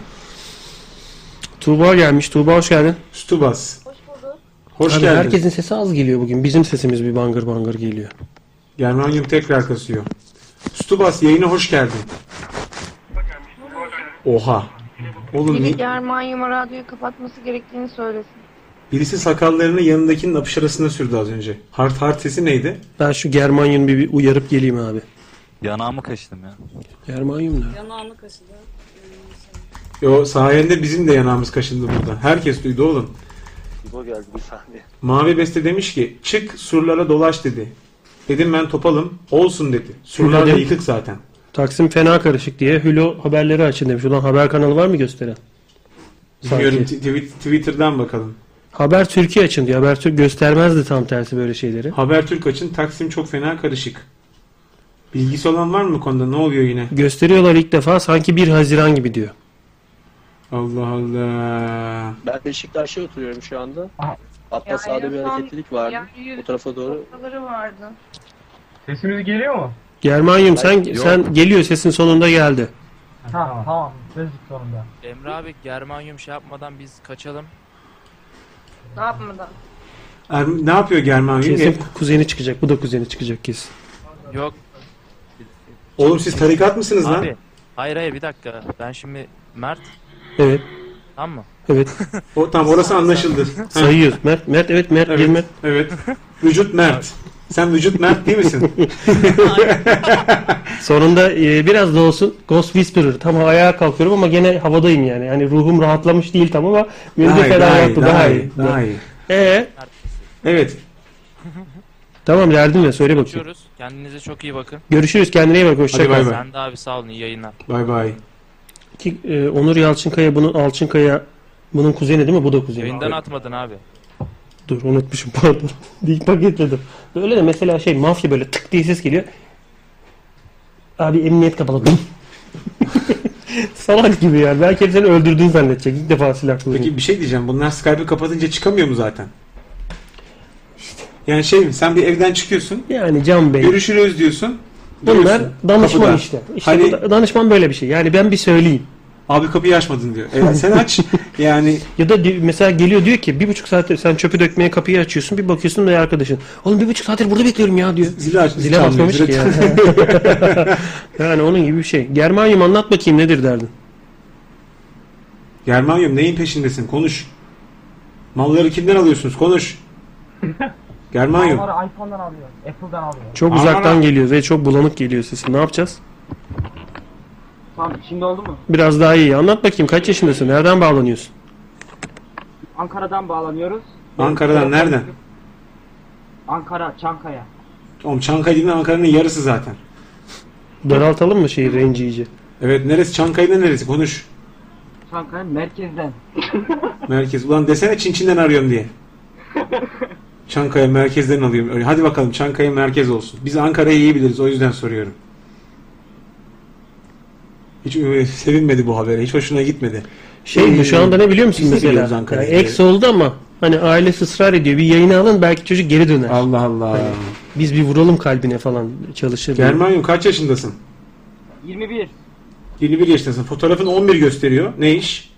Tuğba gelmiş. Tuğba hoş geldin.
Stubas. Hoş bulduk. Hoş
Abi
geldin.
Herkesin sesi az geliyor bugün. Bizim sesimiz bir bangır bangır geliyor.
Germanyum tekrar kasıyor. Stubas yayına hoş geldin. Oha. Oğlum
Biri
ni-
Germanya'ma radyoyu kapatması gerektiğini söylesin.
birisi sakallarını yanındakinin apış arasına sürdü az önce. Hart hart sesi neydi?
Ben şu Germanyum'u bir, bir uyarıp geleyim abi.
Yanağımı kaşıdım ya.
Germanyum ne?
Yanağımı kaşıdı.
Yo sayende bizim de yanağımız kaşındı burada. Herkes duydu oğlum.
İbo geldi bir saniye.
Mavi Beste demiş ki çık surlara dolaş dedi. Dedim ben topalım. Olsun dedi. Surlar da
Dedim.
yıkık zaten.
Taksim fena karışık diye Hülo haberleri açın demiş. Ulan haber kanalı var mı gösteren?
Bilmiyorum t- tweet- Twitter'dan bakalım.
Haber Türkiye açın diyor. Haber Türk göstermezdi tam tersi böyle şeyleri.
Habertürk açın Taksim çok fena karışık. Bilgisi olan var mı bu konuda? Ne oluyor yine?
Gösteriyorlar ilk defa sanki 1 Haziran gibi diyor.
Allah Allah.
Ben Beşiktaş'ta oturuyorum şu anda. Hatta
Ya
sahada bir
en son-
hareketlilik vardı.
yani
O tarafa doğru.
Kafaları vardı.
Sesimiz geliyor mu?
Germanyum sen sen geliyor sesin sonunda geldi.
Ha, tamam. Sezdik sonunda.
Emre abi germanyum şey yapmadan biz kaçalım.
Ne yapmadan?
Erm- ne yapıyor Germanyum?
Kesin kuzeni çıkacak. Bu da kuzeni çıkacak kesin.
Yok.
Oğlum siz tarikat mısınız lan?
Abi, Hayır hayır bir dakika. Ben şimdi Mert
Evet.
tamam mı?
Evet.
O tamam orası anlaşıldı.
Sayıyoruz. Mert, Mert evet Mert
Evet,
gel Mert.
Evet. Vücut Mert. Sen vücut Mert değil misin?
Sonunda e, biraz da olsun Ghost Whisperer. Tam ayağa kalkıyorum ama gene havadayım yani. Hani ruhum rahatlamış değil tam ama beni de
Daha iyi,
fena
daha iyi,
yaptı.
daha
Daha,
iyi,
iyi.
daha iyi.
Ee?
Evet.
Tamam yardım ver söyle bakayım.
Görüşürüz. Kendinize çok iyi bakın.
Görüşürüz kendine iyi bak hoşça
Hadi bay
kal.
bay.
Sen de abi sağ olun iyi yayınlar.
Bay bay.
Ki, e, Onur Yalçınkaya bunun Alçınkaya bunun kuzeni değil mi? Bu da kuzeni.
Yayından atmadın abi.
Dur unutmuşum pardon. İlk paketledim. Böyle de mesela şey mafya böyle tık diye ses geliyor. Abi emniyet kapalı. Bum. Salak gibi yani. Belki hep seni öldürdüğünü zannedecek. İlk defa silah kullanıyor.
Peki bir şey diyeceğim. Bunlar Skype'ı kapatınca çıkamıyor mu zaten? Yani şey mi? Sen bir evden çıkıyorsun.
Yani Can Bey.
Görüşürüz diyorsun.
Bunlar
duruyorsun
danışman
kapıda.
işte. İşte
Hani-
bu da- danışman böyle bir şey. Yani ben bir söyleyeyim.
Abi kapıyı açmadın diyor. E, sen aç. yani
Ya da di- mesela geliyor diyor ki bir buçuk saattir sen çöpü dökmeye kapıyı açıyorsun bir bakıyorsun da arkadaşın. Oğlum bir buçuk saattir burada bekliyorum ya diyor.
Zile aç.
Zile
çalmıyor,
basmamış
zile
ki yani.
çalmıyor.
yani onun gibi bir şey. Germanyum anlat bakayım nedir derdin.
Germanyum neyin peşindesin? Konuş. Malları kimden alıyorsunuz? Konuş. Germanyum.
Onları iPhone'dan alıyor. Apple'dan alıyor.
Çok
Aman
uzaktan
ha.
geliyor ve çok bulanık geliyor sesi. Ne yapacağız?
Tamam şimdi oldu mu?
Biraz daha iyi. Anlat bakayım kaç yaşındasın? Nereden bağlanıyorsun?
Ankara'dan bağlanıyoruz.
Ankara'dan nereden?
Ankara, Çankaya.
Oğlum Çankaya'nın Ankara'nın yarısı zaten.
Daraltalım mı şeyi range iyice?
Evet neresi? Çankaya'nın neresi? Konuş.
Çankaya merkezden.
Merkez. Ulan desene Çin Çin'den arıyorum diye. Çankaya merkezden alıyorum. Öyle. Hadi bakalım Çankaya merkez olsun. Biz Ankara'yı iyi biliriz. O yüzden soruyorum. Hiç e, sevinmedi bu habere. Hiç hoşuna gitmedi. Ee,
Şey bu şu anda ne biliyor musun
Biz de biliyoruz
mesela? Yani
Ankara'yı.
ex oldu ama hani ailesi ısrar ediyor. Bir yayını alın belki çocuk geri döner. Hani
Allah Allah.
biz bir vuralım kalbine falan çalışır.
Germanyum kaç yaşındasın?
21.
21 yaşındasın. Fotoğrafın 11 gösteriyor. Ne iş?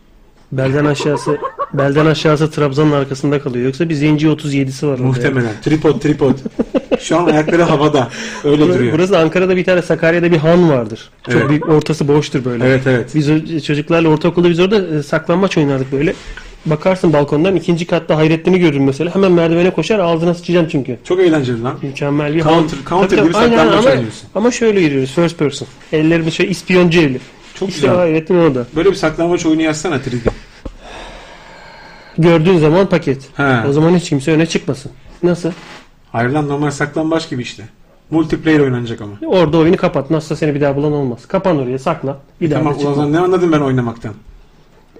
Belden aşağısı belden aşağısı Trabzon'un arkasında kalıyor. Yoksa bir zenci 37'si var orada.
Muhtemelen. Tripod tripod. Şu an ayakları havada. Öyle
Burası,
duruyor.
burası Ankara'da bir tane Sakarya'da bir han vardır. Çok
Evet.
büyük ortası boştur böyle.
Evet, evet.
Biz o- çocuklarla ortaokulda biz orada e, saklanmaç oynardık böyle. Bakarsın balkondan ikinci katta Hayrettin'i görürüm mesela. Hemen merdivene koşar ağzına sıçacağım çünkü.
Çok eğlenceli lan.
Mükemmel bir
Counter- counter
Tabii,
gibi
tabii, aynen,
saklanmaç
ama,
oynuyorsun.
ama şöyle yürüyoruz first person. Ellerimiz şöyle ispiyoncu eli.
Çok
işte
güzel.
Hayrettin orada.
Böyle bir saklanmaç oyunu yazsana 3D.
Gördüğün zaman paket.
He.
O zaman hiç kimse öne çıkmasın. Nasıl?
Hayır lan normal saklambaç gibi işte. Multiplayer oynanacak ama.
Orada oyunu kapat. Nasılsa seni bir daha bulan olmaz. Kapan oraya sakla. Bir daha da
E, Tamam
çıkma.
ulan lan ne anladım ben oynamaktan?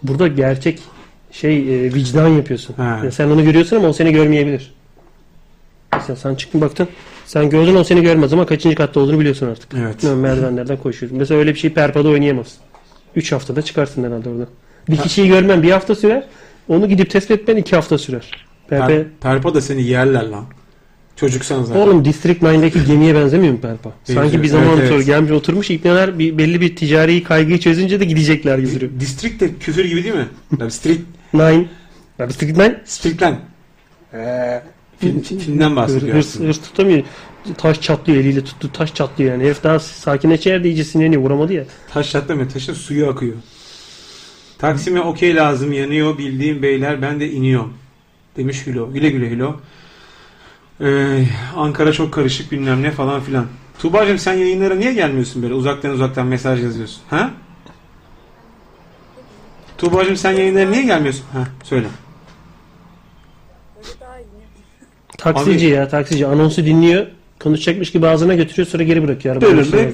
Burada gerçek şey e, vicdan yapıyorsun. Ya sen onu görüyorsun ama o seni görmeyebilir. Mesela sen çıktın baktın. Sen gördün o seni görmez ama kaçıncı katta olduğunu biliyorsun artık.
Evet.
Bilmem, merdivenlerden koşuyorsun. Mesela öyle bir şey perpada oynayamazsın. 3 haftada çıkarsın herhalde orada. Bir kişiyi görmen bir hafta sürer. Onu gidip tespit etmen 2 hafta sürer. Perpa,
Per, perpa da seni yerler lan. Çocuksan zaten.
Oğlum District 9'daki gemiye benzemiyor mu Perpa?
Benziyor.
Sanki bir zaman
Evet, evet.
sonra gelmiş oturmuş ikneler bir, belli bir ticari kaygıyı çözünce de gidecekler gibi duruyor.
District de küfür gibi değil mi? Tabii Street.
Nine. Ya District 9
Street'ten. Ee, film, filmden bahsediyor
Hırs,
aslında.
hırs tutamıyor. Taş çatlıyor eliyle tuttu. Taş çatlıyor yani. Herif daha sakinleşerdi iyice sinirleniyor. Vuramadı ya.
Taş çatlamıyor. Taşın suyu akıyor. Taksim'e okey lazım yanıyor bildiğim beyler ben de iniyorum. Demiş Hülo. Güle güle Hülo. Ee, Ankara çok karışık bilmem ne falan filan. Tuğba'cığım sen yayınlara niye gelmiyorsun böyle uzaktan uzaktan mesaj yazıyorsun? Ha? Tuğba'cığım sen yayınlara niye gelmiyorsun? Ha söyle.
Taksici ya taksici. Anonsu dinliyor. Konuşacakmış gibi ağzına götürüyor sonra geri bırakıyor. arabanın
Dönün
üstüne.
be.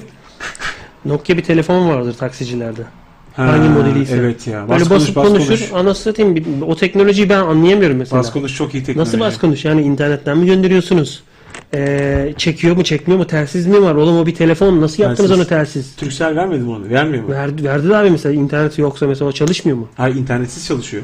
Nokia bir telefon vardır taksicilerde.
Ha,
Hangi modeliyse.
evet ya. Bas
Böyle
konuş,
basıp
bas
konuşur.
konuş.
Anasını satayım. bir- O teknolojiyi ben anlayamıyorum mesela.
Bas konuş çok iyi teknoloji.
Nasıl bas konuş? Yani internetten mi gönderiyorsunuz? Ee, çekiyor mu çekmiyor mu? Telsiz mi var? Oğlum o bir telefon. Nasıl yaptınız
Telsiz.
onu telsiz?
Türksel vermedi mi onu? Vermiyor mu?
Verdi, verdi de abi mesela internet yoksa mesela o çalışmıyor mu?
Hayır internetsiz çalışıyor.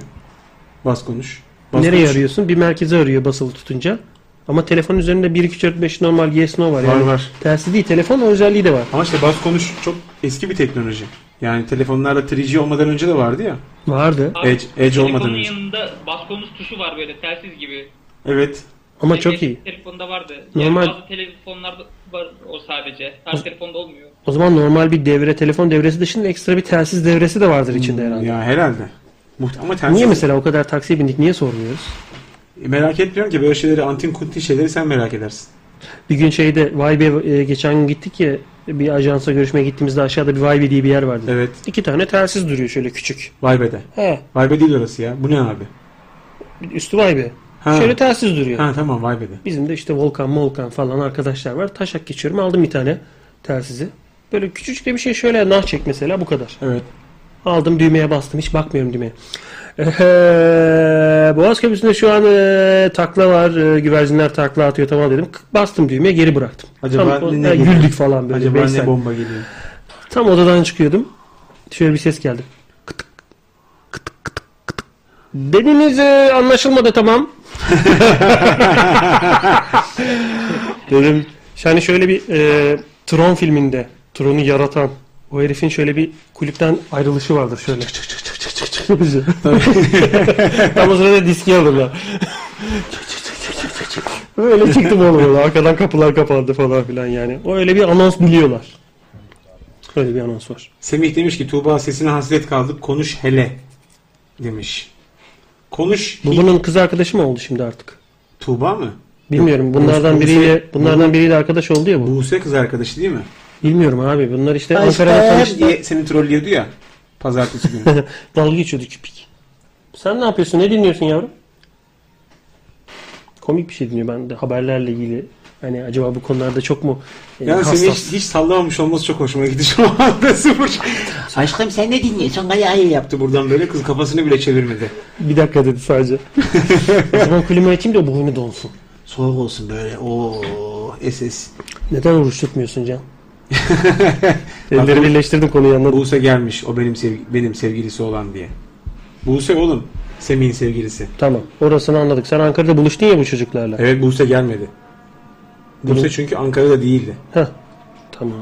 Bas konuş. Bas
Nereye
konuş.
arıyorsun? Bir merkeze arıyor basılı tutunca. Ama telefon üzerinde 1 2 3 4 5 normal yes no var.
Var,
yani.
var.
Telsiz değil telefon özelliği de var.
Ama işte bas konuş çok eski bir teknoloji. Yani telefonlarda 3G olmadan önce de vardı ya.
Vardı.
Edge, Edge olmadan önce.
yanında baskonuz tuşu var böyle telsiz gibi.
Evet.
Ama
Benim
çok
eski
iyi.
Telefonda vardı.
Normal-
Yani bazı telefonlarda var o sadece. Her telefonda olmuyor.
O zaman normal bir devre telefon devresi dışında ekstra bir telsiz devresi de vardır içinde herhalde.
Ya herhalde. Muht- ama telsiz-
Niye mesela o kadar taksiye bindik niye sormuyoruz?
E, merak etmiyorum ki böyle şeyleri antin kuntin şeyleri sen merak edersin.
Bir gün şeyde vay be e, geçen gün gittik ya bir ajansa görüşmeye gittiğimizde aşağıda bir vay be diye bir yer vardı.
Evet.
İki tane telsiz duruyor şöyle küçük.
Vay be de.
He.
Vay be değil orası ya. Bu ne abi?
Üstü vay be.
Ha.
Şöyle telsiz duruyor.
Ha tamam vay be de.
Bizim de işte Volkan, Volkan falan arkadaşlar var. Taşak geçiyorum aldım bir tane telsizi. Böyle küçücük de bir şey şöyle nah çek mesela bu kadar.
Evet.
Aldım düğmeye bastım hiç bakmıyorum düğmeye. Eee, Boğaz Köprüsü'nde şu an eee, takla var. eee, güvercinler takla atıyor tamam dedim. K- Bastım düğmeye geri bıraktım.
Acaba
Tam-
ne,
Ha,
ne geliyor?
güldük falan böyle.
Acaba
beş
ne
saniye.
bomba geliyor?
Tam odadan çıkıyordum. Şöyle bir ses geldi. Kıtık, kıtık, kıtık, kıtık. Dediğiniz e, anlaşılmadı tamam. Dedim. Yani şöyle bir e, Tron filminde Tron'u yaratan o herifin şöyle bir kulüpten ayrılışı vardır şöyle. şey. Tam o sırada diski alırlar. Böyle çıktım oğlum öyle. Arkadan kapılar kapandı falan filan yani. O öyle bir anons biliyorlar. Böyle bir anons var.
Semih demiş ki Tuğba sesine hasret kaldık. Konuş hele. Demiş. Konuş.
Bu bunun kız arkadaşı mı oldu şimdi artık?
Tuğba mı?
Bilmiyorum.
Yok,
Bunlardan
Buse-
biriyle bunlardan
Buse-
biriyle arkadaş oldu ya bu.
Buse kız arkadaşı değil mi?
Bilmiyorum abi. Bunlar işte Ankara'da tanıştı.
diye seni trollüyordu ya. Pazartesi günü.
Dalga geçiyordu küpik. Sen ne yapıyorsun? Ne dinliyorsun yavrum? Komik bir şey dinliyor. Ben de haberlerle ilgili. Hani acaba bu konularda çok mu e,
Yani
hassas?
seni hiç, hiç sallamamış olması çok hoşuma gitti şu anda sıfır.
Aşkım sen ne dinliyorsun? Gaya
Ay yaptı buradan böyle kız kafasını bile çevirmedi.
Bir dakika dedi sadece. o zaman klimayı açayım da boynu donsun.
soğuk olsun böyle. Oo SS.
Neden oruç tutmuyorsun Can? Elleri birleştirdim konuyu anladım.
Buse gelmiş o benim sevgi- benim sevgilisi olan diye. Buse oğlum Semih'in sevgilisi.
Tamam. Orasını anladık. Sen Ankara'da buluştun ya bu çocuklarla.
Evet Buse gelmedi. Buse
Bunu-
çünkü Ankara'da değildi.
Heh. Tamam.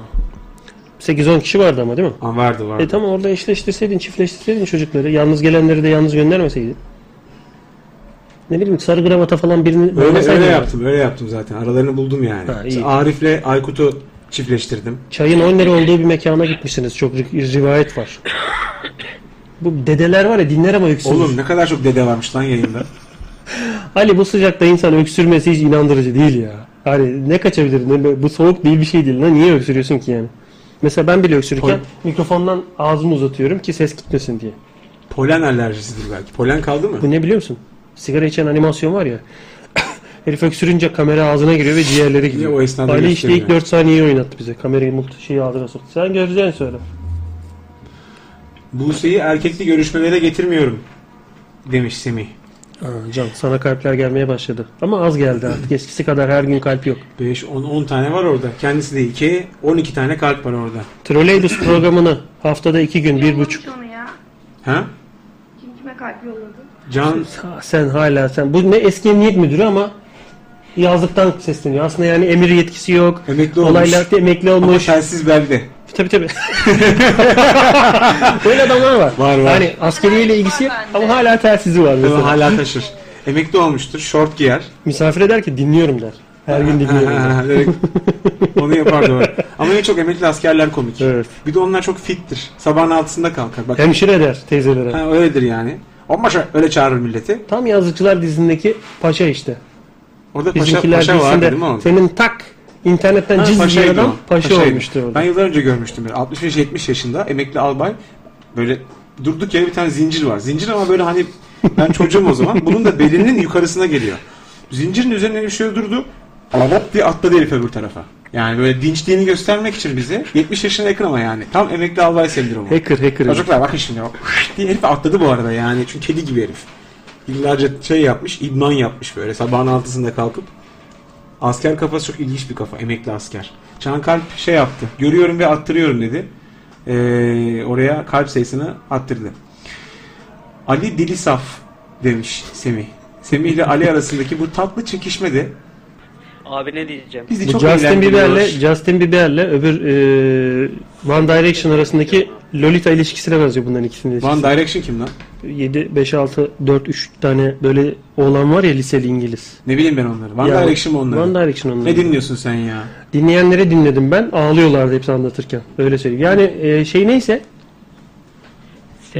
8-10 kişi vardı ama değil mi?
Ha, vardı vardı.
E tamam orada eşleştirseydin, çiftleştirseydin çocukları. Yalnız gelenleri de yalnız göndermeseydin. Ne bileyim sarı gravata falan birini
öyle,
vermeseydin
öyle
ya.
yaptım öyle yaptım zaten. Aralarını buldum yani.
Ha, iyi.
İşte Arif'le Aykut'u çiftleştirdim.
Çayın 10 lira olduğu bir mekana gitmişsiniz. Çok ri- rivayet var. Bu dedeler var ya dinler ama öksürür.
Oğlum ne kadar çok dede varmış lan yayında.
Ali bu sıcakta insan öksürmesi hiç inandırıcı değil ya. Hani ne kaçabilir? Ne, bu soğuk değil bir şey değil. Lan niye öksürüyorsun ki yani? Mesela ben bile öksürürken
Pol-
mikrofondan ağzımı uzatıyorum ki ses gitmesin diye.
Polen alerjisidir belki. Polen kaldı mı?
Bu ne biliyor musun? Sigara içen animasyon var ya. Herif öksürünce kamera ağzına giriyor ve ciğerlere gidiyor.
o esnada
Ali işte
gösteriyor.
ilk 4 saniyeyi oynattı bize. Kamerayı mult şeyi ağzına soktu. Sen göreceğini söyle.
Buse'yi erkekli görüşmelere getirmiyorum demiş Semih.
Aa, can sana kalpler gelmeye başladı. Ama az geldi artık. Eskisi kadar her gün kalp yok.
5, 10, 10 tane var orada. Kendisi de 2, 12 tane kalp var orada.
Troleybüs programını haftada 2 gün, bir buçuk.
Onu ya.
Ha?
Kim kime kalp yolladı?
Can
Ha, Sen hala sen. Bu ne eski emniyet müdürü ama yazlıktan sesleniyor. Aslında yani emir yetkisi yok.
emekli olmuş.
Olaylarda emekli
Ama
olmuş.
telsiz bende.
Tabii tabii. Böyle adamlar var.
Var, var.
Yani askeriyle ilgisi yok ama hala telsizi var
Ama
mesela.
hala taşır. Emekli olmuştur. Şort giyer.
Misafir eder ki dinliyorum der. Her gün dinliyorum der.
Direkt Onu yapar doğru. Ama en çok emekli askerler komik. Bir de onlar çok fittir. Sabahın altısında kalkar. Bak.
Hemşire der teyzelere.
Ha, öyledir yani. Onbaşı öyle çağırır milleti.
Tam yazıkçılar dizindeki paşa işte.
Orada paşa,
Bizimkiler
paşa vardı
dizisinde
değil mi onun?
senin tak internetten
Ha,
ciz diyen
paşaydı
adam
o.
paşa
Paşaydı.
olmuştu orada.
Ben yıllar önce görmüştüm. 65-70 yaşında emekli albay böyle durduk yere bir tane zincir var. Zincir ama böyle hani ben çocuğum o zaman. Bunun da belinin yukarısına geliyor. Zincirin üzerine bir şey durdu. Alap diye atladı herif öbür tarafa. Yani böyle dinçliğini göstermek için bize 70 yaşına yakın ama yani. Tam emekli albay sendromu.
Hacker hacker.
Çocuklar bakın şimdi o diye herif atladı bu arada yani. Çünkü kedi gibi herif. Yıllarca şey yapmış, idman yapmış böyle sabahın altısında kalkıp. Asker kafası çok ilginç bir kafa. Emekli asker. Çankalp şey yaptı. Görüyorum ve attırıyorum dedi. Ee, oraya kalp sayısını attırdı. Ali dili saf demiş Semih. Semih ile Ali arasındaki bu tatlı çekişme de
Abi ne diyeceğim?
Bu Justin Bieber'le Justin Bieber'le öbür e, One Direction arasındaki Lolita ilişkisine benziyor bunların ikisinin ilişkisi.
One Direction kim lan?
7 5 6 4 3 tane böyle oğlan var ya liseli İngiliz.
Ne bileyim ben onları. One
Ya,
Direction mi onları?
One Direction onları.
Ne dinliyorsun sen ya?
Dinleyenlere dinledim ben. Ağlıyorlardı hepsi anlatırken. Öyle söyleyeyim. Yani e, şey neyse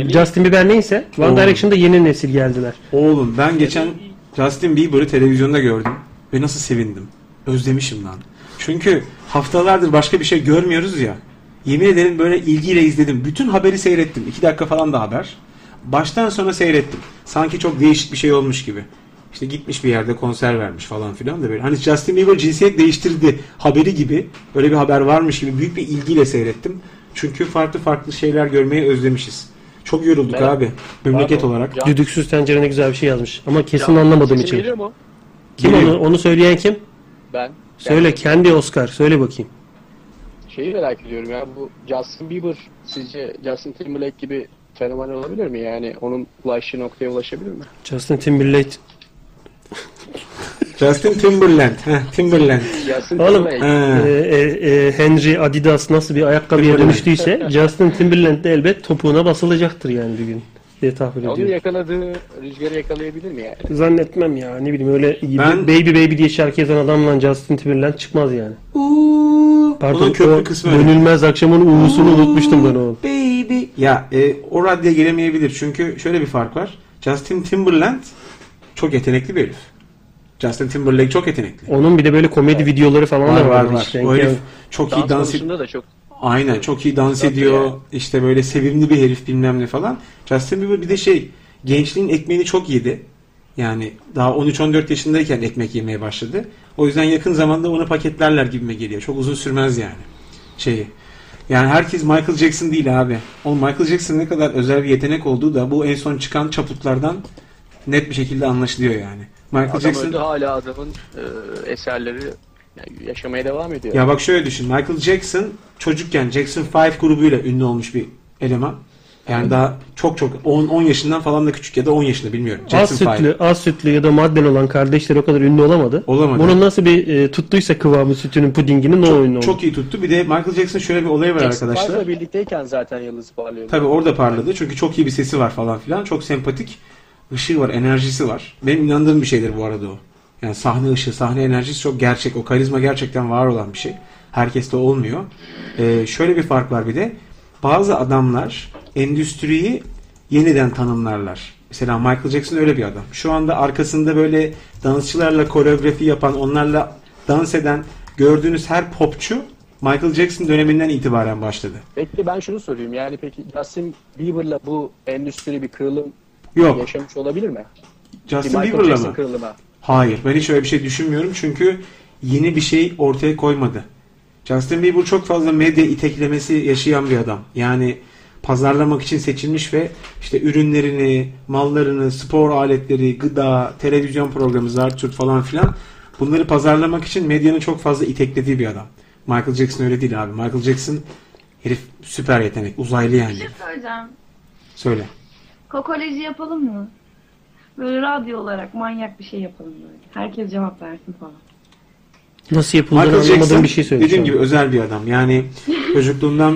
Justin Bieber neyse One
Oo.
Direction'da yeni nesil geldiler.
Oğlum ben geçen Justin Bieber'ı televizyonda gördüm ve nasıl sevindim. Özlemişim lan. Çünkü haftalardır başka bir şey görmüyoruz ya. Yemin ederim böyle ilgiyle izledim. Bütün haberi seyrettim. 2 dakika falan da haber. Baştan sona seyrettim. Sanki çok değişik bir şey olmuş gibi. İşte gitmiş bir yerde konser vermiş falan filan da böyle. Hani Justin Bieber cinsiyet değiştirdi haberi gibi. Böyle bir haber varmış gibi büyük bir ilgiyle seyrettim. Çünkü farklı farklı şeyler görmeyi özlemişiz. Çok yorulduk
Ben-
abi. Memleket olarak.
Düdüksüz tencerene güzel bir şey yazmış. Ama kesin
Ya,
anlamadım
sesim
için.
geliyor
mu?
Kim
Geliyor.
onu? Onu söyleyen kim?
Ben
Söyle kendi Oscar. Söyle bakayım.
şeyi merak ediyorum ya bu Justin Bieber sizce Justin Timberlake gibi fenomen olabilir mi? Yani onun ulaştığı noktaya ulaşabilir mi?
Justin Timberlake.
Justin Timberland. Heh, Timberland.
Justin
Oğlum
Timberlake.
e, e, e, Henry Adidas nasıl bir ayakkabıya
Timberlake.
dönüştüyse Justin Timberland de elbet topuğuna basılacaktır yani bir gün diye tahmin
Onu
ediyorum.
yakaladığı rüzgarı yakalayabilir mi yani?
Zannetmem ya ne bileyim öyle
Ben-
Baby Baby diye şarkı yazan adamla Justin Timberland çıkmaz yani. Pardon
Onun köprü
o
kısmı öyle.
dönülmez akşamın uğusunu unutmuştum ben oğlum.
Baby. Ya e, o radyoya gelemeyebilir. Çünkü şöyle bir fark var. Justin Timberland çok yetenekli bir herif. Justin Timberlake çok yetenekli.
Onun bir de böyle komedi videoları falan
Var
da
var
var.
var.
hiç denk
O herif
gelmedim.
çok iyi
Dans
dans
konusunda da çok
Aynen çok iyi dans
Zaten
ediyor.
yani.
İşte böyle sevimli bir herif bilmem ne falan. Justin Bieber bir de şey gençliğin ekmeğini çok yedi. Yani daha 13-14 yaşındayken ekmek yemeye başladı. O yüzden yakın zamanda onu paketlerler gibime geliyor. Çok uzun sürmez yani şeyi. Yani herkes Michael Jackson değil abi. O Michael Jackson ne kadar özel bir yetenek olduğu da bu en son çıkan çaputlardan net bir şekilde anlaşılıyor yani. Michael
adam
Jackson
öldü hala adamın e, eserleri yani yaşamaya devam ediyor.
Ya bak şöyle düşün. Michael Jackson çocukken Jackson 5 grubuyla ünlü olmuş bir eleman. Yani daha çok çok 10 10 yaşından falan da küçük ya da 10 yaşında bilmiyorum.
Az
Jackson 5.
sütlü, az sütlü ya da madden olan kardeşler o kadar ünlü olamadı.
Olamadı.
Bunun nasıl bir e, tuttuysa kıvamı sütünün pudinginin o ünlü oldu.
Çok iyi tuttu. Bir de Michael Jackson şöyle bir olayı var
Jackson
arkadaşlar.
Five'la birlikteyken zaten yıldız parlıyordu.
Tabii orada parladı. Çünkü çok iyi bir sesi var falan filan. Çok sempatik. Işığı var, enerjisi var. Benim inandığım bir şeydir bu arada o. Yani sahne ışığı, sahne enerjisi çok gerçek. O karizma gerçekten var olan bir şey. Herkeste olmuyor. Ee, şöyle bir fark var bir de. Bazı adamlar endüstriyi yeniden tanımlarlar. Mesela Michael Jackson öyle bir adam. Şu anda arkasında böyle dansçılarla koreografi yapan, onlarla dans eden gördüğünüz her popçu Michael Jackson döneminden itibaren başladı.
Peki ben şunu sorayım yani peki Justin Bieber'la bu endüstri bir kırılım
Yok.
yaşamış olabilir mi?
Justin
Bir Michael
Bieber'la
Jackson
mı?
kırılıma.
Hayır. Ben hiç öyle bir şey düşünmüyorum. Çünkü yeni bir şey ortaya koymadı. Justin Bieber çok fazla medya iteklemesi yaşayan bir adam. Yani pazarlamak için seçilmiş ve işte ürünlerini, mallarını, spor aletleri, gıda, televizyon programı, Zartürk falan filan bunları pazarlamak için medyanın çok fazla iteklediği bir adam. Michael Jackson öyle değil abi. Michael Jackson herif süper yetenek. Uzaylı
Bir
yani.
şey söyleyeceğim.
Söyle.
Kokoloji yapalım mı? Böyle radyo olarak manyak bir şey yapalım böyle. Herkes cevap versin falan.
Nasıl yapıldığını
Michael
anlamadığım
Jackson
bir şey söyle. şu
dediğim
an.
gibi özel bir adam. Yani çocukluğundan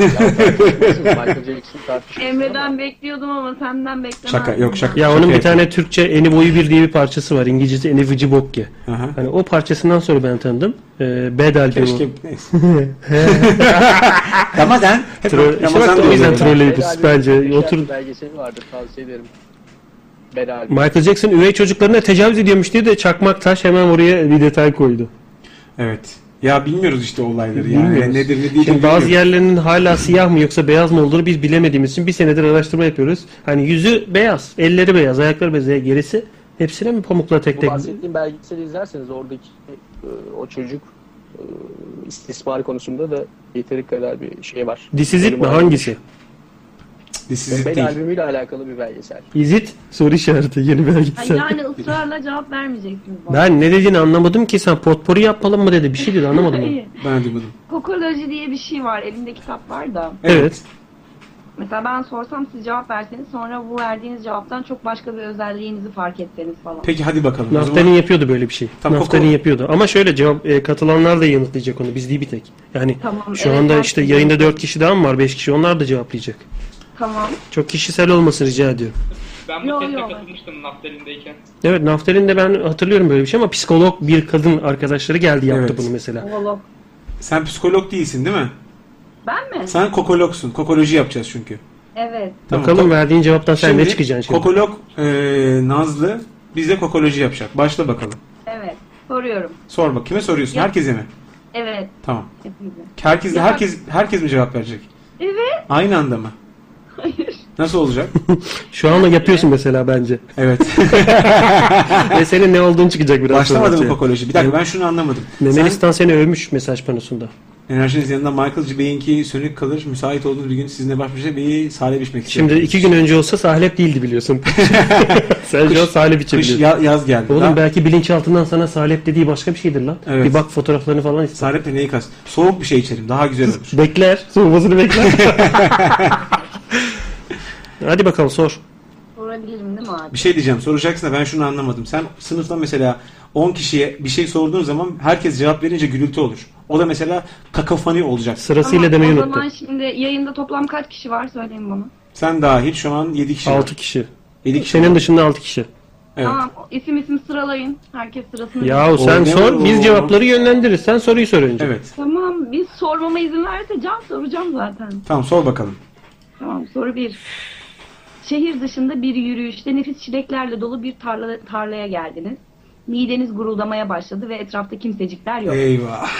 Michael Jackson tartışması.
Emre'den bekliyordum ama senden beklemezdim.
Şaka yok şaka.
Ya onun
şaka
bir tane Türkçe Eni Boyu Bir diye bir parçası var. İngilizcesi Eni Vici Bokki.
Aha.
Hani o parçasından sonra ben tanıdım. Ee, Bad albümü.
Keşke neyse. Ramazan. Hep
Tro-
bak,
işte bak,
Ramazan
o yüzden
diyorlar.
trolleybüs.
Bedel bir
Bence
belgesel-
otur.
Belgeseli vardır tavsiye ederim. Bedel.
Michael Jackson üvey çocuklarına tecavüz ediyormuş diye de çakmak taş hemen oraya bir detay koydu.
Evet. Ya bilmiyoruz işte olayları ya.
Bilmiyoruz.
Yani nedir ne değil
Şimdi bazı yerlerinin hala siyah mı yoksa beyaz mı olduğunu biz bilemediğimiz için bir senedir araştırma yapıyoruz. Hani yüzü beyaz, elleri beyaz, ayakları beyaz, gerisi hepsine mi pamukla tek
Bu
tek?
bahsettiğim belgeseli izlerseniz oradaki e, o çocuk e, istismar konusunda da yeteri kadar bir şey var.
This is it mi?
Bölüm var.
Hangisi?
Ben
değil.
albümüyle alakalı bir belgesel.
Is it? Soru işareti. Yeni
Ay,
belgesel.
yani ısrarla cevap vermeyeceksiniz bana.
Ben ne dediğini anlamadım ki sen potpori yapalım mı dedi. Bir şey dedi anlamadım. ben.
İyi.
Ben duymadım.
Kokoloji diye bir şey var. Elimde kitap var da.
Evet.
Mesela ben sorsam siz cevap verseniz sonra bu verdiğiniz cevaptan çok başka bir özelliğinizi fark etseniz falan.
Peki hadi bakalım. O
Naftalin
zaman-
yapıyordu böyle bir şey.
Tamam,
Naftalin
Koko-
yapıyordu. Ama şöyle cevap e, katılanlar da yanıtlayacak onu. Biz değil bir tek. Yani
Tamam,
şu
evet, şey
anda
ben-
işte yayında 4 kişi daha mı var? 5 kişi. Onlar da cevaplayacak.
Tamam.
Çok kişisel olmasın rica ediyorum.
Ben bu teste katılmıştım Naftalin'deyken.
Evet Naftalin de ben hatırlıyorum böyle bir şey ama psikolog bir kadın arkadaşları geldi yaptı bunu mesela.
Oğlum.
Sen psikolog değilsin değil mi?
Ben mi?
Sen kokologsun. Kokoloji yapacağız çünkü.
Evet.
Bakalım verdiğin cevaptan sen ne çıkacaksın şimdi?
Kokolog eee, Nazlı bize kokoloji yapacak. Başla bakalım.
Evet. Soruyorum.
Sor bak. Kime soruyorsun?
Ya-
Herkese mi?
Evet.
Tamam.
Hepinize.
Herkes,
Ya-
herkes, herkes mi cevap verecek?
Evet.
Aynı anda mı?
Hayır.
Nasıl olacak?
Şu anda yapıyorsun mesela bence.
Evet.
Ve senin ne olduğunu çıkacak biraz
Başlamadı
sonra
mı
ortaya.
kokoloji? Bir dakika ben şunu anlamadım.
Memelistan seni övmüş mesaj panosunda.
Enerjiniz yanında Michael C. Bey'inki sönük kalır. Müsait olduğunuz bir gün sizinle baş başa bir sahile biçmek isterim.
Şimdi iki gün önce olsa Sahlep değildi biliyorsun. Sen şu an Sahlep
kış,
içebiliyorsun.
ya- yaz geldi.
Oğlum
Daha-
belki bilinçaltından sana Sahlep dediği başka bir şeydir lan.
Evet.
Bir bak fotoğraflarını falan ister.
Salep'le neyi kast? Soğuk bir şey içerim. Daha güzel olur.
Bekler. Soğumasını bekler. Hadi bakalım sor.
Sorabilirim değil mi abi?
Bir şey diyeceğim. Soracaksın da ben şunu anlamadım. Sen sınıfta mesela 10 kişiye bir şey sorduğun zaman herkes cevap verince gürültü olur. O da mesela kakafoni olacak.
Tamam, o zaman şimdi yayında toplam kaç kişi var söyleyin bana.
Sen dahil şu an 7 kişi.
6 kişi.
7 kişi.
Senin dışında 6 kişi.
Evet.
Tamam isim isim sıralayın. Herkes sırasını
Yahu sen sor biz cevapları yönlendiririz. Sen soruyu sor önce.
Evet.
Tamam biz sormama izin verirse can soracağım zaten.
Tamam sor bakalım.
Tamam soru bir. Şehir dışında bir yürüyüşte nefis çileklerle dolu bir tarla, tarlaya geldiniz. Mideniz guruldamaya başladı ve etrafta kimsecikler yok.
Ee,
Eyvah.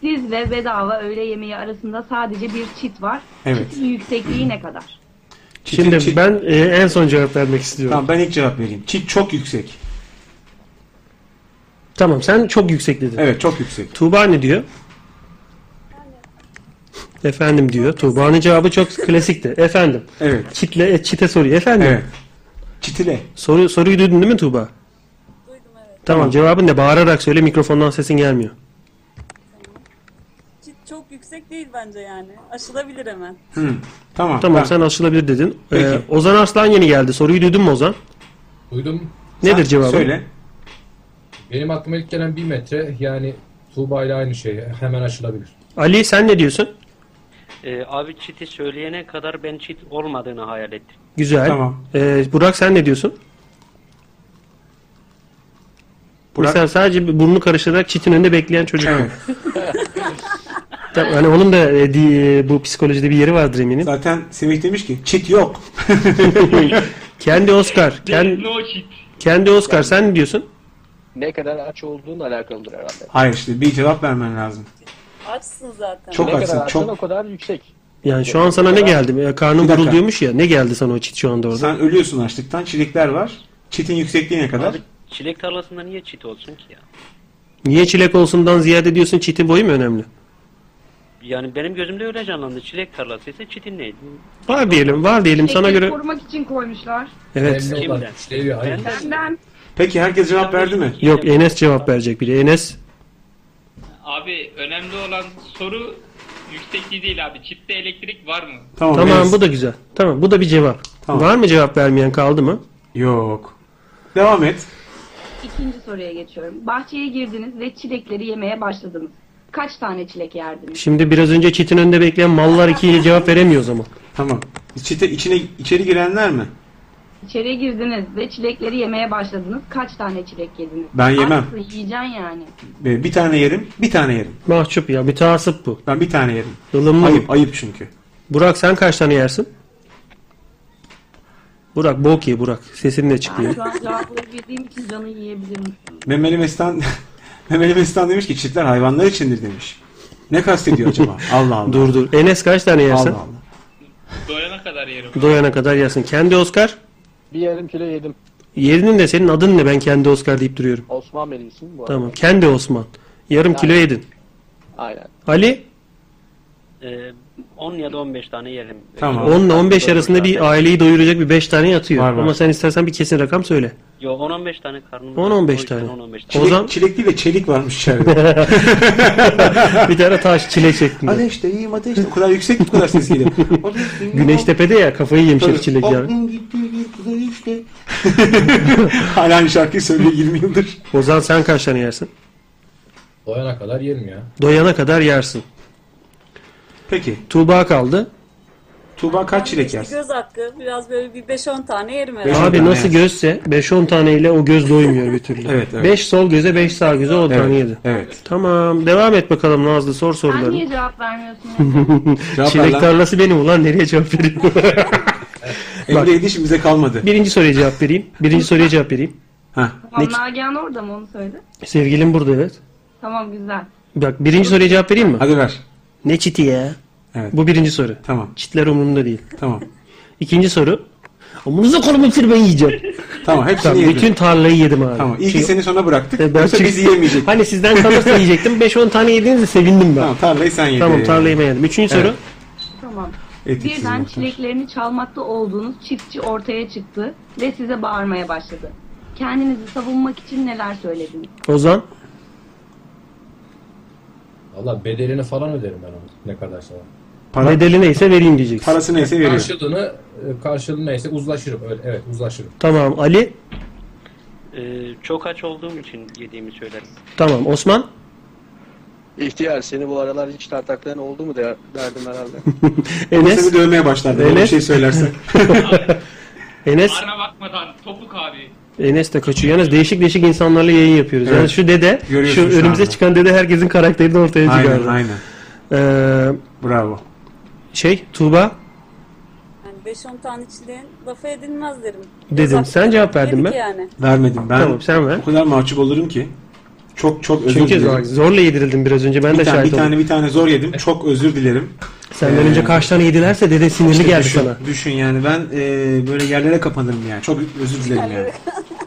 Siz ve bedava öğle yemeği arasında sadece bir çit var.
Evet.
Çitin yüksekliği ne kadar?
Şimdi ben e, en son cevap vermek istiyorum.
Tamam ben ilk cevap vereyim. Çit çok yüksek.
Tamam sen çok yüksek dedin.
Evet çok yüksek.
Tuğba ne diyor? Efendim diyor. Tuğba'nın cevabı çok klasikti. Efendim.
Evet.
Kitle, e, çite soruyor. Efendim.
Evet. Çitile.
Soru, soruyu duydun değil mi Tuğba? Duydum evet. Tamam, cevabın ne? Bağırarak söyle mikrofondan sesin gelmiyor.
Çit çok yüksek değil bence yani. Aşılabilir hemen.
Tamam.
Tamam
ben-
sen aşılabilir dedin. Ee,
Peki.
Ozan Arslan yeni geldi. Soruyu duydun mu Ozan?
Duydum.
Nedir cevabı?
Söyle.
Benim aklıma ilk gelen bir metre yani Tuğba ile aynı şey. Hemen aşılabilir.
Ali sen ne diyorsun?
Ee, abi çiti söyleyene kadar ben çit olmadığını hayal ettim.
Güzel. Ee, Burak sen ne diyorsun?
Burak-
Mesela sadece bir burnunu karıştırarak çitin önünde bekleyen çocuk. Tamam, hani onun da e, di- bu psikolojide bir yeri vardır eminim.
Zaten Semih demiş ki çit yok.
kendi Oscar. Kend, kendi Oscar sen ne diyorsun?
Ne kadar aç olduğunla alakalıdır herhalde.
Hayır işte bir cevap vermen lazım.
Açsın zaten.
Çok
ne
açsın,
kadar açsan
çok-
o kadar yüksek.
Yani şu an sana ne geldi? Ya, Karnın
Bir dakika.
gurulduyormuş ya. Ne geldi sana o çit şu anda orada?
Sen ölüyorsun açlıktan. Çilekler var. Çitin yüksekliği ne kadar?
Abi çilek tarlasında niye çit olsun ki ya?
Niye çilek olsundan ziyade diyorsun çitin boyu mu önemli?
Yani benim gözümde öyle canlandı. Çilek tarlasıysa çitin neydi?
Var diyelim, var diyelim sana
Çilekleri
göre.
korumak için koymuşlar.
Evet.
Kimden?
Benden.
Peki herkes cevap verdi mi?
Yok Enes cevap verecek biri. Enes
Abi önemli olan soru yüksekliği değil abi. Çitte elektrik var mı?
Tamam, bu da güzel. Tamam bu da bir cevap. Var mı cevap vermeyen kaldı mı?
Yok. Devam et.
İkinci soruya geçiyorum. Bahçeye girdiniz ve çilekleri yemeye başladınız. Kaç tane çilek yerdiniz?
Şimdi biraz önce çitin önünde bekleyen mallar ikiyle cevap veremiyor o zaman.
Tamam. Çite içine içeri girenler mi?
İçeriye girdiniz ve çilekleri yemeye başladınız. Kaç tane çilek yediniz?
Ben yemem.
Açsın, yiyeceksin yani.
Ee, Bir tane yerim, bir tane yerim.
Mahcup ya mütehassıp bu.
Ben bir tane yerim.
Ilımlı
Ayıp,
bu.
ayıp çünkü.
Burak sen kaç tane yersin? Burak bok ye Burak. Sesin de çıkmıyor.
Şu an cevapları bildiğim için canı yiyebilirim.
Memeli Mestan Memeli Mestan demiş ki çitler hayvanlar içindir demiş. Ne kastediyor acaba? Allah Allah.
Dur dur. Enes kaç tane yersin?
Allah
Doyana kadar yerim.
Doyana kadar yersin. Kendi Oscar.
Bir yarım kilo yedim.
Yerinin de senin adın ne? Ben kendi Oscar deyip duruyorum.
Osman Melih'sin bu arada.
Tamam. Kendi Osman. Yarım kilo yedin.
Aynen.
Ali
Ee, 10 ya da 15 tane Ee, yiyelim.
Tamam. 10 ile 15 arasında bir aileyi doyuracak bir 5 tane yatıyor.
Var, var.
Ama sen istersen bir kesin rakam söyle.
Yo 10-15 tane karnımız.
10-15 tane.
O
O zaman-
Çilek, çilek değil de çelik varmış içeride.
bir tane taş çile şeklinde.
ateş de iyiyim ateş de. O kadar yüksek bu kadar ses geliyor.
Güneştepe'de ya kafayı yemiş herif şey çilek ya.
Hala aynı şarkıyı söylüyor 20 yıldır.
Ozan sen kaç tane yersin?
Doyana kadar yerim ya.
Doyana kadar yersin.
Peki.
Tuğba kaldı.
Tuğba kaç
Bir
çilek
göz hakkı biraz böyle bir 5-10 tane yerim herhalde.
Abi nasıl gözse 5-10 taneyle o göz doymuyor bir türlü.
Evet, evet.
5 sol göze 5 sağ göze 10
Evet,
tane yedi.
Evet.
Tamam devam et bakalım Nazlı sor
Sen
soruları.
niye cevap vermiyorsun?
Cevap ver
Çilek
lan.
tarlası benim ulan nereye cevap vereyim?
Emre Yediş bize kalmadı.
Birinci soruya cevap vereyim. Birinci soruya cevap vereyim.
Tamam Nagihan orada mı onu söyle.
Sevgilim burada evet.
Tamam güzel.
Bak birinci soruya cevap vereyim mi?
Hadi ver.
Ne çiti ya?
Evet.
Bu birinci soru.
Tamam.
Çitler umurumda değil.
Tamam.
İkinci soru. Amunuza konumu firmayı yiyeceğim.
Tamam, hepsini yedim.
Bütün tarlayı yedim abi.
Tamam. İyi ki
Çünkü-
seni sona bıraktık.
E, ben
Yoksa
çünkü-
bizi yemeyecektik.
Hani sizden kalırsa yiyecektim. 5-10 tane yediğinizde sevindim ben. Tamam
tarlayı sen yedin.
Tamam tarlayı ben yedim. Üçüncü
Evet.
soru.
Tamam.
Etiksiz
Birden
muhtemelen.
çileklerini çalmakta olduğunuz çiftçi ortaya çıktı ve size bağırmaya başladı. Kendinizi savunmak için neler söylediniz?
Ozan.
Valla bedelini falan öderim ben onu. Ne kadar sana.
Bedeli neyse vereyim diyeceksin.
Karşılığını, e, karşılığı neyse uzlaşırım. Öyle, evet uzlaşırım.
Tamam Ali.
Ee, çok aç olduğum için yediğimi söylerim.
Tamam Osman.
İhtiyar seni bu aralar hiç tartakların oldu mu der, derdim herhalde.
Enes.
Seni dövmeye başlardı. Böyle bir şey söylersen.
Enes.
Arna bakmadan topuk abi.
Enes de kaçıyor. Yalnız değişik değişik insanlarla yayın yapıyoruz. Yani
Evet.
şu dede, şu,
Görüyorsun şu
önümüze
anda.
çıkan dede herkesin karakterini ortaya
Aynen,
çıkardı.
aynen. Bravo.
Şey Tuğba
Yani 5-10 tane çileğin lafa edilmez derim.
dedim. Sen cevap verdin mi?
Yedik yani.
Vermedim ben.
Tamam sen ver.
O kadar mahcup olurum ki. Çok çok özür
Çünkü zor-
dilerim.
zorla yedirildim biraz önce. Ben
bir
de
tane,
şahit
bir
oldum.
tane bir tane zor yedim. Çok özür dilerim.
Senden
Ee,
önce kaç tane yedilerse dede sinirli
işte
geldi
düşün,
sana.
Düşün yani ben e, böyle yerlere kapanırım yani. Çok özür dilerim yani.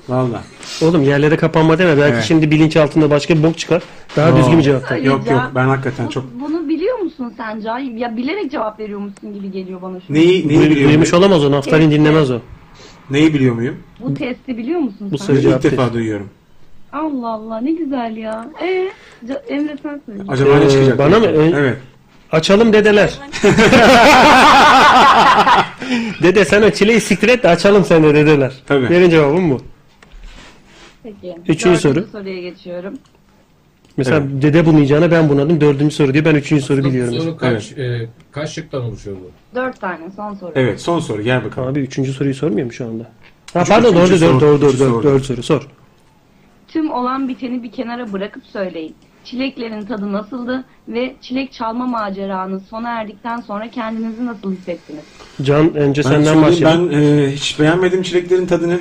Valla.
Oğlum yerlere kapanma deme. Belki
Evet.
şimdi bilinç altında başka bir bok çıkar. Daha düzgün bir cevap ver.
Hayır Yok, ya. yok,
Ben hakikaten çok
Bunu biliyor musun sen Cahil? Ya bilerek cevap veriyormuşsun gibi geliyor bana şu. an.
Neyi, neyi
Duy-
biliyor
duymuş
muyum?
olamaz o. Naftalin dinlemez o.
Neyi biliyor muyum?
Bu testi biliyor musun
Bu
sen?
soruyu ilk defa duyuyorum.
Allah Allah ne güzel ya. Ee, Ca- Emre sen söyle.
Acaba ne
Ee,
çıkacak?
Bana mı?
Evet.
Açalım dedeler. Dede sen o çileyi siktir et de açalım sen de dedeler.
Tabii.
Benim cevabım bu.
Peki.
Üçüncü
dördüncü
soru.
soruya geçiyorum.
Mesela dede bunayacağına ben bunadım. Dördüncü soru diyor. Ben üçüncü soru biliyorum.
Soru kaç, e, kaç şıktan oluşuyor bu?
Dört tane son soru.
Evet son soru gel bakalım.
Abi üçüncü soruyu sormuyor mu şu anda? Ha,
Üç-
pardon
üçüncü
doğru
soru,
doğru doğru doğru
üçüncü
doğru
soru.
doğru soru sor.
Tüm olan biteni bir kenara bırakıp söyleyin. Çileklerin tadı nasıldı ve çilek çalma maceranız sona erdikten sonra kendinizi nasıl hissettiniz?
Can önce
Ben
senden
söyleyeyim,
başlayalım.
Ben e, hiç beğenmedim çileklerin tadını.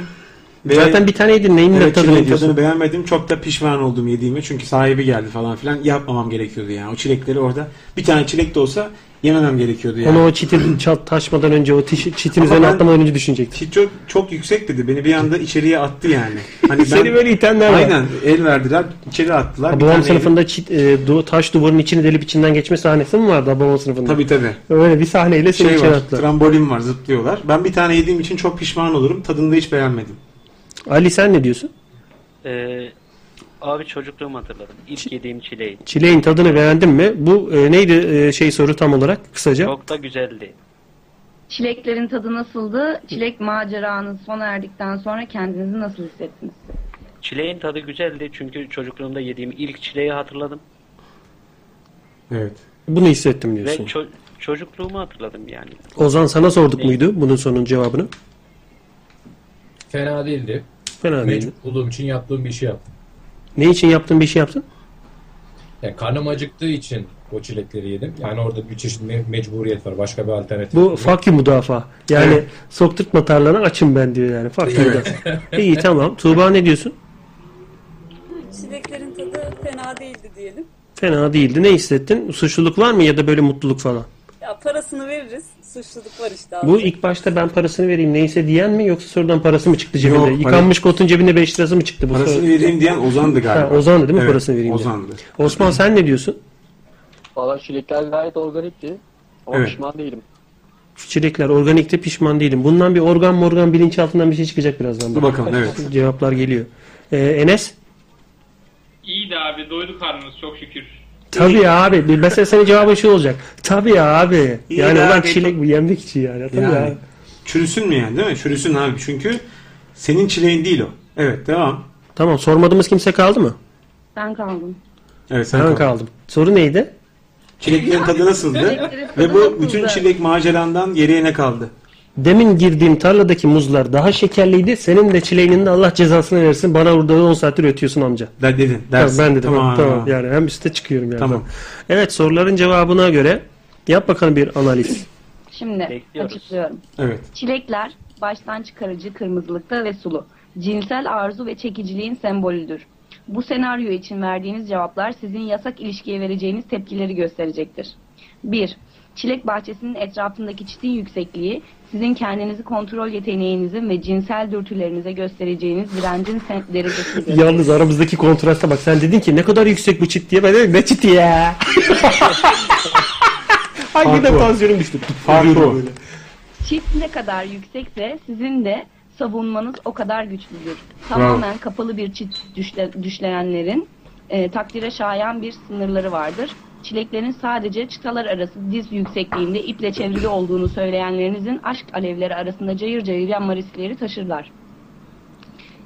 Zaten bir tane yedin, neyin ne
evet,
tadını
çileğin
ediyorsun?
tadını beğenmedim. Çok da pişman oldum yediğime. Çünkü sahibi geldi falan filan. Yapmamam gerekiyordu yani. O çilekleri orada. Bir tane çilek de olsa yememem gerekiyordu yani.
Onu o çitin çat taşmadan önce o tiş- çitin
Ama
üzerine
ben-
atlamadan önce düşünecektin.
Hiç çok, çok yüksek dedi. Beni bir anda içeriye attı yani. Hani
Seni böyle itenler var.
Aynen. El verdiler. içeri attılar. Bir
Babam
tane
sınıfında çit- e, du- taş duvarın içini delip içinden geçme sahnesi mi vardı babam sınıfında?
Tabii, tabii.
Öyle bir sahneyle seni
şey
içeri
var.
attılar.
Trambolin var. Zıplıyorlar. Ben bir tane yediğim için çok pişman olurum. Tadını da hiç beğenmedim.
Ali sen ne diyorsun?
Ee, abi çocukluğumu hatırladım. İlk yediğim çileği.
Çileğin tadını beğendin mi? Bu e, neydi e, şey soru tam olarak kısaca?
Çok da güzeldi.
Çileklerin tadı nasıldı? Çilek maceranız sona erdikten sonra kendinizi nasıl hissettiniz?
Çileğin tadı güzeldi çünkü çocukluğumda yediğim ilk çileği hatırladım.
Evet.
Bunu hissettim
Ve
diyorsun.
ço- çocukluğumu hatırladım yani.
Ozan sana sorduk
Ne?
muydu bunun sonun cevabını?
Fena değildi.
Fena değildi.
Mecbur olduğum için yaptığım bir şey yaptım.
Ne için yaptın bir şey yaptın?
Yani karnım acıktığı için o çilekleri yedim. Yani orada bir çeşit me- mecburiyet var. Başka bir alternatif
Bu
yok.
fuck you müdafaa. Yani sokturtma tarlana açım ben diyor yani. Fuck you müdafaa. İyi tamam. Tuğba ne diyorsun?
Çileklerin tadı fena değildi diyelim.
Fena değildi. Ne hissettin? Suçluluk var mı ya da böyle mutluluk falan?
Ya parasını veririz. Suçluluk var işte abi.
Bu ilk başta ben parasını vereyim neyse diyen mi yoksa sorudan parası mı çıktı cebinde?
Yok, para-
Yıkanmış kotun cebinde 5 lirası mı çıktı? Bu
Parasını
soru?
vereyim diyen Ozan'dı galiba.
Ha, Ozan'dı değil mi
Evet,
parasını vereyim diyen?
Ozan'dı.
Osman sen ne diyorsun?
Valla çilekler gayet organikti. Ama
Evet.
pişman değilim.
Şu çilekler organikte pişman değilim. Bundan bir organ morgan bilinçaltından bir şey çıkacak birazdan.
Dur bakalım, evet.
Cevaplar geliyor. Ee, Enes?
İyiydi abi doydu karnımız çok şükür.
Tabii abi. Bir- Mesela senin cevabın şu olacak. Tabii abi.
İyi
Yani
de
ulan
abi.
çilek bu yenmek için yani. Tabii
Yani.
abi.
Çürüsün mü yani değil mi? Çürüsün abi çünkü senin çileğin değil o. Evet devam.
Tamam sormadığımız kimse kaldı mı?
Ben kaldım.
Evet
ben kaldım. Soru neydi?
Çileklerin tadı nasıldı?
Çileklerin tadı
Ve bu
nasıldı?
bütün çilek macerandan geriye ne kaldı?
Demin girdiğim tarladaki muzlar daha şekerliydi. Senin de çileğinin de Allah cezasını versin. Bana burada 10 saattir ötüyorsun amca.
Ben dedin.
Tamam,
Dersin.
ben dedim. Tamam.
Tamam.
Yani hem üste çıkıyorum yani.
Tamam.
Evet soruların cevabına göre yap bakalım bir analiz.
Şimdi açıklıyorum.
Evet.
Çilekler baştan çıkarıcı kırmızılıkta ve sulu. Cinsel arzu ve çekiciliğin sembolüdür. Bu senaryo için verdiğiniz cevaplar sizin yasak ilişkiye vereceğiniz tepkileri gösterecektir. 1. Çilek bahçesinin etrafındaki çitin yüksekliği sizin kendinizi kontrol yeteneğinizin ve cinsel dürtülerinize göstereceğiniz direncin sen- derecesidir.
Yalnız aramızdaki kontrasta bak. Sen dedin ki ne kadar yüksek bu çit diye. Ben dedim ne çiti ya? Hangi
Fark
de
bu.
tansiyonum düştü.
Fark
Vuruyorum
bu.
böyle.
Çift ne kadar yüksekse sizin de savunmanız o kadar güçlüdür. Tamamen kapalı bir çift düşle- düşleyenlerin e, takdire şayan bir sınırları vardır. Çileklerin sadece çıtalar arası diz yüksekliğinde iple çevrili olduğunu söyleyenlerinizin aşk alevleri arasında cayır cayır yanma riskleri taşırlar.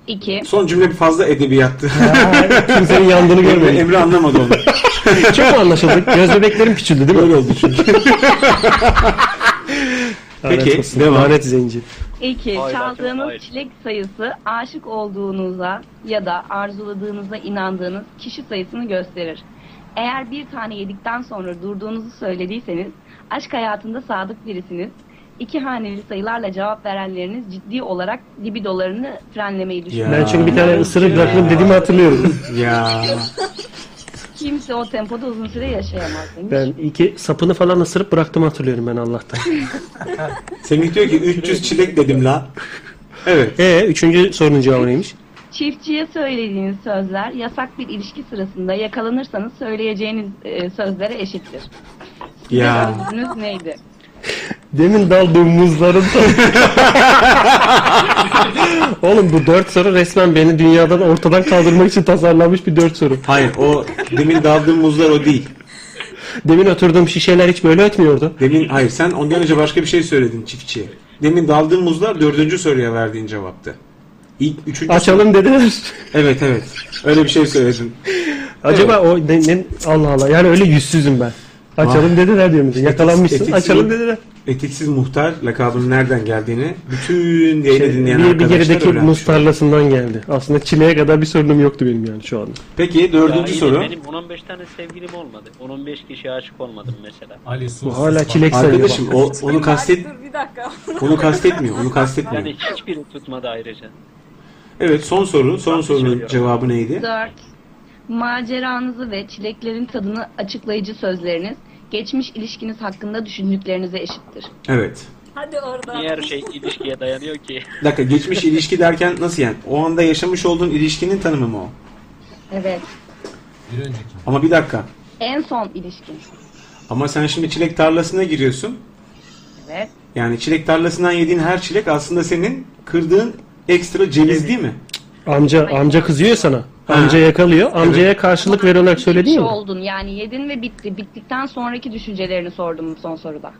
2.
Son cümle bir fazla edebiyattı.
Kimsenin yandığını görmedim.
Emre anlamadı onu.
Çok mu anlaşıldık? Göz bebeklerim küçüldü değil mi? Böyle
oldu çünkü. Peki, devam.
Lanet zenci.
İki,
Hayır,
çaldığınız çilek sayısı aşık olduğunuza ya da arzuladığınıza inandığınız kişi sayısını gösterir. Eğer bir tane yedikten sonra durduğunuzu söylediyseniz aşk hayatında sadık birisiniz. İki haneli sayılarla cevap verenleriniz ciddi olarak libidolarını frenlemeyi düşünüyor.
Ben çünkü bir tane ısırık bıraktım dediğimi hatırlıyorum.
ya.
Kimse o tempoda uzun süre yaşayamaz demiş.
Ben iki sapını falan ısırıp bıraktım hatırlıyorum ben Allah'tan.
Semih diyor ki 300 çilek dedim la. Evet.
E üçüncü sorunun cevabı neymiş?
Çiftçiye söylediğiniz sözler yasak bir ilişki sırasında yakalanırsanız söyleyeceğiniz e, sözlere eşittir. Sizin
Ya.
sözünüz neydi?
Demin daldığım muzların Oğlum bu dört soru resmen beni dünyadan ortadan kaldırmak için tasarlanmış bir dört soru.
Hayır o demin daldığım muzlar o değil.
Demin oturduğum şişeler hiç böyle ötmüyordu.
Demin hayır sen ondan önce başka bir şey söyledin çiftçiye. Demin daldığın muzlar dördüncü soruya verdiğin cevaptı. İlk üçüncü
Açalım dediler.
Evet evet. Öyle bir şey söyledin.
Acaba o ne, ne- Allah Allah yani öyle yüzsüzüm ben. Açalım
Ah.
dediler diyor musun? Yakalanmışsın.
Etiksiz-
Açalım dediler.
Etiksiz muhtar lakabının nereden geldiğini bütün yayını dinleyen
Şey, Bir, bir
arkadaşlar
gerideki
öğrenmiş.
muz tarlasından geldi. Aslında çileye kadar bir sorunum yoktu benim yani şu anda.
Peki
Ya
dördüncü
iyi de
soru.
Benim 10-15 tane sevgilim olmadı. 10-15 kişiye aşık olmadım mesela.
Ali
Bu hala çilek sayıyor.
Arkadaşım o, onu kastet
Bir dakika.
onu kastetmiyor. Onu kastetmiyor.
Yani hiçbiri tutmadı ayrıca.
Evet son soru. Son sorunun cevabı neydi?
4. Maceranızı ve çileklerin tadını açıklayıcı sözleriniz geçmiş ilişkiniz hakkında düşündüklerinize eşittir.
Evet.
Hadi oradan.
Niye her şey ilişkiye dayanıyor ki?
Bir dakika geçmiş ilişki derken nasıl yani? O anda yaşamış olduğun ilişkinin tanımı mı o?
Evet.
Ama bir dakika.
En son ilişkin.
Ama sen şimdi çilek tarlasına giriyorsun.
Evet.
Yani çilek tarlasından yediğin her çilek aslında senin kırdığın ekstra ceviz değil mi?
Amca amca kızıyor sana. Amca yakalıyor. Amcaya karşılık vererek söyledin
Kişi
mi?
oldun yani yedin ve bitti. Bittikten sonraki düşüncelerini sordum son soruda.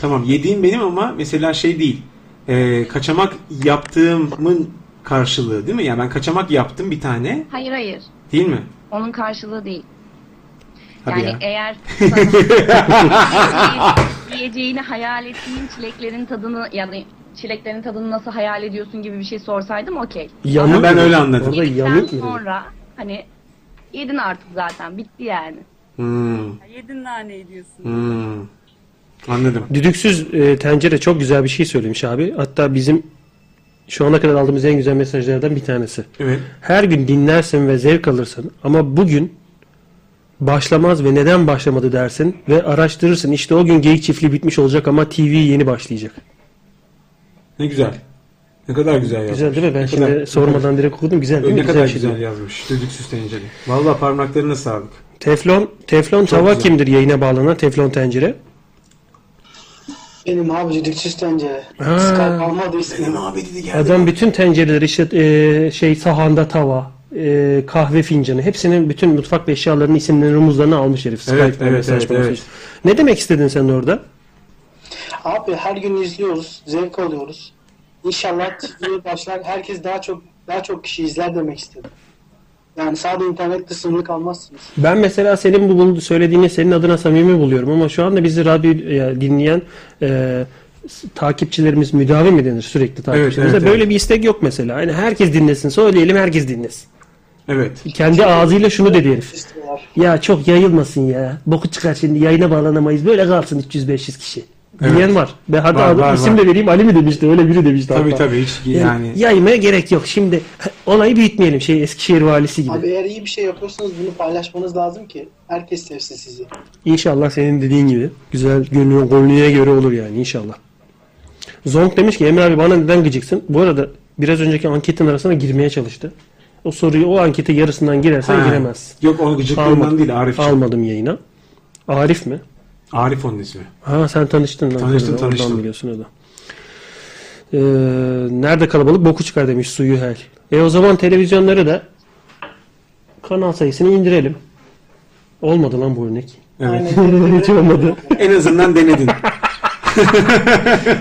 Tamam yediğim benim ama mesela şey değil. Ee, kaçamak yaptığımın karşılığı değil mi? Yani ben kaçamak yaptım bir tane
Hayır hayır.
değil mi?
Onun karşılığı değil.
Hadi
yani e-
ya.
eğer yiyeceğini hayal ettiğin çileklerin tadını yani çileklerin tadını nasıl hayal ediyorsun gibi bir şey sorsaydım okey.
Yanık ben öyle anladım.
Orada
Sen
yanık mı? dedi?
sonra hani yedin artık zaten bitti yani.
Hmm,
Yedin naneyi diyorsun.
hmm. Anladım.
Düdüksüz e, tencere çok güzel bir şey söylemiş abi. Hatta bizim şu ana kadar aldığımız en güzel mesajlardan bir tanesi.
Evet.
Her gün dinlersin ve zevk alırsın ama bugün başlamaz ve neden başlamadı dersin ve araştırırsın. İşte o gün geyik çiftliği bitmiş olacak ama TV yeni başlayacak.
Ne güzel. Ne kadar güzel yazmış.
Güzel değil mi? Ben
Ne
şimdi
kadar-
sormadan direkt okudum. Güzel değil mi?
ne kadar
bir şey
güzel
değil mi?
yazmış. Düdüksüz tencere. Vallahi parmaklarına sağlık.
Teflon, teflon
Çok
tava
güzel.
kimdir yayına bağlanan teflon tencere?
Benim abi düdüksüz tencere. Skype almadı ismini.
Adam bütün tencereleri işte e, şey sahanda tava, e, kahve fincanı hepsinin bütün mutfak ve eşyalarının isimlerini rumuzlarını almış herif.
Evet,
Skype'dan
evet,
mesajlaşma
evet,
mesajı. Ne demek istedin sen orada?
Abi her gün izliyoruz, zevk alıyoruz. İnşallah TV'ye başlar herkes daha çok daha çok kişi izler demek istedim. Yani sadece internet kısmını kalmazsınız.
Ben mesela senin bu bunu söylediğini senin adına samimi buluyorum ama şu anda bizi radyoya dinleyen e, s- takipçilerimiz müdavim mi denir sürekli takipçilerimize?
evet,
Böyle bir istek yok mesela. Yani herkes dinlesin. Söyleyelim herkes dinlesin.
Evet.
Kendi ağzıyla şunu dedi herif. Ya çok yayılmasın ya. Boku çıkar şimdi yayına bağlanamayız. Böyle kalsın 300-500 kişi.
Evet.
Diyen var. Ve hatta
Var,
adam-
var,
isim
var.
de vereyim Ali mi demişti öyle biri demişti.
Tabii,
hatta.
tabii, hiç yani-
Yaymaya gerek yok. Şimdi olayı büyütmeyelim şey Eskişehir valisi gibi.
Abi eğer iyi bir şey yapıyorsanız bunu paylaşmanız lazım ki herkes sevsin sizi.
İnşallah senin dediğin gibi. Güzel gönlü, gönlüne göre olur yani inşallah. Zonk demiş ki Emre abi bana neden gıcıksın? Bu arada biraz önceki anketin arasına girmeye çalıştı. O soruyu o ankete yarısından girersen
Ha.
giremez.
Yok, onu gıcıklığından
Almadım.
değil, Arif için.
Almadım yayına. Arif mi?
Arif onun ismi.
Ha sen tanıştın. lan.
Tanıştım,
Oradan
tanıştım.
biliyorsun öyle. Ee, nerede kalabalık boku çıkar demiş suyu hel. E o zaman televizyonları da kanal sayısını indirelim. Olmadı lan bu örnek.
Evet.
Hiç olmadı.
en azından denedin.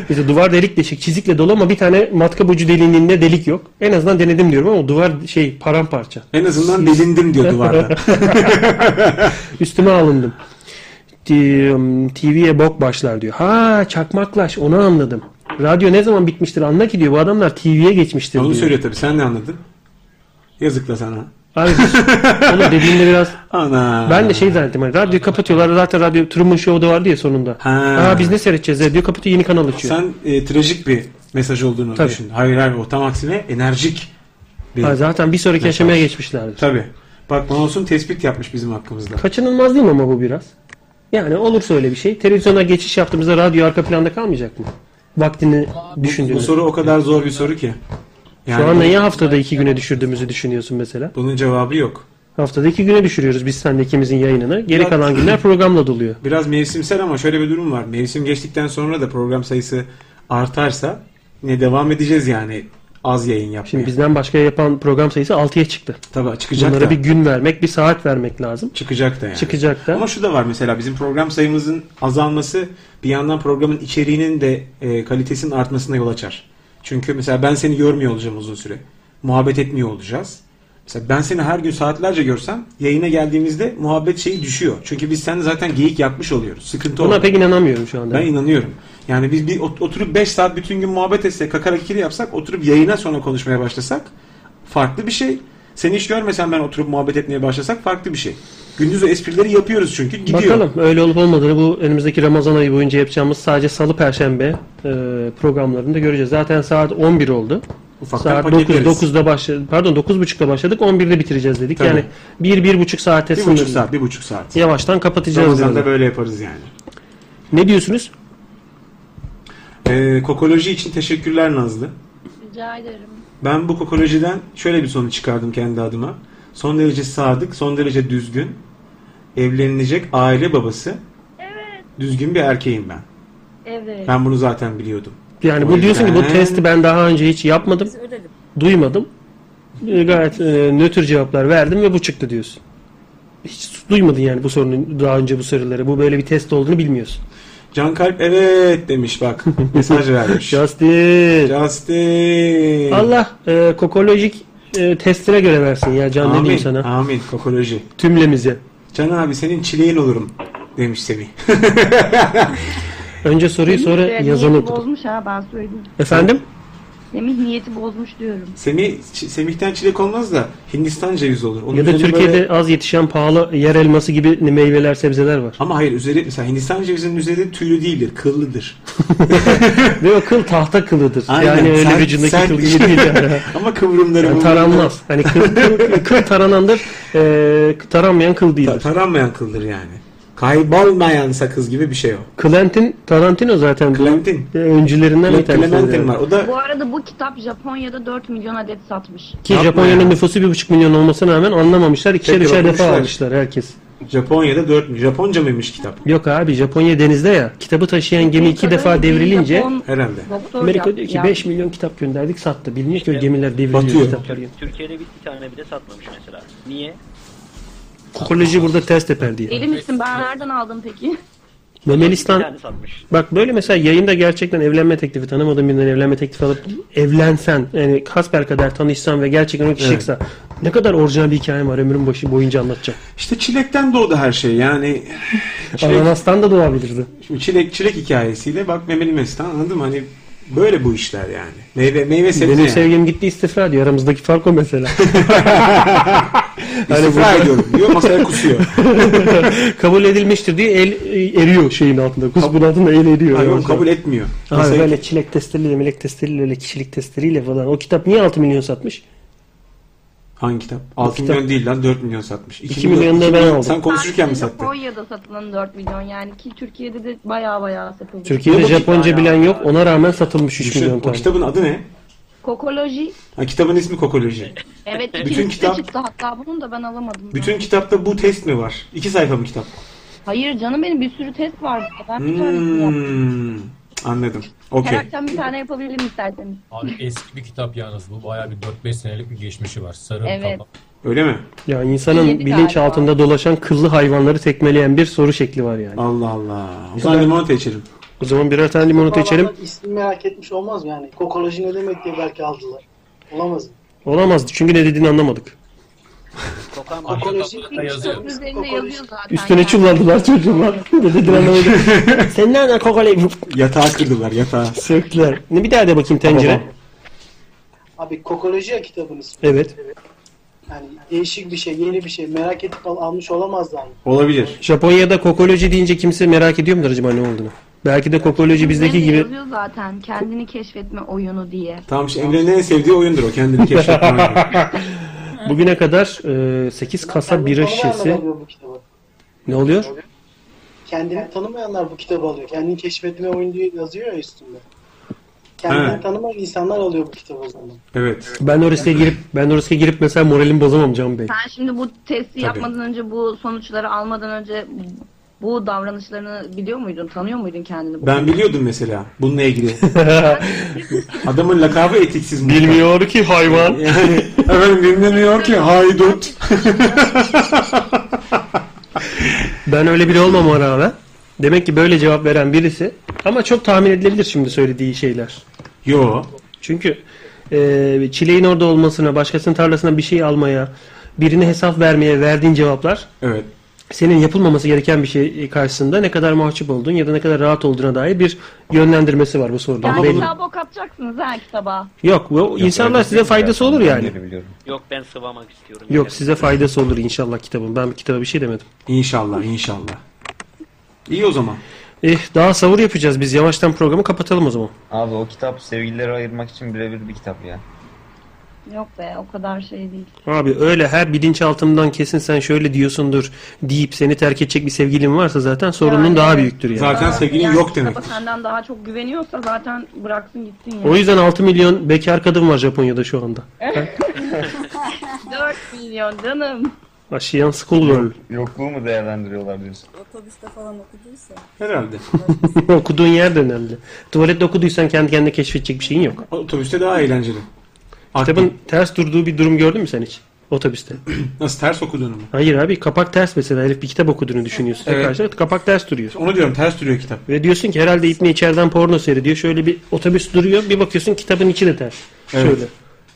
İşte duvar delik deşik çizikle dolu ama bir tane matkap ucu deliğinde delik yok. En azından denedim diyorum ama duvar şey paramparça.
En azından delindim diyor duvarda.
Üstüme alındım. Di- TV'ye bok başlar diyor. Ha çakmaklaş onu anladım. Radyo ne zaman bitmiştir anla ki diyor. Bu adamlar TV'ye geçmiştir
Onu
diyor.
söylüyor tabii. Sen ne anladın? Yazık da sana.
Abi onu dediğinde biraz
Ana.
ben de şey zannettim. Hani radyoyu kapatıyorlar. Zaten radyo Truman Show'da vardı ya sonunda.
Ha.
Aa, biz ne seyredeceğiz? Radyo kapatıyor yeni kanal açıyor.
Sen e, trajik bir mesaj olduğunu
Tabii.
düşün. Hayır hayır o tam aksine enerjik bir
Ha, zaten bir sonraki
mesaj.
aşamaya geçmişlerdir.
Tabii. Bak Manos'un tespit yapmış bizim hakkımızda.
Kaçınılmaz değil mi ama bu biraz? Yani olursa öyle bir şey. Televizyona geçiş yaptığımızda radyo arka planda kalmayacak mı? Vaktini düşündüğünde.
Bu soru o kadar zor bir soru ki.
Şu an
bu-
neyi haftada iki güne düşürdüğümüzü düşünüyorsun mesela?
bunun cevabı yok.
Haftada iki güne düşürüyoruz biz senle ikimizin yayınını. Geri
Ya-
kalan günler programla doluyor.
Biraz mevsimsel ama şöyle bir durum var. Mevsim geçtikten sonra da program sayısı artarsa ne devam edeceğiz yani az yayın yapmaya.
Şimdi bizden başka yapan program sayısı 6'ya çıktı.
Tabii çıkacak
Bunlara
da.
bir gün vermek, bir saat vermek lazım.
Çıkacak da yani.
Çıkacak da.
Ama şu da var mesela bizim program sayımızın azalması bir yandan programın içeriğinin de e, kalitesinin artmasına yol açar. Çünkü mesela ben seni görmüyor olacağım uzun süre. Muhabbet etmiyor olacağız. Mesela ben seni her gün saatlerce görsem yayına geldiğimizde muhabbet şeyi düşüyor. Çünkü biz sen zaten geyik yapmış oluyoruz. Sıkıntı
Buna
olmuyor.
pek inanamıyorum şu anda.
Ben inanıyorum. Yani biz bir ot- oturup 5 saat bütün gün muhabbet etsek, kakara kikiri yapsak, oturup yayına sonra konuşmaya başlasak farklı bir şey. Seni hiç görmesem ben oturup muhabbet etmeye başlasak farklı bir şey. Gündüz o esprileri yapıyoruz çünkü gidiyor.
Bakalım öyle olup olmadığını bu önümüzdeki Ramazan ayı boyunca yapacağımız sadece salı perşembe e, programlarında göreceğiz. Zaten saat 11 oldu.
Ufaktan
saat 9,
paketleriz.
9'da başladık. Pardon 9.30'da başladık. 11'de bitireceğiz dedik.
Tabii.
Yani 1 1.5 saate
Bir
sınırlı.
buçuk saat, bir buçuk saat.
Yavaştan kapatacağız.
Ramazan'da
diyorlar.
böyle yaparız yani.
Ne diyorsunuz?
Ee, kokoloji için teşekkürler Nazlı.
Rica ederim.
Ben bu kokolojiden şöyle bir sonuç çıkardım kendi adıma. Son derece sadık, son derece düzgün, evlenilecek aile babası, düzgün bir erkeğim ben.
Evet.
Ben bunu zaten biliyordum.
Yani
O
bu diyorsun ki bu
yüzden-
testi ben daha önce hiç yapmadım. Duymadım. E, Gayet e, nötr cevaplar verdim ve bu çıktı diyorsun. Hiç duymadın yani bu sorunun daha önce bu soruları. Bu böyle bir test olduğunu bilmiyorsun.
Can Kalp evet demiş bak. Mesaj vermiş.
Justin.
Justin.
Allah e, kokolojik e, testine göre versin ya Can ne
Amin.
diyeyim sana.
Amin. Kokoloji.
Tümlemize.
Can abi senin çileğin olurum demiş Semih.
Önce soruyu
Semih
sonra
de
yazanı
niyeti
okudum.
bozmuş ha ben söyledim.
Efendim?
Semih niyeti bozmuş diyorum.
Semih, Ç- Semih'ten çilek olmaz da Hindistan cevizi olur. Onun
Ya da
üzerine
Türkiye'de
böyle-
az yetişen pahalı yer elması gibi meyveler sebzeler var.
Ama hayır üzeri mesela Hindistan cevizinin üzeri tüylü değildir, kıllıdır.
Ve o kıl tahta kılıdır.
Aynen,
Yani öyle
sen-
vücundaki
sen-
kıl gibi değil yani.
Ama kıvrımları
Yani taranmaz. Hani kıl, kıl, kıl taranandır. E, taranmayan kıl değildir.
Taranmayan kıldır yani. Kaybolmayan sakız gibi bir şey o.
Clentin, Tarantino zaten. bu,
Clentin.
e, öncülerinden bir tanesi.
Clementine var. O da
Bu arada bu kitap Japonya'da 4 milyon adet satmış.
Ki Japonya'nın nüfusu 1,5 milyon olmasına rağmen anlamamışlar. ikişer
Tekrar
üçer defa
okumuşlar.
almışlar herkes.
Japonya'da 4 mü? Japonca mıymış kitap?
Yok abi Japonya denizde ya. Kitabı taşıyan gemi iki defa devrilince
herhalde.
Amerika diyor ki 5 milyon kitap gönderdik sattı. Bilmiyor ki o gemiler devriliyor
Batıyor.
kitapları.
Türkiye'de bir, bir tane bile satmamış mesela. Niye?
Kokoloji burada ters teper diye.
Deli misin? Ben nereden aldım peki?
Bir
Memelistan
tane satmış.
bak böyle mesela yayında gerçekten evlenme teklifi tanımadığın birinden evlenme teklifi alıp evlensen yani kasper kadar tanışsan ve gerçekten o kişi
Evet.
çıksa ne kadar orijinal bir hikayem var ömrüm başı boyunca anlatacağım.
İşte çilekten doğdu her şey. Yani Şey-
Ananastan da doğabilirdi.
Şimdi çilek çilek hikayesiyle bak memeli mestan anladın mı? Hani böyle bu işler yani. Meyve meyve sebze.
Benim
yani.
sevgilim gitti istifra diyor. Aramızdaki fark o mesela. Hani
İstifra ediyorum diyor masaya kusuyor.
kabul edilmiştir diye el e, eriyor şeyin altında. Kusbun altında el eriyor.
Hayır,
Yani.
onu kabul etmiyor.
Abi
Masaya-
böyle çilek testleriyle, melek testleriyle, öyle kişilik testleriyle falan. O kitap niye 6 milyon satmış?
Hangi kitap? 6
kitap-
milyon değil lan 4 milyon satmış. İki
İki milyonu da
iki
ben
milyon-
aldım.
Sen konuşurken mi sattın?
Japonya'da satılan 4 milyon yani ki Türkiye'de de baya baya satıldı.
Türkiye'de Japonca bilen yok. Ona rağmen satılmış 3
Düşün,
milyon
o
tane.
kitabın adı ne?
Kokoloji.
Ha, kitabın ismi Kokoloji.
Evet
Bütün
ikincisi de
kitap-
çıktı hatta bunun da ben alamadım.
Bütün kitapta bu test mi var? 2 sayfa mı kitap?
Hayır canım benim bir sürü test var. Ben bir tanesini yaptım.
Hmm, anladım.
Her
Okey.
akşam bir tane yapabilirim isterseniz.
Abi eski bir kitap yalnız bu. Bayağı bir 4-5 senelik bir geçmişi var. Sarı
Evet.
kapak.
Öyle mi?
Ya insanın
Yedi
bilinç
galiba.
altında dolaşan kıllı hayvanları tekmeleyen bir soru şekli var yani.
Allah Allah. O zaman limonata içelim.
O zaman birer tane limonata içelim.
Adamlar İsmini merak etmiş olmaz mı yani? Kokoloji ne demek diye belki aldılar. Olamaz mı?
Olamazdı çünkü ne dediğini anlamadık.
Kokoloji
Kitabın üzerinde yazıyor zaten.
Üstüne
yani.
çullandılar çocuğumlar. ne dediğini anlamadık. Sen nereden kokolayı
Yatağı kırdılar yatağı.
söktüler. Ne bir daha de bakayım tencere.
Abi kokoloji ya kitabın ismi.
Evet.
Yani değişik bir şey, yeni bir şey. Merak edip al- almış olamazlar mı?
Olabilir.
Japonya'da kokoloji deyince kimse merak ediyor mudur acaba ne olduğunu? Belki de kokoloji bizdeki
Üzerinde
gibi
Yazıyor zaten kendini keşfetme oyunu diye.
Tamam işte Emre'nin en sevdiği oyundur o kendini keşfetme oyunu.
bugüne kadar 8 kasa bira
Tanımayanlar
şişesi
alıyor bu kitabı.
ne oluyor?
Kendini tanımayanlar bu kitabı alıyor. Kendini keşfetme oyunu diye yazıyor ya üstünde. Kendini
Evet.
tanımayan insanlar alıyor bu kitabı o zaman.
Evet.
Ben oraya girip ben oraya girip mesela moralimi bozamam Can Bey.
Sen şimdi bu testi yapmadan önce bu sonuçları almadan önce bu davranışlarını biliyor muydun? Tanıyor muydun kendini? bu
Ben biliyordum mesela bununla ilgili. Adamın lakabı etiksiz mutlaka.
Bilmiyor ki hayvan.
Yani efendim dinlemiyor ki haydut.
Ben öyle biri olmama rağmen. Demek ki böyle cevap veren birisi. Ama çok tahmin edilebilir şimdi söylediği şeyler.
Yo.
Çünkü e, çileğin orada olmasına, başkasının tarlasına bir şey almaya, birine hesap vermeye verdiğin cevaplar
Evet.
senin yapılmaması gereken bir şey karşısında ne kadar mahcup olduğun ya da ne kadar rahat olduğuna dair bir yönlendirmesi var bu soruda.
Yani kitabı okatacaksınız ha kitaba.
Yok, bu insanlar size
şey
faydası olur yani.
Yok ben sıvamak istiyorum.
Yok size faydası olur inşallah kitabın. Ben kitaba bir şey demedim.
İnşallah inşallah. İyi o zaman.
Eh daha savur yapacağız biz. Yavaştan programı kapatalım o zaman.
Abi o kitap sevgilileri ayırmak için birebir bir kitap ya.
Yok be o kadar şey değil.
Abi öyle her bilinçaltımdan kesin sen şöyle diyorsundur deyip seni terk edecek bir sevgilin varsa zaten sorunun
Yani
daha
evet.
büyüktür yani.
Zaten sevgilin
Yani
yok
kitaba
demek.
senden daha çok güveniyorsa zaten bıraksın gitsin ya.
O yüzden 6 milyon bekar kadın var Japonya'da şu anda.
4 milyon canım.
Aşiyan schoolgirl.
Yokluğu mu değerlendiriyorlar diyorsun?
E-
Otobüste falan okuduysa.
Herhalde.
Okuduğun yer de önemli. Tuvalette okuduysan kendi kendine keşfedecek bir şeyin yok.
Otobüste daha eğlenceli.
Kitabın ters durduğu bir durum gördün mü sen hiç? Otobüste.
Nasıl ters okuduğunu mu?
Hayır abi kapak ters mesela. Herif bir kitap okuduğunu düşünüyorsun.
Evet.
Karşı, kapak ters duruyor.
Onu diyorum ters duruyor kitap.
Ve diyorsun ki herhalde İbni içeriden porno seyrediyor. Şöyle bir otobüs duruyor. Bir bakıyorsun kitabın içi de ters.
Evet.
Şöyle.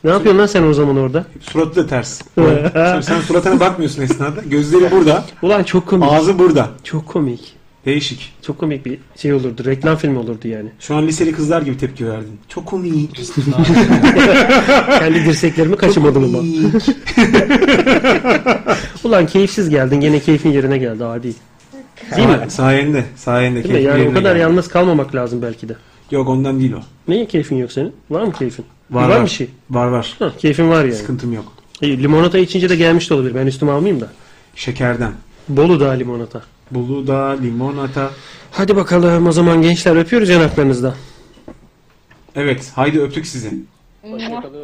Ne yapıyorsun lan sen o zaman orada?
Suratı da ters. Şimdi sen suratına bakmıyorsun esnada. Gözleri burada.
Ulan çok komik.
Ağzı burada.
Çok komik.
Değişik.
Çok komik bir şey olurdu. Reklam filmi olurdu yani.
Şu an liseli kızlar gibi tepki verdin. Çok komik.
Kendi dirseklerimi kaçırmadım ama. Ulan keyifsiz geldin. Gene keyfin yerine geldi adi. Değil mi?
Sa- Sayende. Sayende.
Değil mi?
keyfin
Yani o
yerine
kadar
geldi.
yalnız kalmamak lazım belki de.
Yok ondan değil o.
Neyin keyfin yok senin? Var mı keyfin?
Var
var
var.
mı şey?
Var var.
Ha, keyfin var yani.
Sıkıntım yok.
İyi, limonata içince de gelmiş de olabilir. Ben üstüme almayayım da.
Şekerden.
Bolu da limonata.
Buluda, limonata.
Hadi bakalım o zaman gençler öpüyoruz yanaklarınızdan.
Evet, haydi öptük sizi.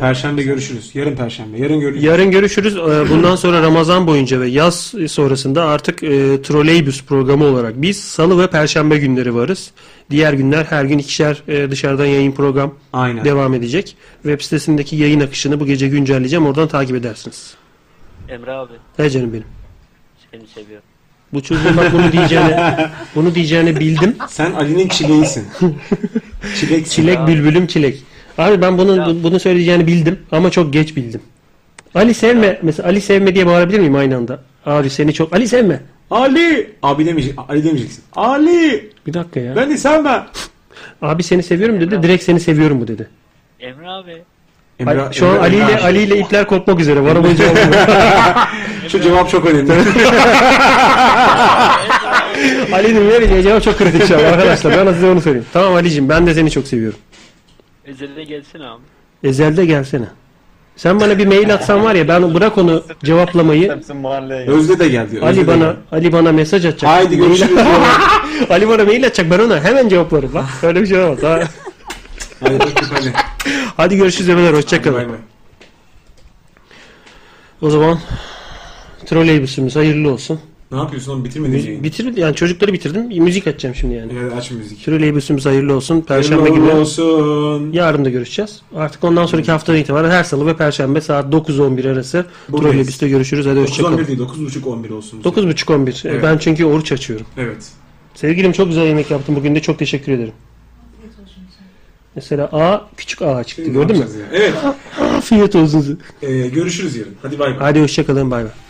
Perşembe görüşürüz. Yarın perşembe. Yarın görüşürüz.
Yarın görüşürüz. Ee, Bundan sonra Ramazan boyunca ve yaz sonrasında artık e, troleybüs programı olarak biz salı ve perşembe günleri varız. Diğer günler her gün ikişer e, dışarıdan yayın program
Aynen.
devam edecek. Web sitesindeki yayın akışını bu gece güncelleyeceğim. Oradan takip edersiniz.
Emre abi
He canım benim.
seni seviyorum.
Bu çocuğun bak bunu diyeceğini, bunu diyeceğini bildim.
Sen Ali'nin çileğisin. çilek
çilek bülbülüm çilek. Abi ben bunu bunu söyleyeceğini bildim ama çok geç bildim. Ali sevme mesela Ali sevme diye bağırabilir miyim aynı anda? Abi seni çok Ali sevme.
Ali! Abi demeyecek, Ali demeyeceksin. Ali!
Bir dakika ya.
Beni sevme.
Abi seni seviyorum dedi. Direkt seni seviyorum bu dedi.
Emre abi.
Ali- şu an Ali ile Ali ile ipler kopmak üzere. Var ama cevabı yok.
Şu cevap çok önemli.
Ali'nin vereceği cevap çok kritik şu an arkadaşlar. Ben size onu söyleyeyim. Tamam Ali'cim ben de seni çok seviyorum.
Ezelde gelsin abi.
Ezelde gelsene. Sen bana bir mail atsan var ya ben bırak onu cevaplamayı.
Özde de geldi. Özde
Ali
de
bana
geldi.
Ali bana mesaj atacak.
Haydi görüşürüz.
Ali bana mail atacak ben ona hemen cevaplarım. Bak öyle bir şey olmaz. Ha.
Hadi öptük, hadi.
Hadi görüşürüz Emeler. Hoşçakalın. O zaman troleybüsümüz hayırlı olsun.
Ne yapıyorsun oğlum bitirmedin
Mü-
yayını.
Bitirdim yani çocukları bitirdim. Müzik açacağım şimdi yani.
Hadi aç müzik.
Troleybüsümüz hayırlı olsun. Perşembe
Hayırlı
günü
olsun.
yarın da görüşeceğiz. Artık ondan sonraki haftadan itibaren her salı ve perşembe saat 9-11 arası
Buradayız.
troleybüste görüşürüz. Hadi
9.11
hoşçakalın.
değil 9.30-11 olsun.
9.30-11.
Evet.
Ben çünkü oruç açıyorum.
Evet.
Sevgilim çok güzel yemek yaptın bugün de çok teşekkür ederim. Mesela A küçük A çıktı
Şimdi ne
gördün mü?
yapacağız ya? Evet.
Afiyet olsun.
Ee, görüşürüz yarın. Hadi bay bay.
Hadi hoşçakalın bay bay.